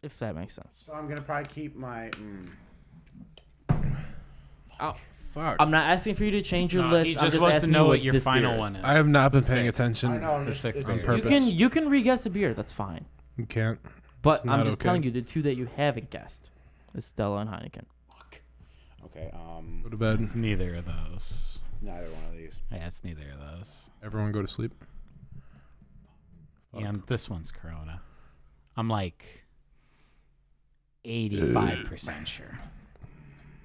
If that makes sense.
So I'm gonna probably keep my. Mm,
Fuck.
I'm not asking for you to change your
No,
list.
he
I'm
just
just
wants to
asking
know
you
what
what
your
this
final
beer
one is.
I have not been paying
Six.
attention.
I know. I'm just.
sick
it's-
on
it's-
purpose.
You can you can re-guess a beer. That's fine.
You can't.
But
It's
I'm
not
just
okay.
telling you the two that you haven't guessed is Stella and Heineken.
Okay. Um.
Go to bed.
It's neither of those.
Neither one of these.
Yeah, it's neither of those.
Everyone go to sleep.
And this one's Corona. I'm like 85% sure.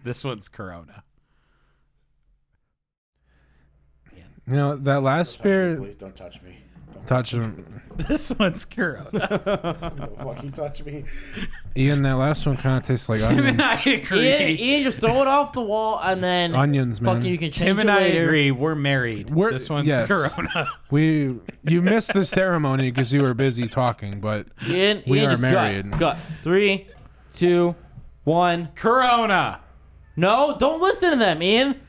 This one's Corona.
You know, that last
Touch me,
beer
please don't touch me. Don't
touch him.
This one's Corona.
don't fucking touch me.
Ian, that last one kind of tastes like
Tim
onions.
and I
Ian,
agree.
Ian, just throw it off the wall and then
Onions, man.
fucking you can change
Tim and
it
I
later.
agree. We're married.
We're-
this one's
yes.
Corona.
We you missed the ceremony because you were busy talking, but
Ian,
We
Ian
are
just gut-
married.
gut. Three, two, one.
Corona.
No, don't listen to them, Ian.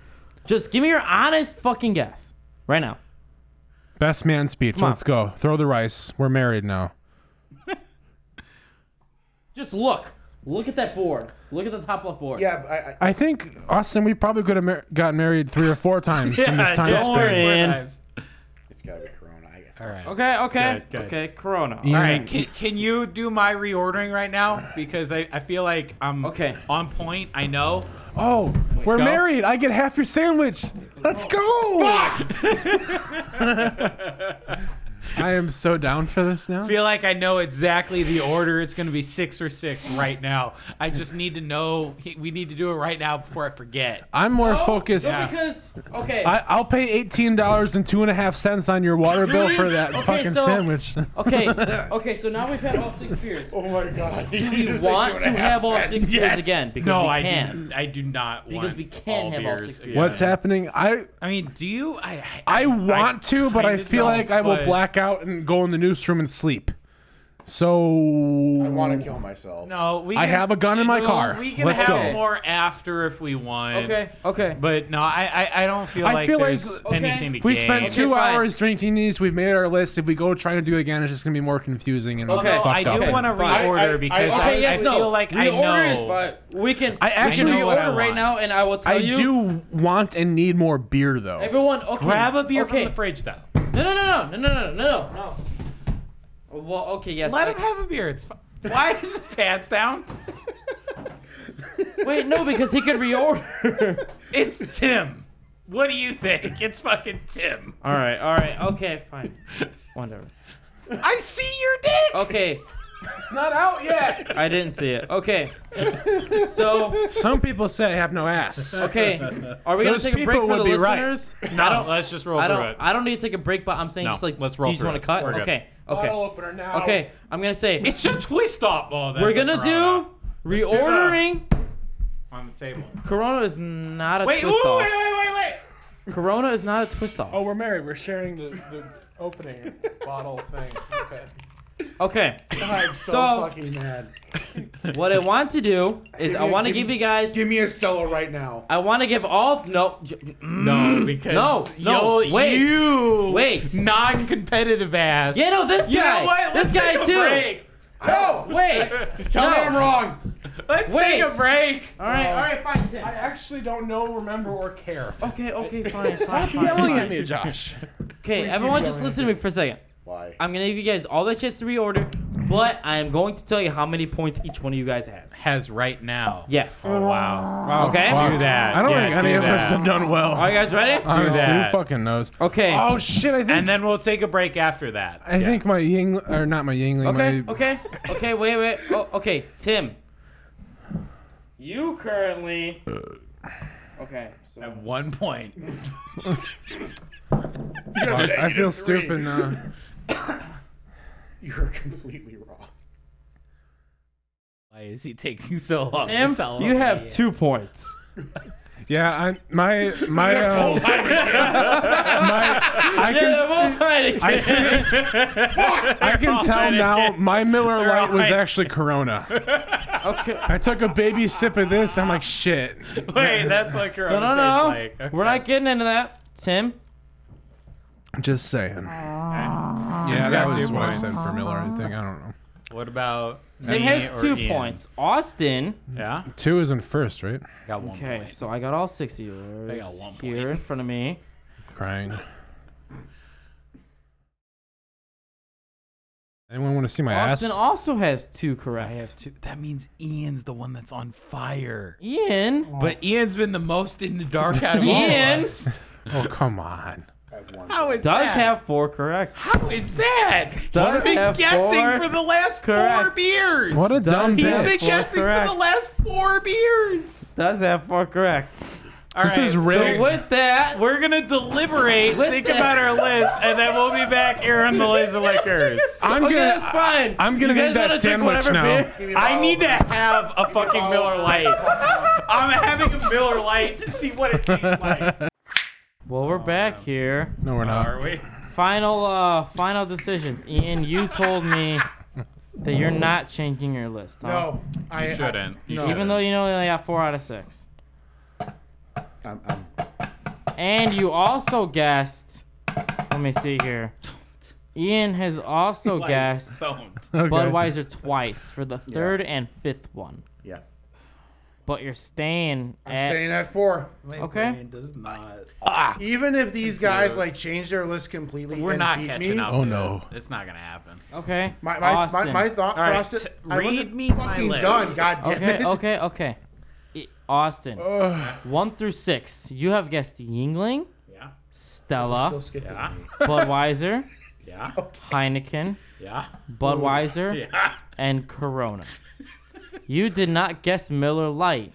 Just give me your honest fucking guess right now.
best man speech.
Come on.
Let's go. Throw the rice. We're married now.
Just look. Look at that board. Look at the top left board.
Yeah. but I, I,
I think Austin, we probably could have mar- gotten married three or four times in this time
don't
span.
worry. Four
Ian.
times.
it's gotta be Corona. I,
All right.
Okay. Okay.
Good, good.
Okay. Corona.
Ian,
All right, can, can you do my reordering right now? Because I, I feel like I'm
Okay.
on point. I know.
Oh, we're
go.
married. I get half your sandwich. Let's go. I am so down for this now.
feel like I know exactly the order. It's going to be six or six right now. I just need to know. We need to do it right now before I forget.
I'm more
Oh,
focused.
just because. Okay.
I, I'll pay eighteen dollars and two and a half cents on your water bill for that
Okay,
fucking
so-
sandwich.
okay. Okay. So now we've had all six beers.
Oh my god. Do
We want to have all six beers again because
no,
we
I
can.
Do, I do not
Because
want
we can
all
have all
beers.
six beers.
What's happening? I
I mean, do you? I
I want to, but I,
kinda
feel
don't,
like I will
but-
black out and go in the newsroom and sleep. So
I want to kill myself.
No, we.
I
can-
have a gun in my
no,
car.
We can
Let's
have
go.
more after if we want.
Okay. Okay.
But no, I I, I don't feel
I
like
feel like-
there's
Okay.
anything to
If we
gain.
spent two
fine.
hours drinking these. We've made our list. If we go try to do it again, it's just gonna be more confusing and
Okay.
okay. fucked
I do
up.
want to
Fine.
reorder
I- I-
because I,
okay,
I
yes,
feel like I know.
We can.
I actually-
we can
know what I
order right
want.
now, and I will tell
I
you.
do want and need more beer though.
Everyone, okay.
Grab a beer
okay.
from the fridge though.
No, no, no, no, no, no, no, no, no. Well, okay, yes.
Let
I-
him have a beer. It's fine. Why is his pants down?
wait, no, because he could reorder.
It's Tim. What do you think? It's fucking Tim.
all right, all right, okay, fine, whatever.
I see your dick.
Okay,
It's not out yet.
I didn't see it. Okay, so
Some people say I have no ass.
okay, are we gonna
Those
take a break
people
for the
would be right.
listeners?
No, let's just roll
I
through
don't.
it.
I don't need to take a break, but I'm saying
No,
just like,
let's roll
do you just
through
want
it.
to cut?
We're good.
Okay,
Bottle
okay,
opener now.
okay. I'm gonna say
Oh. it's a twist up. Oh, that's
we're
a
gonna
Corona
do reordering.
on the table.
Corona is not a
Wait, ooh,
twist
wait,
off.
wait, wait, wait.
Corona is not a twist off.
Oh, we're married. We're sharing the, the opening bottle thing. Okay.
Oh.
Okay.
I'm so,
So-
fucking mad.
What I want to do is
Give
I
me-
want to
give
give
me-
you guys.
Give me a Stella right now.
I want to give all. No. j-
No, because
Mm. No, no,
you'll-
wait,
you
wait.
non-competitive ass.
Yeah, no, this
you
guy.
know what? Let's
This guy
take a
too.
Break.
No,
Wait.
tell me
no.
I'm wrong.
Let's
Wait.
take a break.
All right. All right. Fine, Tim.
I actually don't know, remember, or care.
Okay. Okay. Fine. Fine. Fine. fine.
me, Josh.
Okay.
keep
Everyone, just
yelling
listen
at
to me for a second.
Why?
I'm gonna give you guys all the chance to reorder, but I am going to tell you how many points each one of you guys has.
Has right now.
Yes.
Oh, wow.
Okay.
Do that.
I don't
Yeah,
think any
do
of us
that.
have done well.
Are you guys ready?
Honestly,
that.
who fucking knows?
Okay.
Oh shit! I think.
And then we'll take a break after that.
I think my ying or not my yingling.
Okay.
My,
Okay. Okay. Wait. Wait. Oh, okay. Tim. You currently. Okay. So.
At one point.
I, I feel stupid now.
You are completely wrong.
Why is he taking so long?
Tim,
It's all
you
over
have
the-
two points.
Yeah, I my my um, my I can I can, I can tell now my Miller Lite was actually Corona.
Okay.
I took a baby sip of this. I'm like shit.
Wait, that's what Corona
No, no, no.
tastes like.
We're not getting into that, Tim.
Just saying. Yeah, that
got
was
two
what I
points.
said for Miller. I think I don't know.
What about
Tim
me
has
or
two
Ian?
points. Austin.
Yeah,
Two is in first, right?
got one
Okay,
point.
so I got all six of yours
I got one point.
here in front of me.
Crying. Anyone want to see my
Austin
ass?
also has two correct.
I have two. That means Ian's the one that's on fire.
Ian.
But Ian's been the most in the dark out of all of
Ian
us.
does
oh come on.
How is that?
have four correct.
How is that?
Does
He's been
have four
guessing for the last four
correct.
beers.
What a dumb
He's
have
bitch.
been
four
guessing for
correct.
the last four beers.
Does have four correct.
All
This is rigged.
So with that,
We're gonna deliberate,
With
think
the-
about our list, and then we'll be back here on the laser liquors.
I'm
okay,
gonna.
that's fine.
I'm gonna
You
need
guys
that
wanna take
sandwich
whatever
now.
beer-
Give me a
I
bottle
need
of
to have a fucking Miller Lite. I'm having a Miller Lite to see what it tastes like.
Well, we're back here.
Oh, No, we're not.
Are we?
Final, uh, final decisions. Ian, you told me that you're not changing your list. Huh?
No, I
Shouldn't. You
No.
shouldn't.
Even though you know you only got four out of six,
I, I'm, I'm,
and you also guessed. Let me see here. Ian has also
Like,
guessed.
don't.
Okay.
Budweiser twice for the third and fifth one.
yeah.
But you're staying
I'm
at
staying at four.
okay.
does not.
Even if these guys like change their list completely,
We're
and
not
beat
catching
me,
up.
Oh,
dude.
no.
It's not gonna happen.
Okay.
My my, my,
Austin.
my thought
right,
process.
t-
I wasn't
read me my
fucking
list.
done. God damn
okay,
it.
okay, okay. I- Austin, one through six. You have guessed Yingling,
Yeah.
Still
Stella,
skipping.
Yeah.
Budweiser,
Yeah.
Heineken,
Yeah.
Budweiser,
Yeah.
and Corona. You did not guess Miller Lite,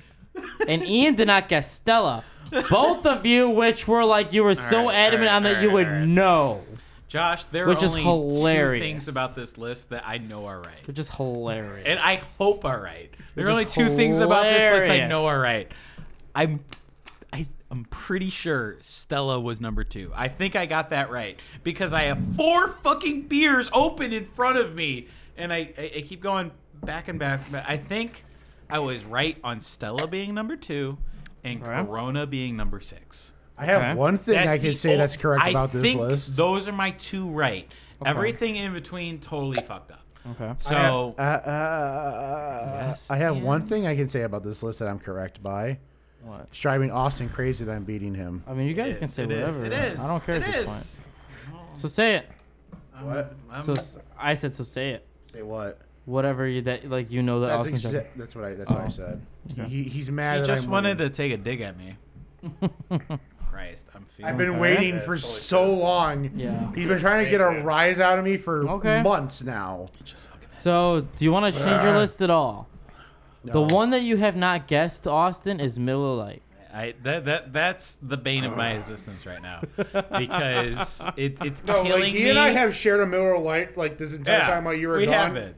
and Ian did not guess Stella. Both of you, which were like you were so
right,
adamant
all
on
right,
that you
all right,
would
all right.
know,
Josh, there
Which
are
is
only
hilarious.
two things about this list that I know are right.
which is hilarious.
And I hope are right. There are
Which
only
is
two things about this list I
hilarious.
know are right. I'm I, I'm pretty sure Stella was number two. I think I got that right because I have four fucking beers open in front of me, and I, I, I keep going back and back. But I think I was right on Stella being number two and
Alright.
Corona being number six.
I have
Okay.
one thing I
That's
can
the
say
ol-
that's correct
I
about this
think
list.
Those are my two right. Everything in between totally fucked up.
Okay.
So
I have, uh, uh, uh,
Yes,
I have one thing I can say about this list that I'm correct by.
What?
It's driving Austin crazy that I'm beating him.
I mean, you guys can say
It is.
whatever.
It is.
I don't care
It
at this
is.
point. So say it.
What?
So s- I said, so say it.
Say what?
Whatever you that like you know that
That's,
Austin.
exa- that's what I. That's what I said. He, he's mad.
Oh. He
that
just
I'm
wanted
winning.
to take a dig at me. Christ, I'm feeling.
I've been
Okay.
waiting for so long.
Yeah.
He's been trying to get a rise out of me for
Okay.
months now.
So do you want to change your list at all? The one that you have not guessed, Austin, is Miller Lite.
I that that that's the bane of my existence right now because it, it's
No,
killing
like he
me.
and I have shared a Miller Lite like this entire
Yeah,
time while you were
we
gone.
have it.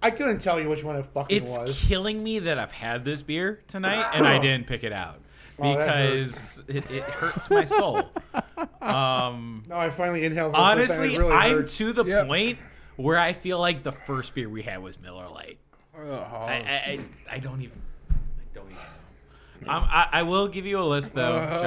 I couldn't tell you which one it fucking
It's
was.
killing me that I've had this beer tonight and I didn't pick it out
Oh, that
because it, it hurts my soul. Um,
No, I finally inhaled. For the first time.
honestly,
It really
I'm
hurts.
to the
Yep.
point where I feel like the first beer we had was Miller Lite.
Uh-huh.
I, I, I, I don't even. I don't even. Know. Um, I, I will give you a list though,
Uh-huh.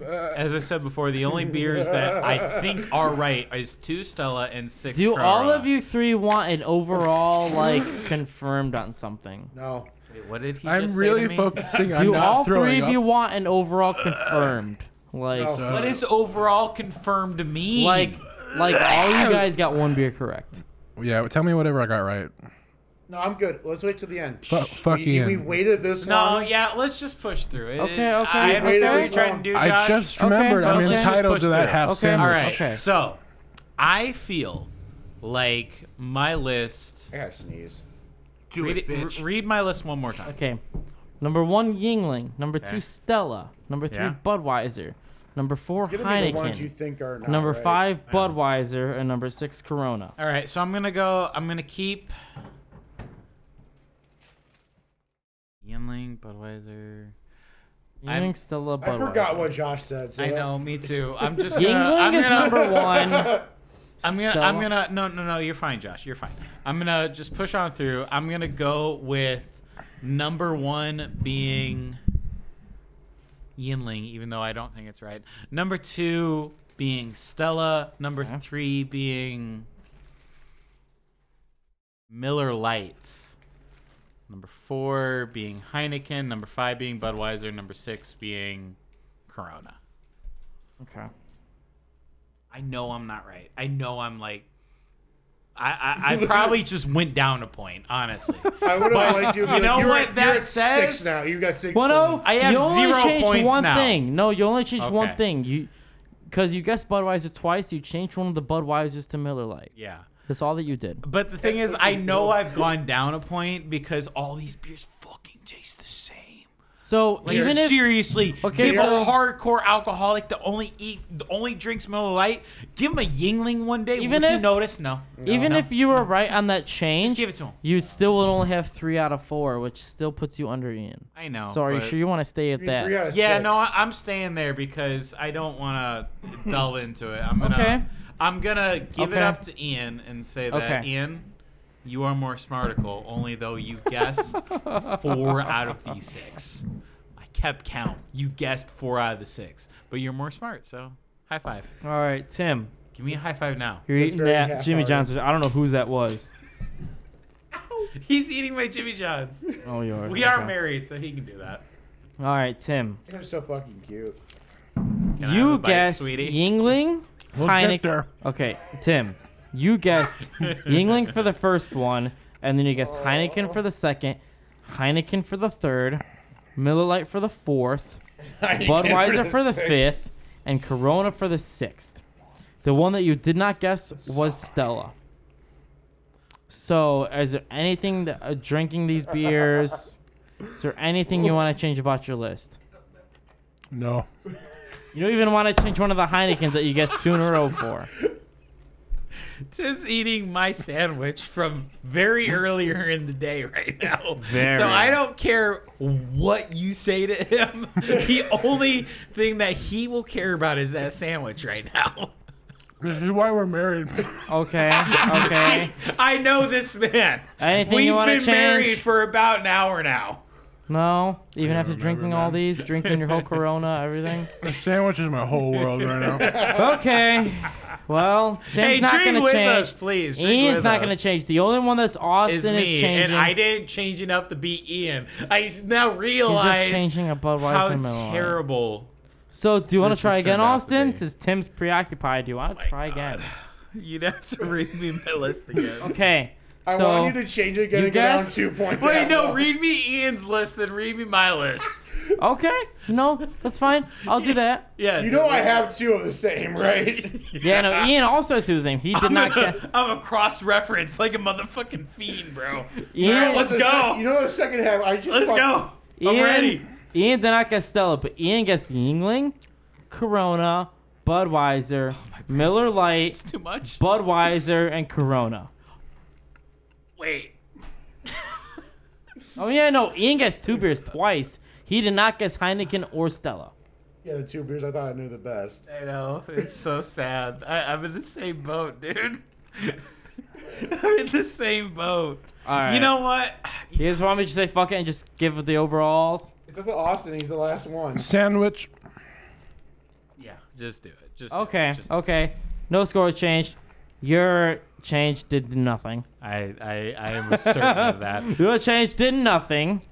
Josh. As I said before, the only beers that I think are right is two Stella and six.
Do
Corona.
all of you three want an overall like confirmed on something?
no.
Wait, what did he?
I'm
just say
really
to me?
focusing on
Do
not
all
throwing
three of
up.
you want an overall confirmed? Like,
No.
What is overall confirmed mean?
like, like all you guys got one beer correct.
Yeah, tell me whatever I got right.
No, I'm good. Let's wait till the end.
Fu- fuck
we, we
Ian.
waited this
no,
long.
yeah. Let's just push through it.
Okay, okay.
I understand
We
waited
what
this
you're trying
long.
to do,
I
Josh.
just remembered
well,
I'm
let's just
entitled
push
to that
through.
half
Okay,
sandwich.
All right.
Okay.
So, I feel like my list.
I gotta sneeze.
Do read, it, bitch. read my list one more time.
Okay. Number one, Yingling. Number two, Stella. Number three,
Yeah.
Budweiser. Number four,
It's gonna be the ones you
Heineken.
think are not
Number
right.
five, Budweiser. And number six, Corona.
All right, so I'm gonna go. I'm gonna keep. Yinling, Budweiser. I'm-
Yingling, Stella, Budweiser.
I forgot what Josh said. So
I know, me too. I'm just. Gonna,
Yingling
I'm
is
gonna-
number one.
I'm gonna.
Stella-
I'm gonna. No, no, no. You're fine, Josh. You're fine. I'm gonna just push on through. I'm gonna go with number one being Yinling, even though I don't think it's right. Number two being Stella. Number three being Miller Lights. Number four being Heineken. Number five being Budweiser. Number six being Corona.
Okay.
I know I'm not right. I know I'm like, I I, I probably just went down a point, honestly.
I would have liked you. To be
You
like,
know
you're
what
at-
that
you're at Six
says?
now. You got six.
Well, no,
points.
I have
you only
zero
changed
points
one
now.
thing. No, you only changed one
Okay.
thing. You, because you guessed Budweiser twice. You changed one of the Budweisers to Miller Lite.
Yeah.
That's all that you did.
But the thing is, I know I've gone down a point because all these beers fucking taste the same.
So
Like
even if
seriously,
Okay,
give a
so-
hardcore alcoholic that only eat, the only drinks Miller Lite, give him a Yingling one day. Even
Even
Will
if-
he notice? No.
even
No.
if you were right on that change,
give it to 'em.
you still would only have three out of four, which still puts you under Ian.
I know.
So are you
but-
sure you want to stay at
You need three out
that?
of
Yeah,
six.
no, I, I'm staying there because I don't want to delve into it. I'm gonna,
Okay.
I'm gonna give
Okay.
it up to Ian and say that
Okay.
Ian, you are more smarticle. Only though you guessed four out of the six. I kept count. You guessed four out of the six, but you're more smart. So high five.
All right, Tim,
Give me a high five now.
you're
That's
eating
very
that Jimmy
half-hearted.
John's. I don't know whose that was.
He's eating my Jimmy John's.
Oh, you
We are married, so he can do that.
All right, Tim,
You're so fucking cute.
Can I have
you
a bite,
guessed
sweetie?
Yingling,
We'll
Heineken.
get there.
Okay, Tim, you guessed Yingling for the first one, and then you guessed Heineken for the second, Heineken for the third, Miller Lite for the fourth, Budweiser for the fifth, and Corona for the sixth. The one that you did not guess was Stella. So, is there anything that uh, drinking these beers? Is there anything you want to change about your list?
No.
You don't even want to change one of the Heinekens that you guessed two in a row for.
Tim's eating my sandwich from very earlier in the day right now.
Very.
So I don't care what you say to him. the only thing that he will care about is that sandwich right now.
This is why we're married.
Okay, okay.
I know this man.
Anything
We've
you want to
been
change?
married for about an hour now.
No, even after drinking all
man.
these, drinking your whole Corona, everything.
the sandwich is my whole world right now.
Okay. Well, Tim's
Hey,
not
drink
gonna
with
change.
us, please. Drink
Ian's
with
not
us.
gonna change. The only one that's Austin
Is
is,
me,
changing.
and I didn't change enough to beat Ian. I now
He's
realize
just changing a
how
Budweiser and Miller Lite.
terrible.
So, do you want
This
to
has
try again,
turned out to
Austin?
be- Oh
Since Tim's preoccupied, do you want to try again?
You'd have to read me my list again.
Okay.
I
so
want you to change it, getting
you
it down
guessed-
two points.
Wait,
down
no,
low.
read me Ian's list, then read me my list.
okay, no, that's fine. I'll do that.
Yeah.
You know I have two of the same, right?
Yeah, no. Ian also has the same. He did
I'm,
not get.
a, I'm a cross reference like a motherfucking fiend, bro.
Ian,
let's
The
go.
sec- You know the second half. I just
Let's
fuck-
go. I'm
Ian-
ready.
Ian did not guess Stella, but Ian guessed the Yingling, Corona, Budweiser,
Oh
Miller Lite,
Too much.
Budweiser, and Corona.
Wait.
Oh yeah, no. Ian guessed two beers twice. He did not guess Heineken or Stella.
Yeah, the two beers I thought I knew the best.
I know. It's so sad. I, I'm in the same boat, dude. I'm in the same boat.
All right.
You know what?
You guys want me to say fuck it and just give the overalls?
It's up to Austin. He's the last one.
Sandwich.
Yeah, just do it. Just do it.
Okay.
Just do it.
Okay. No score changed. Your change did nothing.
I, I, I am certain of that.
Your change did nothing.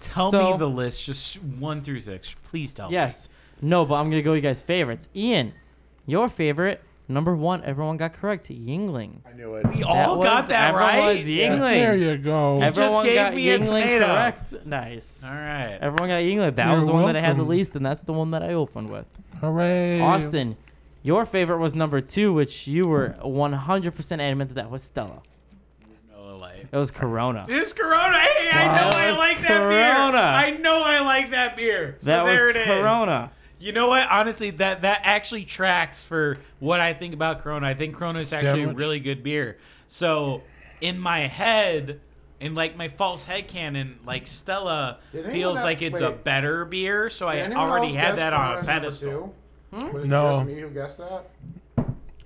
Tell
So-
me the list, just one through six. Please tell me.
Yes. No, but I'm gonna go you guys' favorites. Ian, your favorite number one. Everyone got correct. Yingling.
I knew it.
We all got that
everyone
right.
Was
Yeah.
Yingling.
There you go.
Everyone
gave
got
me a
Yingling
tomato.
correct. Nice.
All right.
Everyone got Yingling. That
You're
was the one that I had the
welcome.
least, and that's the one that I opened with.
Hooray.
Austin, your favorite was number two, which you were 100% adamant that that was Stella.
Miller Lite.
It was Corona.
It's Corona. Hey, I
Wow.
know I
It's
like that
Corona.
beer. I know I like that beer. So
that
there
was
it is.
Corona.
You know what? Honestly, that that actually tracks for what I think about Corona. I think Corona is actually a
Sandwich.
really good beer. So in my head, in like my false head canon, like Stella
Did anyone
feels
have-
like it's a
wait.
better beer. So
Did
I
anyone
already
else
had
guess
that on a
Corona's number
pedestal.
two? Was it
No.
just me who guessed that?
I,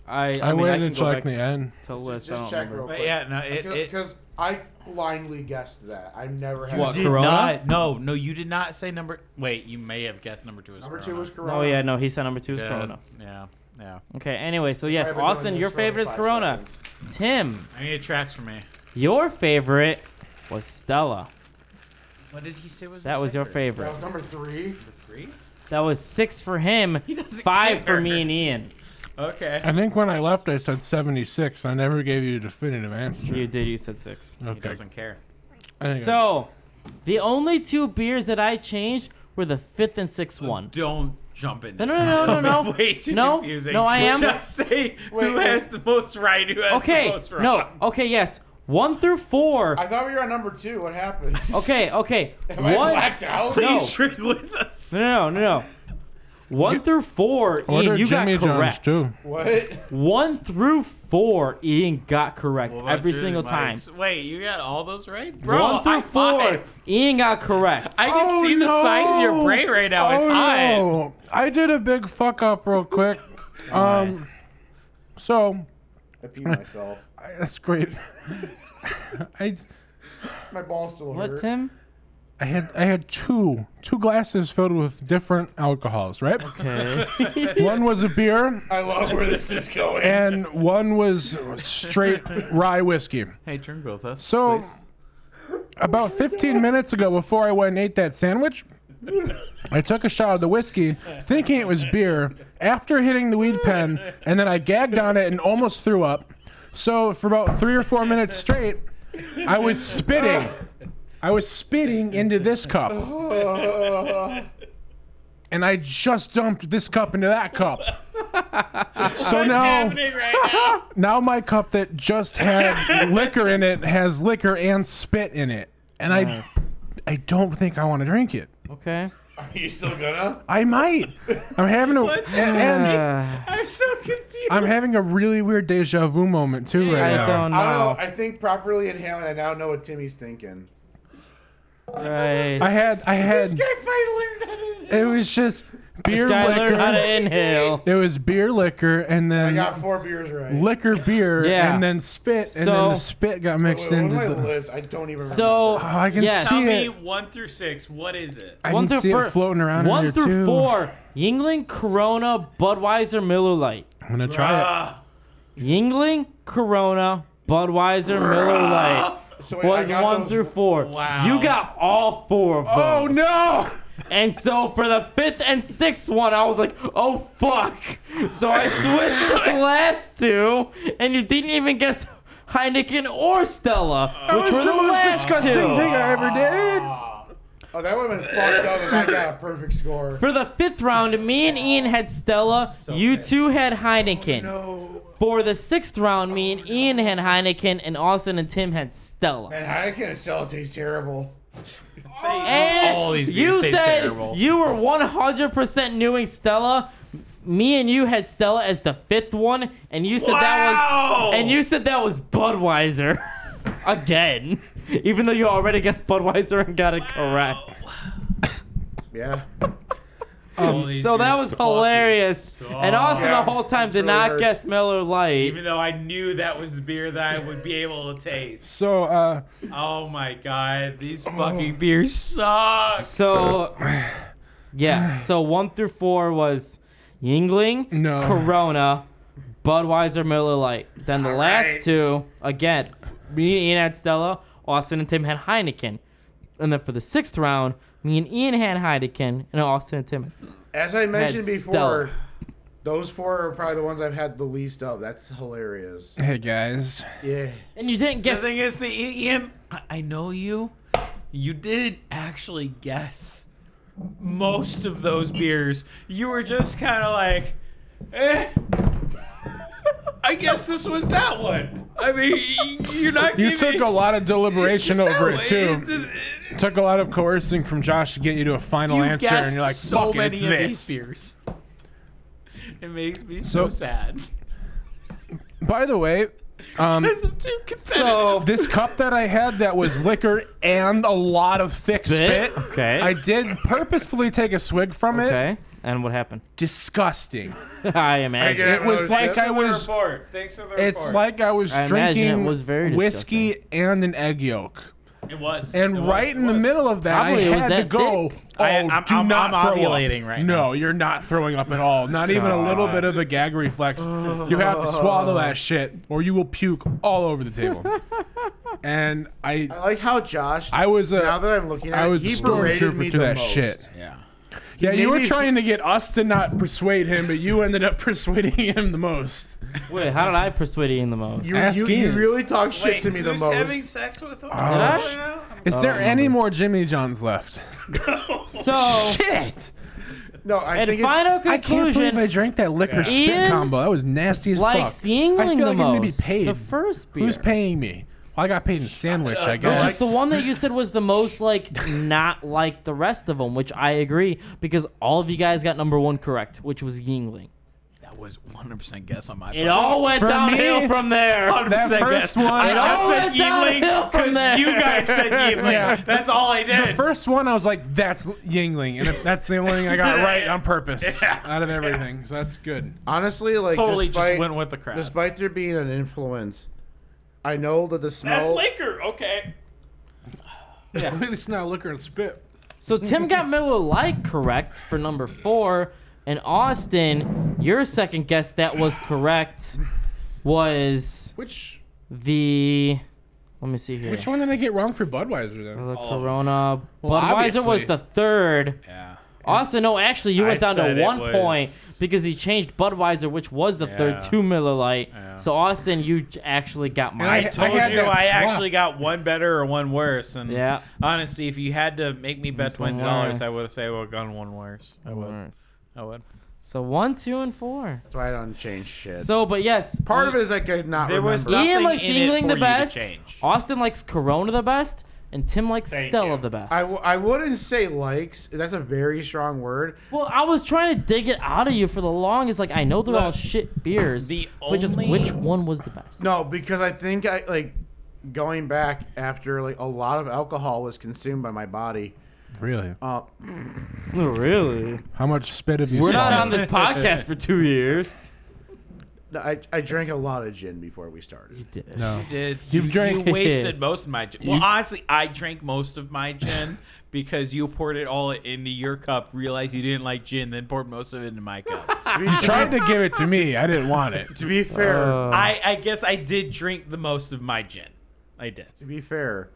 I,
I,
mean, I
waited
can
until
go
like
back
the
to,
end.
to list. I
Just
don't
check
remember.
real
But
quick.
yeah, no, it, it,
Because I blindly guessed that. I've never had
What,
that.
did
Corona?
not. No, no, you did not say number. Wait, you may have guessed number two was
Number
Corona.
two was Corona.
Oh, yeah, no, he said number two is
yeah,
Corona.
Yeah, yeah.
Okay, anyway, so
I've
yes,
been doing
Austin,
this
your
for
favorite is
five
Corona.
seconds.
Tim,
I mean, it tracks for me.
your favorite was Stella.
What did he say was
That
the
was your
secret?
That
favorite.
was number three.
Three?
That was six for him,
doesn't
five for
care.
me and Ian.
Okay.
I think when I left, I said 76. I never gave you a definitive answer.
You did, you said six.
He
Okay.
doesn't care.
I think I-
So, the only two beers that I changed were the fifth and sixth one.
Don't jump in.
No, no, no, no, no, no.
Way too
No,
confusing.
no, I am-
Just say
Wait,
who
wait.
has the most right, who has the
Okay,
most wrong.
no, okay, yes. One through four.
I thought we were on number two. What happened?
Okay, okay.
Am
one.
I blacked out?
No.
Please drink with us.
No, no, no, no. One through four,
Order
Ian, you
Jimmy
got
John's
correct.
too.
What?
One through four, Ian got correct
What about
every
Dirty
single time.
Mike's? Wait, you got all those right? Bro,
one through
high
four,
five.
Ian got correct.
I can
Oh,
see the
no.
size of your brain right now. It's
Oh,
high.
no. I did a big fuck up real quick. Um, so
I peed myself.
I, that's great. I
My ball's still
what,
hurt.
Tim?
I had I had two two glasses filled with different alcohols. Right,
Okay.
one was a beer
I love where this is going.
and one was straight rye whiskey.
Hey, drink with us.
So,
please.
about 15 minutes ago, before I went and ate that sandwich, I took a shot of the whiskey, thinking it was beer, after hitting the weed pen, and then I gagged on it and almost threw up. So, for about three or four minutes straight, I was spitting. I was spitting into this cup. And I just dumped this cup into that cup. So now
happening right now?
now my cup that just had liquor in it has liquor and spit in it, and I I don't think I want to drink it.
okay.
Are you still gonna?
I might. I'm having a and, and
Uh,
I'm so confused.
I'm having a really weird deja vu moment too right
I
now.
I
don't
don't know.
know.
I think properly inhaling. I now know what Timmy's thinking.
Right.
I had I had
I finally learned how to.
it was just beer
This guy learned how
liquor.
to inhale.
It was beer liquor and
I
then
got four beers right.
liquor beer
Yeah.
and then spit and
So-
then the spit got mixed
Wait, what
into
my
the.
list? I don't even.
So,
remember.
Oh, I can
yes.
Tell
see
me
it.
one through six. What is it?
I
one
can
through
see
four,
it floating around. in
One
here,
through
too.
four. Yingling, Corona, Budweiser, Miller Lite.
I'm gonna try it.
Ah,
Yingling, Corona, Budweiser, Miller Lite
So wait, I
was
got
one
those-
through four.
Wow.
You got all four of
Oh
those.
no!
And so for the fifth and sixth one, I was like, oh fuck. So I switched the last two, and you didn't even guess Heineken or Stella, which were the last two.
I ever did.
Oh, that would have been fucked up if I got a perfect score.
For the fifth round, me and Ian had Stella. you two had Heineken. For the sixth round, me and Ian had Heineken, and Austin and Tim had Stella.
And Heineken and Stella taste terrible.
And
All these beers
you
taste
said
terrible.
you were 100% newing Stella. Me and you had Stella as the fifth one, and you said that
Wow!
was and you said that was Budweiser again, even though you already guessed Budweiser and got it correct.
Yeah.
All these
Um, So that
beers
was
fucking
hilarious,
suck.
and Austin
Yeah,
the whole time
it
did
really
not
hurts.
guess Miller
Oh,
Lite.
Even though I knew that was the beer that I would be able to taste.
So, uh,
Oh my god, these
Oh.
fucking beers suck.
So, yeah. So one through four was Yingling,
No.
Corona, Budweiser, Miller Lite. Then the last
right.
two, again, me and Ian had Stella, Austin and Tim had Heineken, and then for the sixth round, me and Ian had Heineken, and Austin and Tim. had-
As I mentioned before,
Stella.
those four are probably the ones I've had the least of. That's hilarious.
hey guys,
Yeah.
And you didn't
The
guess.
thing is, the E, Ian, I- I know you. You didn't actually guess most of those beers. You were just kind of like, eh. I guess this was that one. I mean, you're not.
you
giving,
took a lot of
It's just
deliberation over
that
it
way.
too. took a lot of coercing from Josh to get you to a final
you
answer,
guessed
and you're like,
so
"Fuck it,
many
it's
of
this."
these beers. It makes me
So-
so, sad.
By the way, um,
Because I'm too competitive.
so
this cup that I had that was liquor and a lot of thick spit.
Spit? Okay.
I did purposefully take a swig from it.
okay, and what happened?
Disgusting.
I imagine.
It was like I was.
report. Thanks for the
It's like I was
I imagine
drinking
it was very
whiskey and an egg yolk.
it was.
And right in the middle of that,
Probably it
I
was
had
that
to go.
thick.
Oh,
I- I'm-
do
I'm-
not
I'm
throw
ovulating
up.
right
no,
now.
you're not throwing up at all. Not even a little bit of a gag reflex. you have to swallow that shit, or you will puke all over the table. and I,
I like how Josh.
I was a.
now that I'm looking at
I
it,
was a
he berated
stormtrooper
me
to
the
that
most.
shit.
Yeah.
yeah, you
made
were
me-
trying to get us to not persuade him, but you ended up persuading him the most.
Wait, how did I persuade Ian the most?
You,
Ask
you, you
Ian.
really talk shit to me the
who's
most.
having sex with him?
I?
Right now?
Is there any more Jimmy Johns left?
So,
Shit!
No, I
and
think it's,
final
I can't believe
conclusion.
I drank that liquor spit
Ian
combo. That was nasty as
like
fuck.
Yingling
I feel
the
like I'm gonna be
most.
paid.
The first beer.
Who's paying me? Well, I got paid in sandwich, I
no,
guess.
Just the one that you said was the most like not like the rest of them, which I agree because all of you guys got number one correct, which was Yingling.
That was 100% guess on my
It all went
For
downhill
me,
from there.
that first one-
I
It
just
all
said
went downhill
Yingling
from there.
because you guys said Yingling.
Yeah.
That's all I did.
First one, I was like, "That's Yingling," and if that's the only thing I got right on purpose out of everything, so that's good.
honestly like
totally
despite,
just went with the crowd.
despite there being an influence, I know that the
That's
smell.
liquor. Okay.
At least it's not liquor and spit.
So Tim got Miller Lite correct for number four, and Austin, your second guess that was correct was
Which
the. Let me see here.
which one did I get wrong for Budweiser? Then
The Corona. Budweiser
obviously.
was the third.
Oh. Yeah.
Also, no, actually, you went
I
down
said
to
it
one
was-
point because he changed Budweiser, which was the
Yeah.
third, to Miller Lite. So, Austin, you j- actually got
I,
I
mine.
told
had
you
that
I
swap.
actually got one better or one worse. And
Yeah.
honestly, if you had to make me bet
It's one
twenty dollars, I
worse.
would have said I would have gone one worse. I would. I would.
So, one, two, and four.
That's why I don't change shit.
So, but yes.
Part of it is I could not
There
remember.
was
Ian
nothing
likes
in it
Yingling
for
the
you to
best.
change.
Austin likes Corona the best. And Tim likes
Thank you.
Stella the best.
I, w- I wouldn't say likes. That's a very strong word.
well, I was trying to dig it out of you for the longest. Like, I know they're all
Look,
shit beers,
the
but just
only-
which one was the best?
No, because I think I like going back after like a lot of alcohol was consumed by my body.
really?
Uh,
really?
How much spit have you?
We're not on
swallowed?
this podcast for two years.
I, I drank a lot of gin before we started.
No.
Did
You've
you,
drank-
you wasted most of my gin. Well, honestly, I drank most of my gin because you poured it all into your cup, realized you didn't like gin, then poured most of it into my cup.
To be,
You tried to give it to me. I didn't want it.
to be fair,
Uh.
I, I guess I did drink the most of my gin. I did.
to be fair,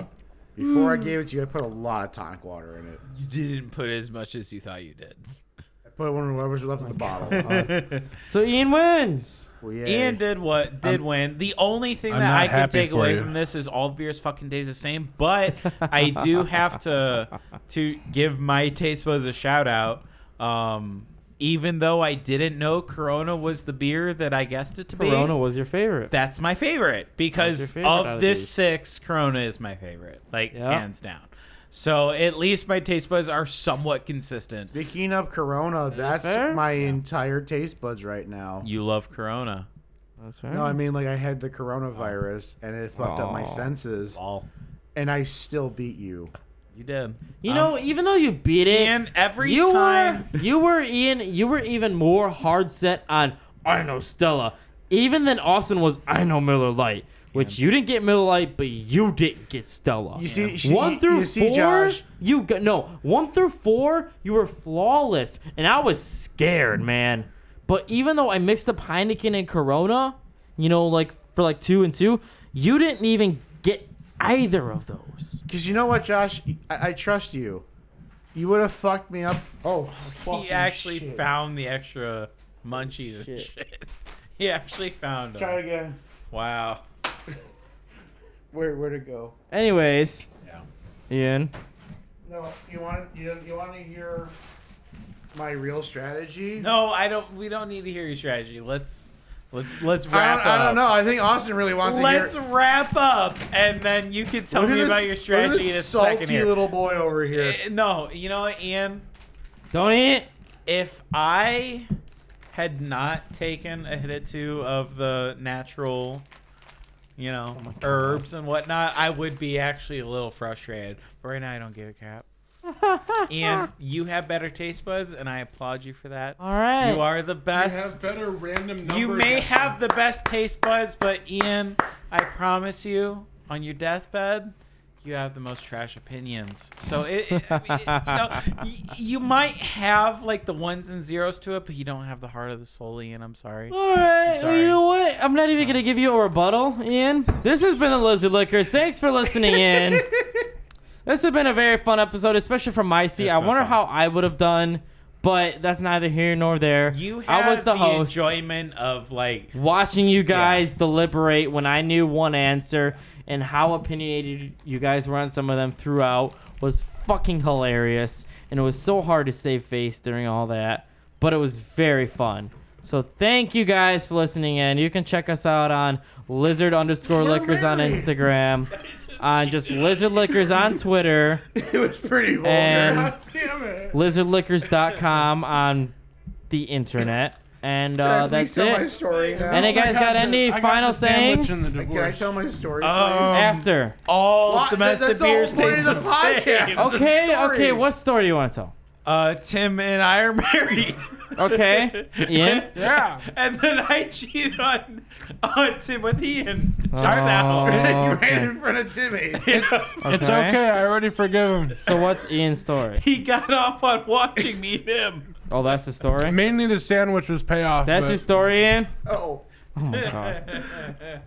Before I
Hmm.
gave it to you, I put a lot of tonic water in it.
You didn't put as much as you thought you did.
I put one of whatever's left in the bottle. Uh,
So Ian wins.
well, yeah.
Ian did what did win. The only thing
I'm
that
not
I can
happy
take
for
away
you.
from this is all beers fucking taste the same. But I do have to to give my taste buds a shout out. Um, even though I didn't know Corona was the beer that I guessed it to be,
Corona was your favorite.
that's my favorite because
That's your favorite out
of
of
this
these.
six, Corona is my favorite, like
Yeah.
hands down. So at least my taste buds are somewhat consistent.
Speaking of Corona, that's
fair.
my entire taste buds right now.
You love Corona.
That's right.
No, I mean like I had the coronavirus and it fucked up my
Aw.
senses,
All
and I still beat you.
you did.
you
Um,
know, even though you beat it,
and every
you
time
were you were Ian. You were even more hard set on I know Stella, even than Austin was. I know Miller Lite, which you didn't get Miller Lite, but you didn't get Stella.
You see, she,
one through
you see,
four,
Josh,
you got no one through four. You were flawless, and I was scared, man. But even though I mixed up Heineken and Corona, you know, like for like two and two, you didn't even get either of those.
because you know what, Josh, I, I trust you. You would have fucked me up. Oh,
he actually found the extra munchies and
Shit.
shit. He actually found
Try
them.
again.
Wow.
Where where'd it go?
Anyways,
Yeah.
Ian,
No, you want you you want to hear my real strategy?
No, I don't. We don't need to hear your strategy. Let's let's let's
I
wrap
don't, I don't know.
up.
I think Austin really wants
Let's
to hear.
wrap up, and then you can tell
Look at
me
this-
about your strategy
look at
in a
this
second
salty
here.
little boy over here.
Eh, No, you know what, Ian?
don't eat. it.
If I had not taken a hit or two of the natural, you know,
Oh
herbs and whatnot, I would be actually a little frustrated. But right now, I don't give a crap. Ian, you have better taste buds, and I applaud you for that.
All right.
You are the
You have
best.
better random numbers.
You may have the best taste buds, but Ian, I promise you, on your deathbed, you have the most trash opinions. So it, it- I mean, it- you, know, y- you might have like the ones and zeros to it, but you don't have the heart of the soul, Ian. I'm sorry.
All right, well,
sorry.
you know what? I'm not even gonna give you a rebuttal, Ian. This has been the Lizard Lickers. Thanks for listening in. this has been a very fun episode, especially from my seat.
It's
I
been
wonder
fun.
how I would have done, but that's neither here nor there.
You had
I was the, host,
enjoyment of like
watching you guys deliberate when I knew one answer and how opinionated you guys were on some of them throughout was fucking hilarious, and it was so hard to save face during all that, but it was very fun. So thank you guys for listening in. You can check us out on lizard underscore liquors on Instagram, on just lizard liquors on Twitter,
it was pretty vulgar.
and
Damn it.
lizardliquors.com on the internet. And uh,
Can I please
that's
tell my
it.
story now?
Any guys got, any final
sandwich
sayings?
and the
Can I
divorce.
tell my story?
Um,
after.
all
Why-
domestic
that's the whole
beers.
point
taste
of the podcast.
same.
Oh.
Okay,
story.
okay. What story do you want to tell?
Uh, Tim and I are married.
Okay, Ian.
Yeah. and then I cheated on on Tim with Ian. Darn
please?
that
Oh,
you ran
okay.
in front of Timmy.
hole.
It's okay. I already forgive him.
So what's Ian's story?
he got off on watching me and him.
Oh, that's the story.
Mainly the sandwich was payoff.
That's
but
your story, Ian.
Oh,
Oh my god.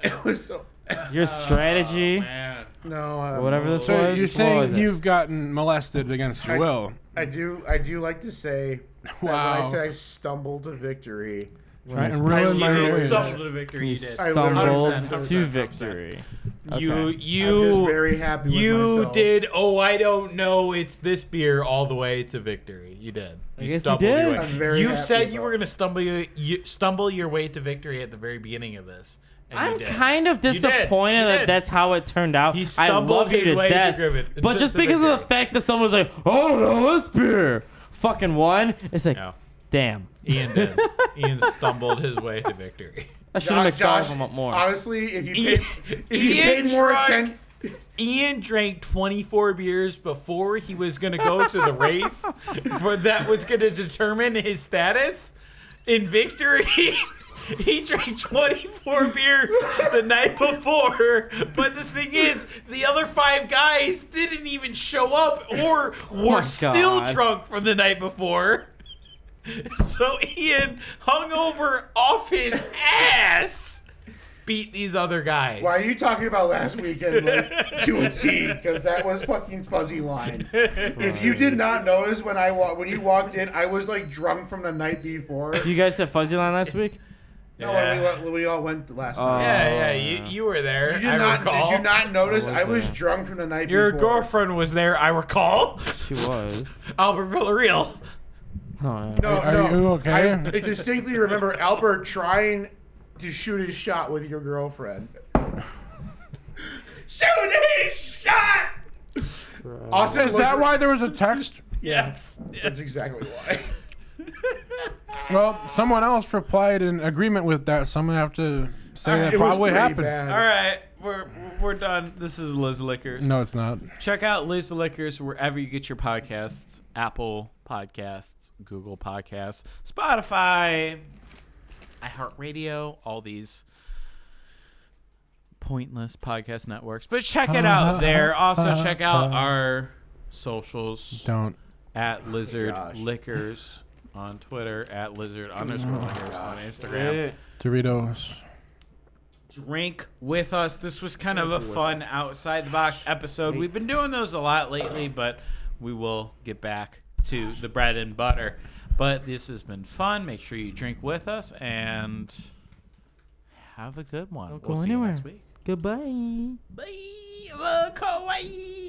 it was so.
Your strategy,
Man.
No, um,
whatever this
So
was.
you're
what
saying
was it?
you've gotten molested against your
I-
will?
I do. I do like to say that when I
Wow.
say I stumbled to victory,
Trying to ruin my
You did
literally-
relationship.
stumble to victory. You
you
did.
I
stumbled
100%,
to
100%.
victory.
You
Okay.
I'm just
you
very happy. With
you
myself.
did. Oh, I don't know. It's this beer all the way to victory. You did. You
guess you
stumbled your
did.
way.
I'm very
you
happy
said you
about
were
it.
gonna stumble your you, stumble your way to victory at the very beginning of this. and you
I'm
did.
kind of
did.
disappointed
You
that
did.
that's how it turned out.
He
I
stumbled
love you
his
to
way to
death,
Griffin-
but
to-
just
to
because of the
victory.
fact that someone was like, "Oh no, this beer," fucking won. It's like,
No.
damn,
Ian did. Ian stumbled his way to victory.
I should have mixed all of them up more.
Honestly, if you
Ian-
paid, if you
Ian
paid more
Drunk.
attention,
Ian drank 24 beers before he was going to go to the race, for that was going to determine his status in victory. he drank 24 beers the night before, but the thing is, the other five guys didn't even show up or were
Oh my
still
God.
drunk from the night before. So Ian hung over off his ass. beat these other guys.
Why are you talking about last weekend like, to a T? Because that was fucking fuzzy line. If you did not notice when I wa- when you walked in, I was like drunk from the night before.
You guys had Fuzzy Line last week?
No, when we, we all went last
Oh,
time.
Yeah, yeah, you, you were there.
Oh, you did
I
not.
recall.
Did you not notice?
Oh,
I
I was
was
there.
drunk from the night
Your
before.
girlfriend was there. I recall.
She was.
Albert Villarreal.
Oh, yeah.
No,
Are
no.
you okay?
I distinctly remember Albert trying to shoot his shot with your girlfriend.
Shoot his shot.
Oh.
Austin,
Is that why there was a text?
Yes.
That's exactly why.
Well, someone else replied in agreement with that. So I'm gonna have to say that
It was
probably
pretty
happened.
bad.
All right, we're we're done. This is Liz Liquors.
No, it's not.
Check out Liz Liquors wherever you get your podcasts: Apple Podcasts, Google Podcasts, Spotify, iHeartRadio, all these pointless podcast networks. But check it out there. Also check out our socials
Don't.
at Lizard
gosh.
Liquors on Twitter, at Lizard underscore Liquors on Instagram.
Doritos.
drink with us. This was kind of a fun outside the box episode. We've been doing those a lot lately, but we will get back to the bread and butter. But this has been fun. Make sure you drink with us and have a good one.
Don't go
we'll see you next
anywhere.
week.
Goodbye.
Bye. Bye. Kawaii.